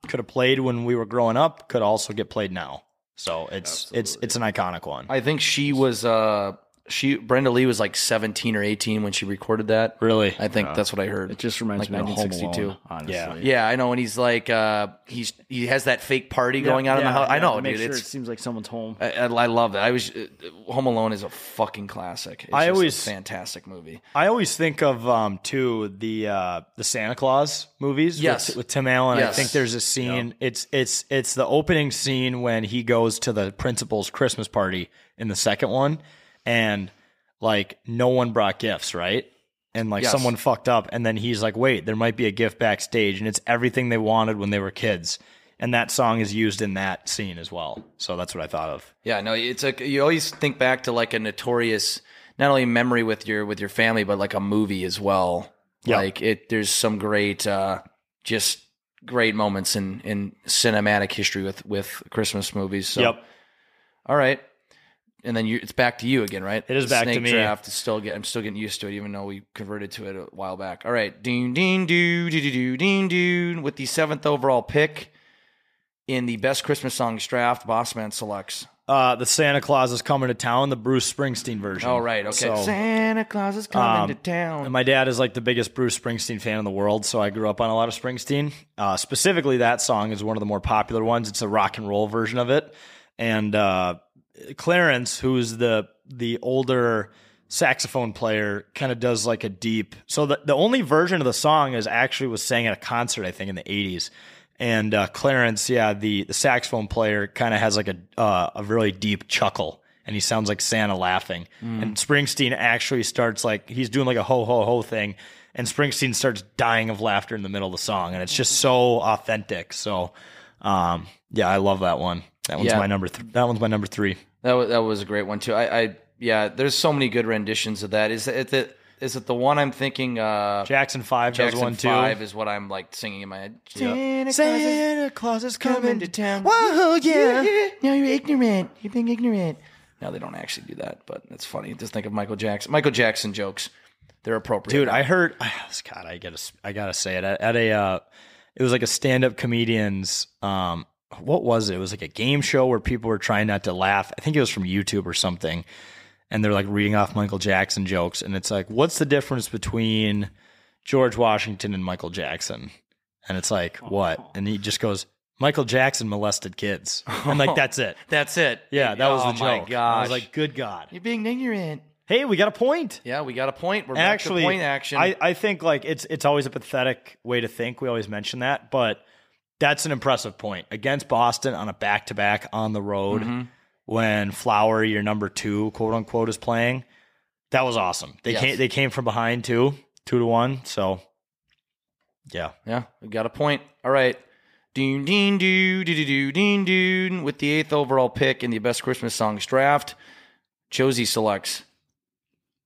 could have played when we were growing up, could also get played now. So it's it's it's an iconic one. I think she was uh she Brenda Lee was like 17 or 18 when she recorded that. Really? I think that's what I heard. It just reminds like me of Home 1962. Alone, honestly. Yeah. Yeah, I know and he's like uh he's he has that fake party going on in the house. I know, Make dude. sure it It's seems like someone's home. I, I I love that. I was uh, Home Alone is a fucking classic. It's I just always- a fantastic movie. I always think of um too the uh the Santa Claus movies with- Yes. with, Tim Allen. Yes. I think there's a scene it's it's it's the opening scene when he goes to the principal's Christmas party in the second one and like no one brought gifts, right? And like Yes. someone fucked up and then he's like, "Wait, there might be a gift backstage." And it's everything they wanted when they were kids. And that song is used in that scene as well. So that's what I thought of. Yeah, no, it's like you always think back to like a notorious not only memory with your with your family, but like a movie as well. Yeah. Like it there's some great uh just great moments in in cinematic history with with Christmas movies. So Yep. all right. And then you, it's back to you again, right? It is back to Snake me. Draft is still get, I'm still getting used to it, even though we converted to it a while back. All right, ding, ding, doo, doo, doo, doo, ding, doo. With the seventh overall pick in the best Christmas songs draft, Bossman selects. Uh, the Santa Claus is coming to town, the Bruce Springsteen version. Oh, right. Okay. So- Santa Claus is coming Um, to town. And my dad is like the biggest Bruce Springsteen fan in the world, so I grew up on a lot of Springsteen. Uh, specifically, that song is one of the more popular ones. It's a rock and roll version of it, and uh, Clarence, who's the the older saxophone player, kind of does like a deep. So the the only version of the song is actually was sang at a concert, I think, in the '80s. And uh, Clarence, yeah, the, the saxophone player, kind of has like a uh, a really deep chuckle and he sounds like Santa laughing. And Springsteen actually starts like he's doing like a ho ho ho thing, and Springsteen starts dying of laughter in the middle of the song, and it's just so authentic. So, um, yeah, I love that one. That one's Yeah. my number. Th- that one's my number three. That was, that was a great one too. I, I yeah, there's so many good renditions of that. Is it the is it the one I'm thinking? Uh, Jackson Five does Jackson one too. Five is what I'm like singing in my head. Yeah. Santa Santa Claus is coming to town. Whoa, yeah. Now you're ignorant. You're being ignorant. No, they don't actually do that, but it's funny. Just think of Michael Jackson. Michael Jackson jokes. They're appropriate. Dude, I heard. [SIGHS] God, I gotta, I gotta say it at, at a. Uh, it was like a stand-up comedian's. Um, what was it? It was like a game show where people were trying not to laugh. I think it was from YouTube or something, and they're like reading off Michael Jackson jokes, and it's like, what's the difference between George Washington and Michael Jackson? And it's like, Oh. what? And he just goes, Michael Jackson [LAUGHS] molested kids. I'm like, that's it. That's it. Yeah, that was Oh the my joke. I gosh. was like, good God. you're being ignorant. Hey, we got a point. Yeah, we got a point. We're back Actually, to point action. I, I think like it's it's always a pathetic way to think. We always mention that, but that's an impressive point against Boston on a back to back on the road Mm-hmm. when Flower, your number two, quote unquote, is playing. That was awesome. They Yes. came they came from behind too, two to one. So yeah, Yeah, we got a point. All right. Deen deen doo doo doo doo deen doo with the eighth overall pick in the best Christmas songs draft. Josie selects.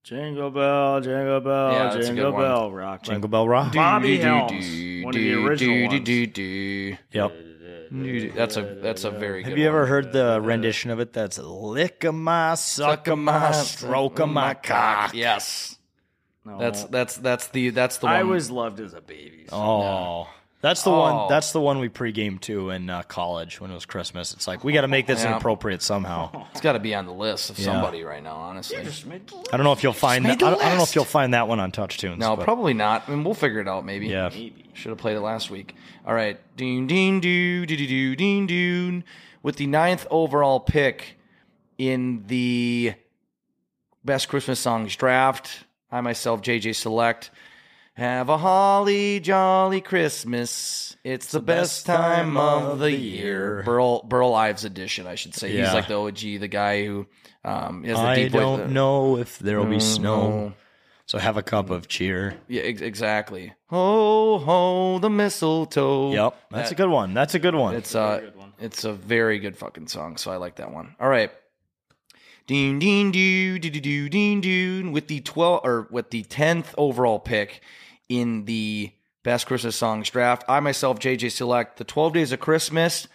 Jingle bell, jingle bell, Yeah, that's a good jingle one. bell, rock. Jingle Bell Rock. Bobby Doo, Helms, doo, one of doo, the doo, original doo, ones. doo, doo. Yep. Doo, doo. That's a that's a very Have good you ever one. heard the rendition of it? That's lick of my, suck of my, stroke of my cock. Yes. No, That's that's that's the that's the one. I was loved as a baby. so- Oh, that's the Oh. one. That's the one we pregame to in uh, college when it was Christmas. It's like we got to make [LAUGHS] this Yeah. [LAUGHS] inappropriate somehow. it's got to be on the list of somebody right now, honestly. I don't know if you'll find made that. the I don't, I don't know list. if you'll find that one on Touch Tunes. No, but- probably not. I mean, we'll figure it out. Maybe. Yeah. Should have played it last week. All right. Ding, ding, doo, doo, doo, doo, ding, doo. With the ninth overall pick in the best Christmas songs draft, I myself, JJ, select. Have a holly jolly Christmas. It's the, best, time of the year. Burl Burl Ives edition, I should say. He's Yeah. like the OG, the guy who um, has the I deep Mm, voice- don't know if there'll be snow, so have a cup of cheer. Yeah, ex- exactly. Ho ho, the mistletoe. Yep, that's a good one. That's a good one. Mm. It's uh, it's a very good fucking song. So I like that one. All right. Ding ding doo doo doo doo ding doo with the twelve or with the tenth overall pick in the best Christmas songs draft. I myself, JJ, select the Twelve Days of Christmas,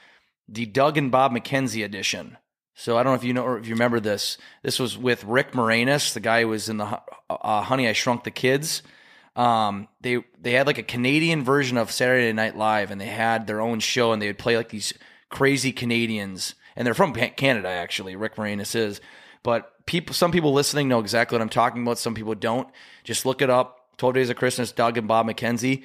the Doug and Bob McKenzie edition. So I don't know if you know or if you remember this. This was with Rick Moranis, the guy who was in the Hu- uh, Honey I Shrunk the Kids. Um, they they had like a Canadian version of Saturday Night Live, and they had their own show, and they would play like these crazy Canadians, and they're from Pan- Canada actually. Rick Moranis is, but people, some people listening know exactly what I'm talking about. Some people don't. Just look it up. Twelve Days of Christmas, Doug and Bob McKenzie.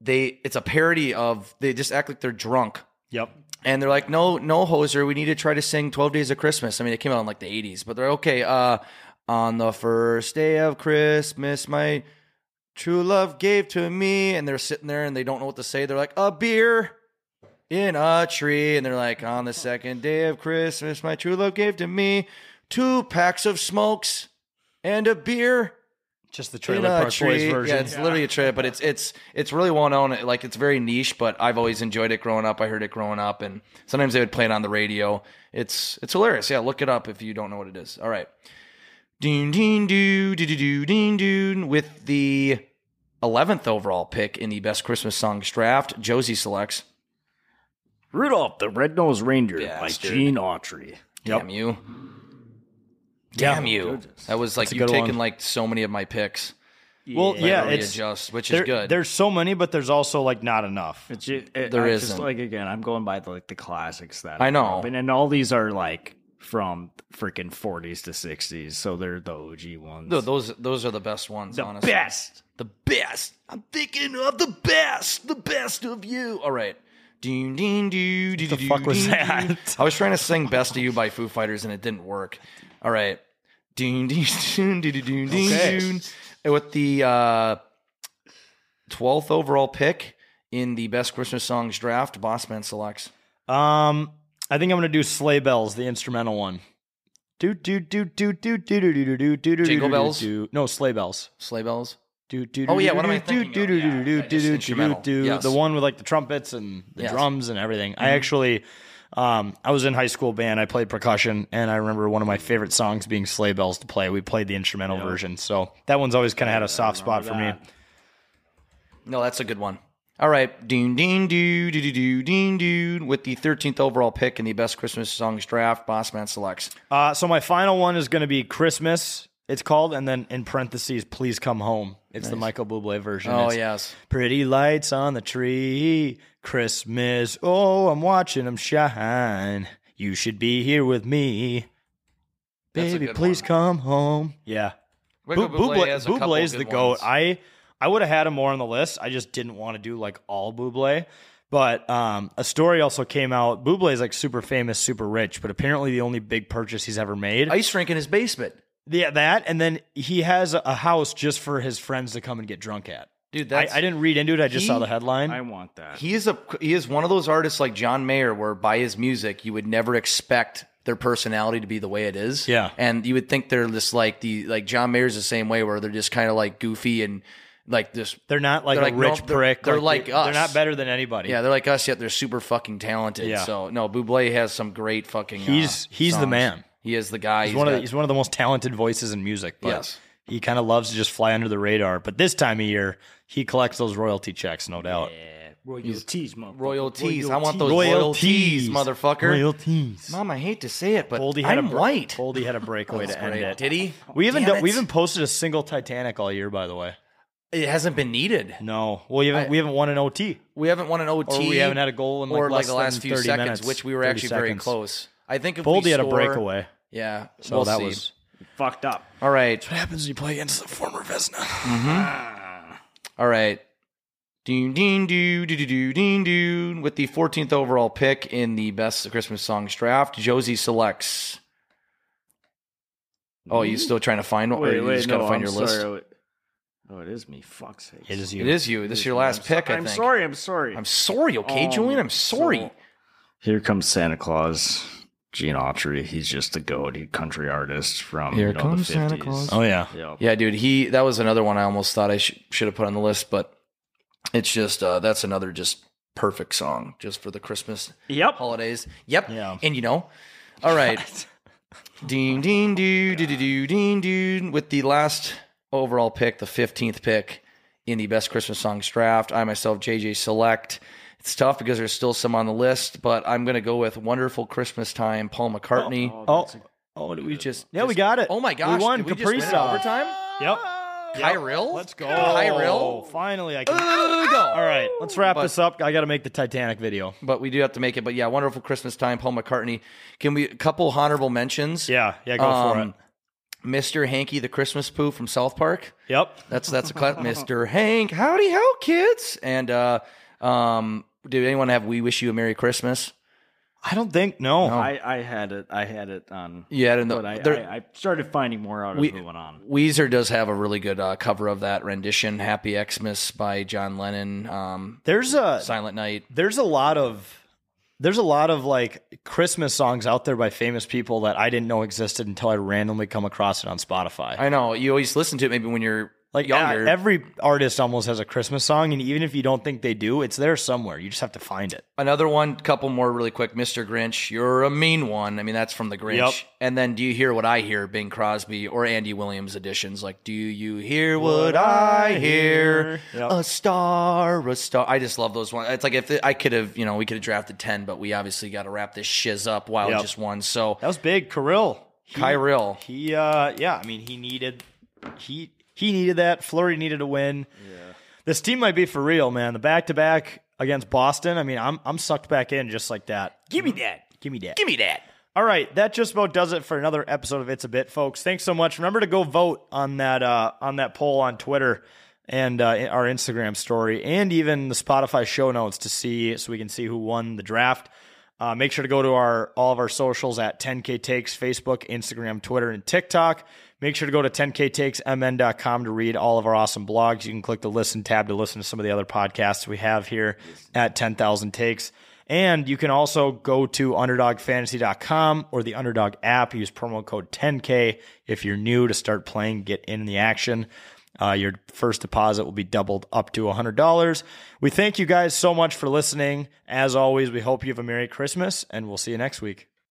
They it's a parody of they just act like they're drunk Yep. and they're like, no, no, hoser, we need to try to sing 12 Days of Christmas. I mean, it came out in like the 80s, but they're okay. Uh, on the first day of Christmas, my true love gave to me. And they're sitting there and they don't know what to say. They're like, a beer in a tree. And they're like, on the second day of Christmas, my true love gave to me two packs of smokes and a beer Just the in trailer a park boys tree. version. Yeah, it's literally a trailer, but it's it's it's really well known. Like it's very niche, but I've always enjoyed it growing up. I heard it growing up, and sometimes they would play it on the radio. It's it's hilarious. Yeah, look it up if you don't know what it is. All right, ding ding doo doo doo doo ding doo with the eleventh overall pick in the best Christmas songs draft. Josie selects. Rudolph the Red-Nosed Reindeer by Bastard. Gene Autry. Damn you. Damn you. That was like That's a you've good taken one. like so many of my picks. Well, I yeah, it's readjust, which is there- good. There's so many, but there's also like not enough. It's ju- it, There I isn't. Just, like again, I'm going by the, like the classics that I grew know. up in, and, all these are like from freaking 40s to 60s, so they're the OG ones. No, those those are the best ones, the honestly. best. The best. I'm thinking of the best. The best of you. All right. Ding, ding, doo, doo, The doo, fuck doo, was ding, that? doo. I was trying to sing "Best of You" by Foo Fighters and it didn't work. All right. Ding, [LAUGHS] ding, doo, doo, doo, doo, ding, Okay. doo. And With the uh, twelfth overall pick in the best Christmas songs draft, Bossman selects. Um, I think I'm gonna do sleigh bells, the instrumental one. Do do do do do do do do do do do do Jingle do, bells? do. No sleigh bells. Sleigh bells. Do do. Oh, do, yeah, do, what am I do, thinking do, of? do, Yeah, do, do, yeah, do, just do, do, instrumental. do, Yes. The one with like the trumpets and the Yes. Mm-hmm. drums and everything. I actually, um, I was in high school band. I played percussion, and I remember one of my favorite songs being sleigh bells to play. We played the instrumental version, so that one's always kind of had a soft spot for me. No, that's a good one. All right, ding, ding, doo, doo, doo, doo, ding, doo. With the thirteenth overall pick in the best Christmas songs draft, Bossman selects. Uh, so my final one is going to be Christmas. It's called, and then in parentheses, please come home. It's the Michael Bublé version. Oh It's yes. Pretty lights on the tree, Christmas. Oh, I'm watching 'em shine. You should be here with me, That's a baby. good Please one. come home. Yeah, Bu- Michael Bublé, has a Bublé couple is good the goat. ones. I I would have had him more on the list. I just didn't want to do like all Bublé. But um, a story also came out. Bublé is like super famous, super rich, but apparently the only big purchase he's ever made. ice rink in his basement, Yeah, that, and then he has a- a house just for his friends to come and get drunk at. dude. I, That's I didn't read into it. I just He- saw the headline. I want that. He is a he is one of those artists like John Mayer, where by his music you would never expect their personality to be the way it is. Yeah. and you would think they're just like the like John Mayer's the same way, where they're just kind of like goofy and like this. they're not like They're a like, rich no, they're- prick. they're like They're us. not better than anybody. Yeah, they're like us, yet they're super fucking talented. Yeah. So no, Buble has some great fucking. uh, He's- he's the songs. man. He is the guy. he's, one of the, got- he's one of the most talented voices in music. But Yes. he kind of loves to just fly under the radar. But this time of year, he collects those royalty checks, no doubt. royalties, motherfucker. royalties. I want those royalties, Royalties. motherfucker. Royalties. Mom, I hate to say it, but Boldy had I'm a br- white. Boldy had a breakaway to That's end great. it. Did he? We even Damn don't, it. we even posted a single Titanic all year, by the way. It hasn't been needed. No, well, we haven't, I- we haven't won an OT. We haven't won an OT. Or we haven't had a goal in, like, or less the than last few 30 seconds, minutes, which we were 30 actually very seconds. close. I think if Boldy we had a score- breakaway, Yeah, so we'll that see. was Fucked up. all right. What happens when you play against the former Vesna? All right. Ding ding doo doo doo doo ding doo. With the 14th overall pick in the best Christmas songs draft, Josie selects. Oh, Hmm? you still trying to find one? or Wait, you wait, just no, gotta find I'm your list. sorry. Wait. Oh, it is me. Fuck's sake. It is you. It is you. This is your last pick. I I'm think. sorry. I'm sorry. I'm sorry. Okay, Um, Julian. I'm sorry. so- Here comes Santa Claus. Gene Autry. He's just a goat. He country artist from Here you know, comes the 50s. Santa Claus. Oh yeah. Yep. Yeah, dude. He that was another one I almost thought I sh- should have put on the list, but it's just uh, that's another just perfect song just for the Christmas Yep. holidays. Yep. Yeah. And you know, all [LAUGHS] right. ding ding doo doo doo doo ding doo. With the last overall pick, the fifteenth pick in the best Christmas songs draft, I myself JJ select It's tough because there's still some on the list, but I'm going to go with Wonderful Christmas Time, Paul McCartney. Oh, oh, oh, did we just. Yeah, we got it. Oh my gosh. we won did we Capri just win in Sun. overtime? Yep. Kyril? Let's go. Kyril? Finally, I can. go. All right, let's wrap But- this up. I got to make the Titanic video. But we do have to make it. But yeah, Wonderful Christmas Time, Paul McCartney. Can we, a couple honorable mentions? Yeah, yeah, go for it. Mr. Hanky the Christmas Pooh from South Park. Yep. That's that's a [LAUGHS] class. Mr. Hank, howdy ho, kids. And uh um did anyone have We Wish You a Merry Christmas? I don't think no. I, I had it. I had it on. You had it in the- but I, there- I, I started finding more out of We- who went on. Weezer does have a really good uh, cover of that rendition, Happy Xmas by John Lennon. Um There's a Silent Night. there's a lot of there's a lot of like Christmas songs out there by famous people that I didn't know existed until I randomly come across it on Spotify. I know, you always listen to it maybe when you're like younger. uh, every artist almost has a Christmas song, and even if you don't think they do, it's there somewhere. You just have to find it. Another one, couple more really quick. Mr. Grinch, you're a mean one. I mean, that's from the Grinch. Yep. And then, do you hear what I hear? Bing Crosby or Andy Williams editions. Like, do you hear what, I hear? Yep. A star, a star. I just love those ones. It's like if it- I could have, you know, we could have drafted 10, but we obviously got to wrap this shiz up while Yep. just one. So, That was big, Kirill. He- Kyril. He uh yeah, I mean he needed he he needed that. Flurry needed a win. Yeah. This team might be for real, man. The back to back against Boston. I mean, I'm I'm sucked back in just like that. Give me that. Give me that. Give me that. All right, that just about does it for another episode of It's a Bit, folks. Thanks so much. Remember to go vote on that uh, on that poll on Twitter and uh, in- our Instagram story, and even the Spotify show notes to see so we can see who won the draft. Uh, make sure to go to our all of our socials at 10K Takes Facebook, Instagram, Twitter, and TikTok. Make sure to go to 10ktakesmn.com to read all of our awesome blogs. You can click the listen tab to listen to some of the other podcasts we have here at 10,000 Takes. And you can also go to underdogfantasy.com or the underdog app. Use promo code 10K if you're new to start playing, get in the action. Uh, your first deposit will be doubled up to $100. We thank you guys so much for listening. As always, we hope you have a Merry Christmas, and we'll see you next week.